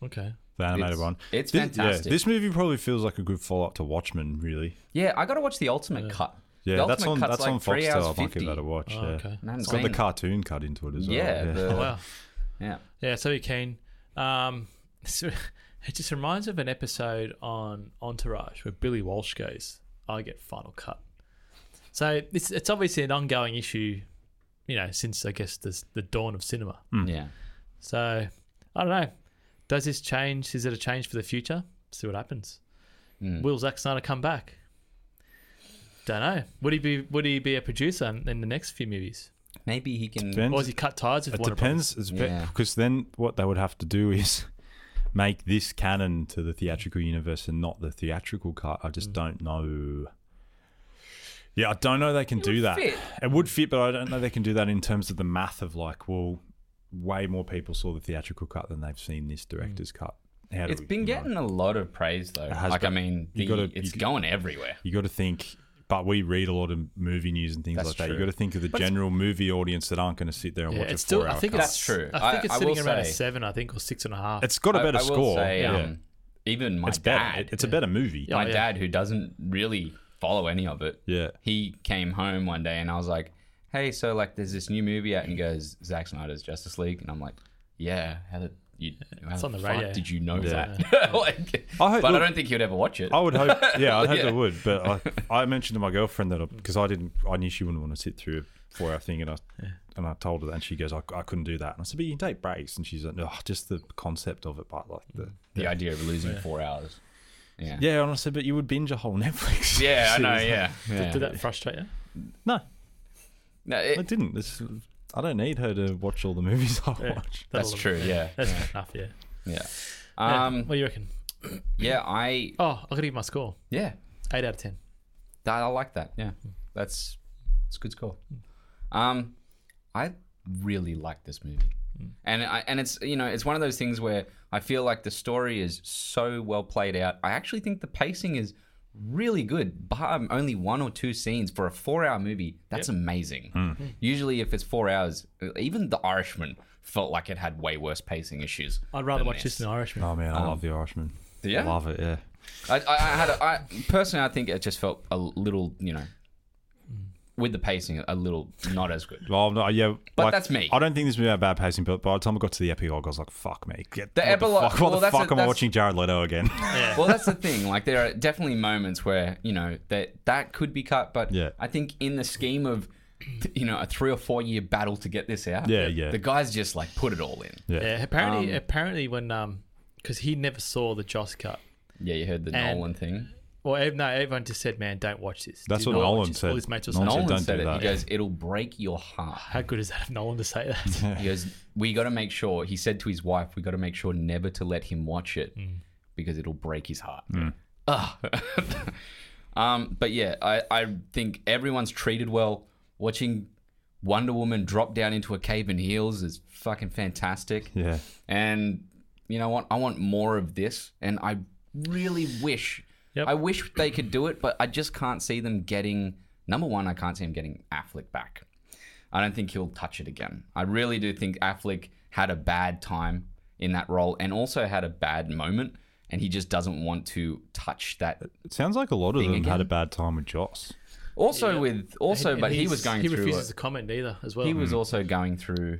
B: Okay,
C: The animated
A: It's-
C: one.
A: it's
C: This-
A: fantastic.
C: Yeah, this movie probably feels like a good follow up to Watchmen, really.
A: Yeah, I got to watch the ultimate cut.
C: Yeah,
A: the
C: that's
A: Ultimate Cut's
C: on that's on
A: like three
C: Foxtel.
A: hours
C: I might give
A: 50.
C: that a watch.
B: Oh,
C: yeah.
B: okay.
A: And I haven't
C: It's got the
A: seen it.
C: cartoon cut into it as well.
A: Yeah, the-
B: Oh, wow.
A: Yeah.
B: Yeah, so you're keen. Um, so it just reminds me of an episode on Entourage where Billy Walsh goes, "I get Final Cut." So it's it's obviously an ongoing issue, you know, since I guess the the dawn of cinema.
C: Hmm.
A: Yeah.
B: So I don't know. Does this change? Is it a change for the future? See what happens.
C: Hmm.
B: Will Zack Snyder come back? Don't know. Would he be Would he be a producer in, in the next few movies,
A: Maybe he can
C: Depends-
B: or has he cut ties with
C: it
B: Warner Brothers?
C: depends. It's ve-
A: Yeah.
C: because then what they would have to do is make this canon to the theatrical universe and not the theatrical cut. I
A: Mm.
C: just don't know. Yeah, I don't know they can do
A: would
C: that.
A: fit.
C: It would fit, but I don't know they can do that in terms of the math of like, well, way more people saw the theatrical cut than they've seen this director's cut. How
A: Mm.
C: do
A: It's
C: we
A: been
C: know?
A: getting a lot of praise though.
C: has
A: Like I
C: been.
A: mean, the,
C: You gotta-
A: it's
C: you-
A: going everywhere.
C: you got to think but we read a lot of movie news and things
A: That's
C: like that you
A: true.
C: got to think of the
A: it's-
C: general movie audience that aren't going to sit there and
B: Yeah,
C: watch a
B: it's still.
C: four hour
B: I think
C: cut.
B: it's
A: That's true.
B: I
A: I-
B: think it's
A: I
B: sitting
A: will
B: around a
A: say-
B: seven, I think, or six and a half.
C: it's got a better
A: I, I will
C: score
A: say,
C: yeah.
A: um, even my
C: it's
A: dad
C: better It- it's a better movie
B: Yeah.
C: yeah,
A: my
B: Oh,
A: dad who doesn't really follow any of it he came home one day and i was like hey so like there's this new movie out and he goes zack snyder's justice league and i'm like yeah how did you how
B: on
A: the,
B: the
A: fuck
B: radio.
A: did you know
C: Yeah.
A: that like,
C: I hope-
A: but
C: look-
A: i don't think he would ever watch it
C: I would hope, yeah, I'd hope
A: Yeah.
C: they would. But I, I mentioned to my girlfriend that because I didn't, I knew she wouldn't want to sit through a four-hour thing, and I and I told her, that, and she goes, I, I couldn't do that. And I said, but you can take breaks, and she's like, no, just the concept of it, but like the
A: the idea of losing four hours yeah
C: yeah. And I said, but you would binge a whole Netflix.
A: yeah i know
C: series."
A: yeah, yeah.
B: Did that frustrate you?
C: No,
A: no,
C: I
A: it,
C: didn't. This, I don't need her to watch all the movies I
B: Yeah.
C: watch.
A: that's
B: That'll-
A: true yeah
B: That's fair enough. Yeah.
A: yeah
B: Yeah,
A: um
B: what do you reckon?
A: yeah i
B: Oh, I'll give you my score.
A: yeah
B: Eight out of ten.
A: I, I like that. Yeah, that's it's a good score. Um, I really like this movie,
B: Mm.
A: and I and it's you know it's one of those things where I feel like the story is so well played out. I actually think the pacing is really good, bar only one or two scenes for a four-hour movie. That's amazing. Usually, if it's four hours, even The Irishman felt like it had way worse pacing issues.
B: I'd rather
A: than
B: watch this than Irishman.
C: Oh man, I love The Irishman.
A: Um, yeah?
C: love it. Yeah,
A: I, I, I had a, I, personally, I think it just felt a little, you know, with the pacing a little not as good.
C: Well, no, yeah,
A: But
C: like,
A: that's me.
C: I don't think this movie had bad pacing, but by the time I got to the epilogue, I was like, "Fuck me!" Get,
A: The
C: what
A: epilogue-
C: The fuck, what
A: well,
C: the
A: that's
C: fuck
A: a-
C: am I
A: that's-
C: watching Jared Leto again?
B: Yeah.
A: Well, that's the thing. Like there are definitely moments where you know that that could be cut, but
C: Yeah.
A: I think in the scheme of you know a three or four year battle to get this out,
C: Yeah, yeah.
A: the guys just like put it all in.
C: yeah.
B: yeah. Apparently,
A: Um,
B: apparently when um, because he never saw the Joss cut.
A: Yeah, you heard the
B: And-
A: Nolan thing.
B: Well, ev- no, everyone just said, "Man, don't watch this."
C: That's
B: Do
C: what
B: not watch
C: Nolan
B: this.
C: said.
B: All his mates were
C: Nolan
B: saying,
A: Nolan
C: don't
A: said
C: do
A: it.
C: that.
A: He goes, "It'll break your heart."
B: How good is that of Nolan to say that?
A: He goes, "We got to make sure." He said to his wife, "We got to make sure never to let him watch it because it'll break his heart." Ugh. um, but yeah, I, I think everyone's treated well. Watching Wonder Woman drop down into a cave in heels is fucking fantastic.
C: Yeah.
A: And you know what? I want more of this, and I really wish.
B: Yep.
A: I wish they could do it, but I just can't see them getting. Number one, I can't see him getting Affleck back. I don't think he'll touch it again. I really do think Affleck had a bad time in that role, and also had a bad moment, and he just doesn't want to touch that.
C: It sounds like a lot of them had
A: again.
C: a bad time with Joss.
A: Also
B: Yeah.
A: with also,
B: And-
A: but
B: and
A: he
B: he's-
A: was going
B: He
A: through.
B: refuses
A: a-
B: to Mm. comment either, as well.
A: he was also going through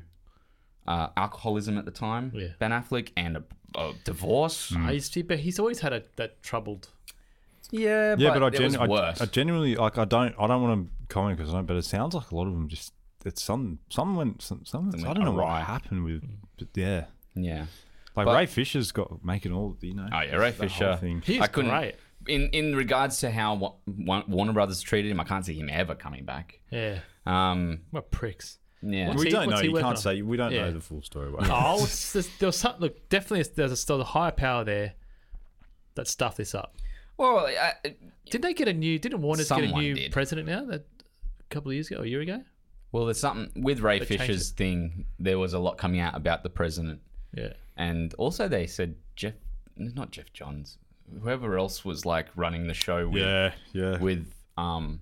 A: uh, alcoholism at the time.
B: Yeah.
A: Ben Affleck and a, a divorce.
B: Uh, He's, he- but he's always had a, that troubled.
A: Yeah,
C: Yeah, but, I,
A: it was
C: genu- I,
A: worse.
C: I genuinely like. I don't. I don't want to comment because I don't. But it sounds like a lot of them just. It's some. Some went. Some. some I
A: went
C: don't know
A: awry.
C: what happened with. But yeah,
A: yeah,
C: like
A: But-
C: Ray Fisher's got making all. You know.
A: Oh, yeah, Ray
C: the whole
A: Fisher.
C: thing.
B: He's
A: I couldn't.
B: great.
A: In in regards to how Wa- Wa- Warner Brothers treated him, I can't see him ever coming back.
B: Yeah,
A: Um,
B: what pricks.
A: yeah,
B: What's
C: we
B: he-
C: don't
B: what's
C: know.
B: he
C: You
B: working
C: can't
B: on?
C: say. We don't
B: Yeah.
C: know the full story. About it.
B: Oh, it's just, there was some, look, definitely there's- there's a, still a higher power there that stuffed this up.
A: well, I, I-
B: Did they get a new? Didn't Warner get a
A: Someone
B: new
A: did.
B: president now? That a couple of years ago, a year ago.
A: well, there's something with Ray
B: changed
A: Fisher's thing. There was a lot coming out about the president,
B: Yeah.
A: and also they said Jeff, not Jeff Johns, whoever else was like running the show with
C: Yeah. Yeah.
A: with um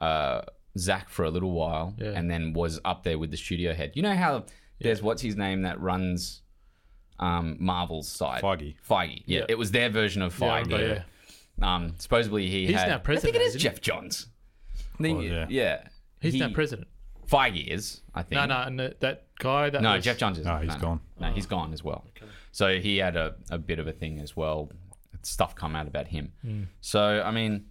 A: uh Zach for a little while
B: Yeah.
A: and then was up there with the studio head. You know how there's what's his name that runs um Marvel's side?
C: Feige.
A: Feige. Yeah.
B: Yeah.
A: It was their version of
B: I
A: Feige.
B: remember, yeah.
A: Um supposedly he
B: He's
A: had,
B: now
A: I
B: president,
A: think it is
B: isn't he? Oh,
A: Jeff Johns. I think-
C: Well,
A: yeah.
C: yeah.
B: He's
A: he,
B: now president.
A: Feige is, I think.
B: No, no, and that- that guy that
A: No,
B: was,
A: Jeff Johns is.
C: No, he's gone.
A: No, he's gone as well. So he had a, a bit of a thing as well. Stuff come out about him.
C: Hmm.
A: So I mean,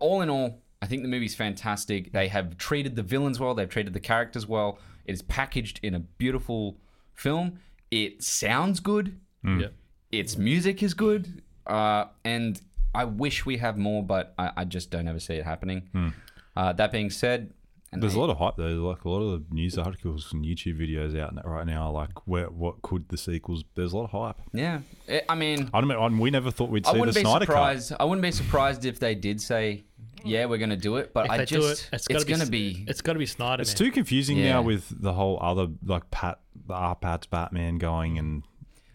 A: all in all, I think the movie's fantastic. They have treated the villains well. They've treated the characters well. It is packaged in a beautiful film. It sounds good.
B: Yeah.
A: Its music is good. Uh, and I wish we have more, but I, I just don't ever see it happening. Uh, that being said, and
C: Hmm. There's a lot of hype though. Like a lot of the news articles and YouTube videos out n- right now. Like where what could the sequels? There's a lot of hype.
A: yeah, It- I mean,
C: I don't. know, and We never thought we'd
A: I
C: see the
A: wouldn't be
C: Snyder cut.
A: surprised. I wouldn't be surprised if they did say, "Yeah, we're going to do it," but
B: If
A: I
B: they
A: just
B: do it,
A: it's,
B: it's gotta
A: going to
B: be,
A: be.
B: it's got to be Snyder.
C: It's
B: man.
C: too confusing
A: Yeah.
C: now with the whole other like Pat the R Pat's Batman going and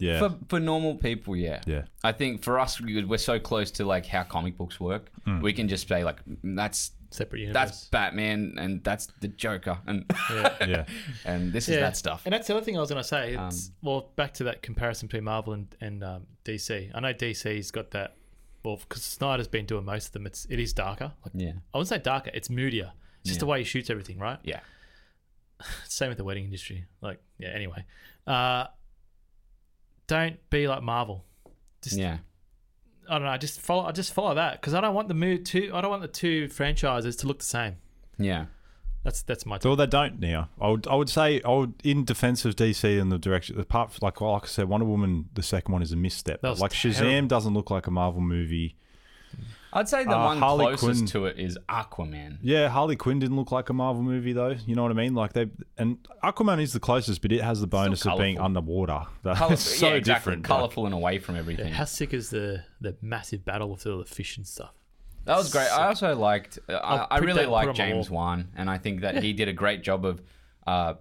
C: yeah
A: for, for normal people, yeah.
C: yeah
A: I think for us, because we're so close to like how comic books work,
C: Hmm.
A: we can just say like "Mm, that's
B: separate universe.
A: that's Batman and that's the Joker and
B: yeah.
C: yeah.
A: and this is that stuff. Um,
B: And that's the other thing I was going to say. It's, well, back to that comparison between Marvel and, and um, DC. I know DC's got that. Well, because Snyder's been doing most of them, it's it is darker. Like,
A: Yeah,
B: I wouldn't say darker. It's moodier. It's just
A: Yeah.
B: the way he shoots everything, right?
A: yeah.
B: Same with the wedding industry. Like, yeah. Anyway, uh, don't be like Marvel. Just
A: Yeah.
B: I don't know. I just follow. I just follow that because I don't want the mood to. I don't want the two franchises to look the same.
A: Yeah.
B: That's that's my.
C: So they don't now. I would I would say I would in defense of DC and the direction apart from, like like I said Wonder Woman the second one is a misstep.
B: That was
C: like Shazam
B: terrible.
C: doesn't look like a Marvel movie.
A: I'd say the
C: Uh,
A: one
C: Harley
A: closest
C: Quinn-
A: to it is Aquaman.
C: Yeah, Harley Quinn didn't look like a Marvel movie though. You know what I mean? Like they and Aquaman is the closest, but it has the bonus of being
A: colourful.
C: underwater. That's
A: Colour-
C: so
A: yeah, exactly.
C: different. Like,
A: Colorful and away from everything.
B: How sick is the the massive battle with all the fish and stuff?
A: That was great. I also liked. I, I
B: print that
A: really
B: and put
A: like
B: it on my
A: James Wan, and I think that he did a great job of uh,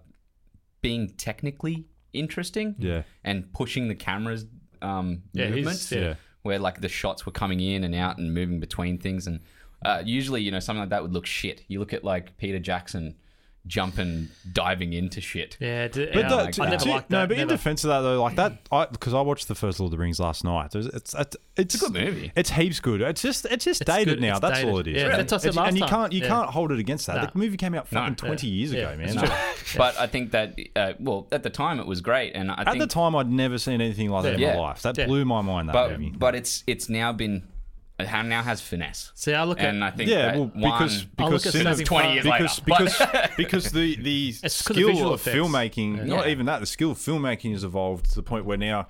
A: being technically interesting.
C: Yeah.
A: And pushing the camera's um,
B: Yeah, he's-
A: movements,
B: yeah.
A: where like the shots were coming in and out and moving between things, and uh, usually you know something like that would look shit. You look at like Peter Jackson jumping, diving into shit.
B: Yeah, d-
C: But
B: yeah,
C: the-
A: like
C: to-
B: I never
C: to-
B: liked that.
C: no, but in
B: never.
C: defense of that though, like that, I because I watched the first Lord of the Rings last night. It's it's it's, it's,
A: It's a good movie.
C: It's heaps good. It's just it's just
B: It's
C: dated
B: good.
C: now.
B: It's
C: that's
B: dated.
C: all it is.
B: Yeah,
C: and,
B: that's what I said
C: it's-
B: last
C: and you
B: time.
C: can't you
B: Yeah.
C: can't hold it against that.
B: Nah.
C: The movie came out
A: No.
C: fucking twenty
B: Yeah.
C: years
B: Yeah.
C: ago, man.
B: It's
C: Nah.
B: true.
A: But I think that, uh, well, at the time it was great, and I
C: At
A: think
C: the time, I'd never seen anything like that
A: Yeah.
C: in my life. That
B: Yeah.
C: blew my mind. That
A: but
C: movie.
A: but it's it's now been it ha- now has finesse.
B: See, I look at
A: and I think
C: yeah,
A: that
C: well, because
A: one-
B: I'll look
C: because
B: at
C: cinema-
B: Saving
A: twenty years later,
C: because
A: But-
C: because, because the the
B: It's 'cause of
C: skill
B: visual
C: of
B: effects.
C: filmmaking, not
A: Yeah.
C: even that, the skill of filmmaking has evolved to the point where now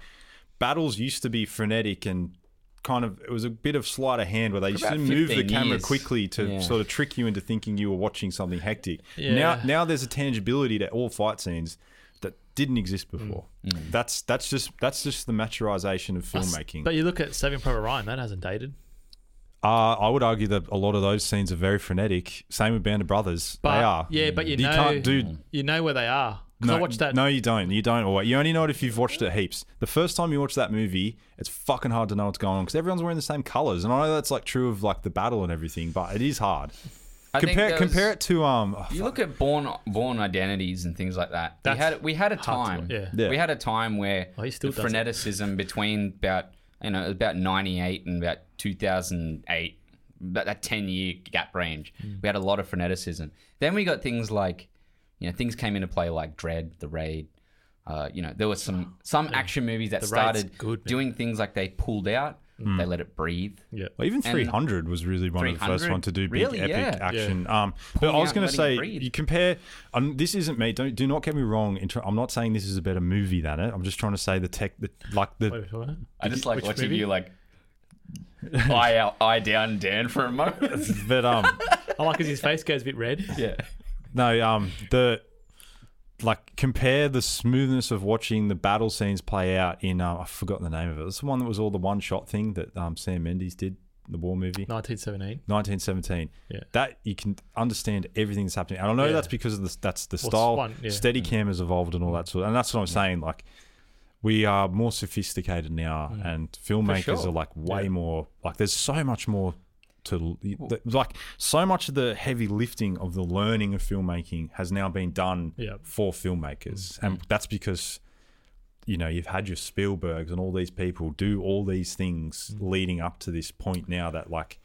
C: battles used to be frenetic and kind of it was a bit of sleight of hand where they used to
A: about
C: move the
A: 15
C: camera
A: years.
C: quickly to
A: Yeah.
C: sort of trick you into thinking you were watching something hectic.
B: Yeah.
C: Now now there's a tangibility to all fight scenes that didn't exist before. That's that's just that's just the maturization of filmmaking.
B: Mm. But you look at Saving Private Ryan, that hasn't dated.
C: Uh, I would argue that a lot of those scenes are very frenetic. Same with Band of Brothers.
B: But
C: they are.
B: yeah, but you, know,
C: can't do.
B: you know where they are. 'Cause
C: No,
B: I watched that.
C: no, you don't. You don't. Always. You only know it if you've watched it heaps. The first time you watch that movie, it's fucking hard to know what's going on because everyone's wearing the same colors. And I know that's like true of like the battle and everything, but it is hard.
A: I think
C: compare
A: there was-
C: compare it to um. oh,
A: You look at born born identities and things like that.
B: That's
A: we had we had a time.
B: hard to- yeah.
C: Yeah.
A: We had a time where
B: Oh, he still
A: the
B: does it.
A: freneticism between about you know about ninety eight and about two thousand eight, about that ten year gap range.
B: Hmm.
A: We had a lot of freneticism. Then we got things like you know things came into play like Dread, The Raid. Uh, you know there were some some action movies that
B: The Raid's
A: started
B: good, man. Hmm.
A: doing things like they pulled out, they let it breathe.
B: Yeah.
C: Well, even
A: And-
C: 300 was really one of the first
A: 300?
C: one to do big
A: Really?
C: epic
A: Yeah.
C: action. Um, but I
A: Pulling
C: was
A: out
C: going
A: and
C: to
A: letting it
C: say,
A: breathe.
C: you compare. Um, this isn't me. Don't do not get me wrong. In tr- I'm not saying this is a better movie than it. I'm just trying to say the tech, the, like the
B: Wait, what?
A: I just like
B: which
A: watching
B: movie?
A: you like eye out, eye down, Dan for a moment.
C: but um
B: I like because his face goes a bit red.
A: yeah.
C: no um the like compare the smoothness of watching the battle scenes play out in um, I forgot the name of it. It's the one that was all the one shot thing that um, Sam Mendes did the war movie.
B: 1917.
C: 1917.
B: Yeah.
C: That you can understand everything that's happening. And I know
B: Yeah.
C: that's because of the, that's the
B: Well,
C: style.
B: one- yeah.
C: Steady cam has evolved and all that sort. Of, and that's what I'm saying. Like we are more sophisticated now, and filmmakers
A: sure.
C: are like way
B: Mm. Yeah.
C: more. Like there's so much more to like so much of the heavy lifting of the learning of filmmaking has now been done
B: Yeah.
C: for
B: Mm.
C: filmmakers, and that's because. You know, you've had your Spielbergs and all these people do all these things
B: Mm.
C: leading up to this point now that, like,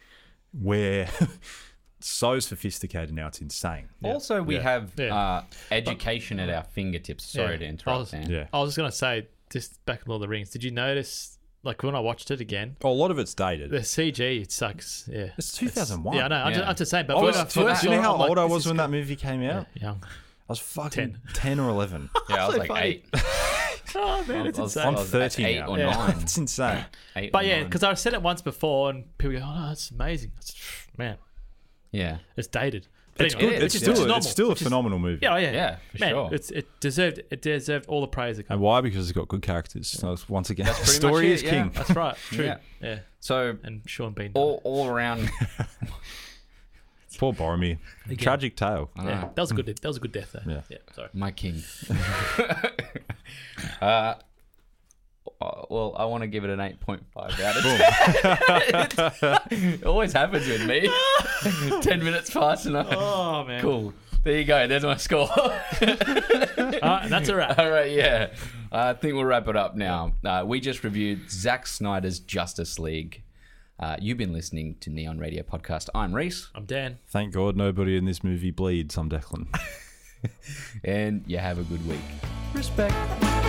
C: we're so sophisticated now, it's insane.
A: Also, we have
B: Yeah.
A: Uh, education at our fingertips. Sorry
B: Yeah.
A: to
B: I was-
A: interrupt, Dan.
C: Yeah.
B: I was just gonna say, just back in Lord of the Rings, did you notice? Like when I watched it again,
C: Oh, a lot of it's dated.
B: the CG it sucks. Yeah,
C: It's 2001.
B: yeah, I know. I'm, just,
A: Yeah.
B: I'm just saying. But
C: I
B: when
C: was,
B: I
C: do
B: first
C: you
B: saw
C: know
B: it,
C: how
B: I'm like,
C: old I
B: this
C: was
B: is
C: when that movie came out?
B: young.
C: I was fucking 10,
B: 10.
C: or 11.
A: Yeah, I was like
C: funny.
A: eight.
B: Oh man, it's
A: I was-
B: insane.
A: I
C: I'm
A: was
C: 30
A: eight
C: now.
A: or
B: Yeah.
A: nine.
C: It's insane.
A: Eight
B: But
A: or
B: yeah,
A: nine.
B: because I said it once before, and people go, "Oh, no, that's amazing." That's, man,
A: yeah,
B: it's dated. But
A: It's
B: anyway,
A: good.
B: which is-
C: It's
A: just-
C: still,
B: which is
C: a-
B: normal,
C: it's still a
B: which is-
C: phenomenal movie.
B: Yeah, oh, yeah,
A: Yeah, for
B: man,
A: sure.
B: It's it deserved it deserved all the praise it got.
C: And why? Because it's got good characters. So it's- once again,
A: pretty
C: story
A: much
C: is
A: it, yeah.
C: king.
B: That's right. True.
A: Yeah.
B: Yeah.
A: So
B: And Sean Bean.
A: all all around.
C: Poor Boromir. Tragic tale.
A: I don't
B: yeah.
A: know.
B: That was a good. That was a good death. Though.
C: Yeah.
B: Sorry.
A: My king. uh, uh, well, I want to give it an 8.5 out of 10. it always happens with me. 10 minutes past and I,
B: Oh man.
A: cool. There you go. There's my score.
B: Uh, that's a wrap.
A: All right, yeah. Uh, I think we'll wrap it up now. Uh, we just reviewed Zack Snyder's Justice League. Uh, you've been listening to Neon Radio Podcast. I'm Reese,
B: I'm Dan.
C: Thank God nobody in this movie bleeds. I'm Declan.
A: and you have a good week.
C: Respect.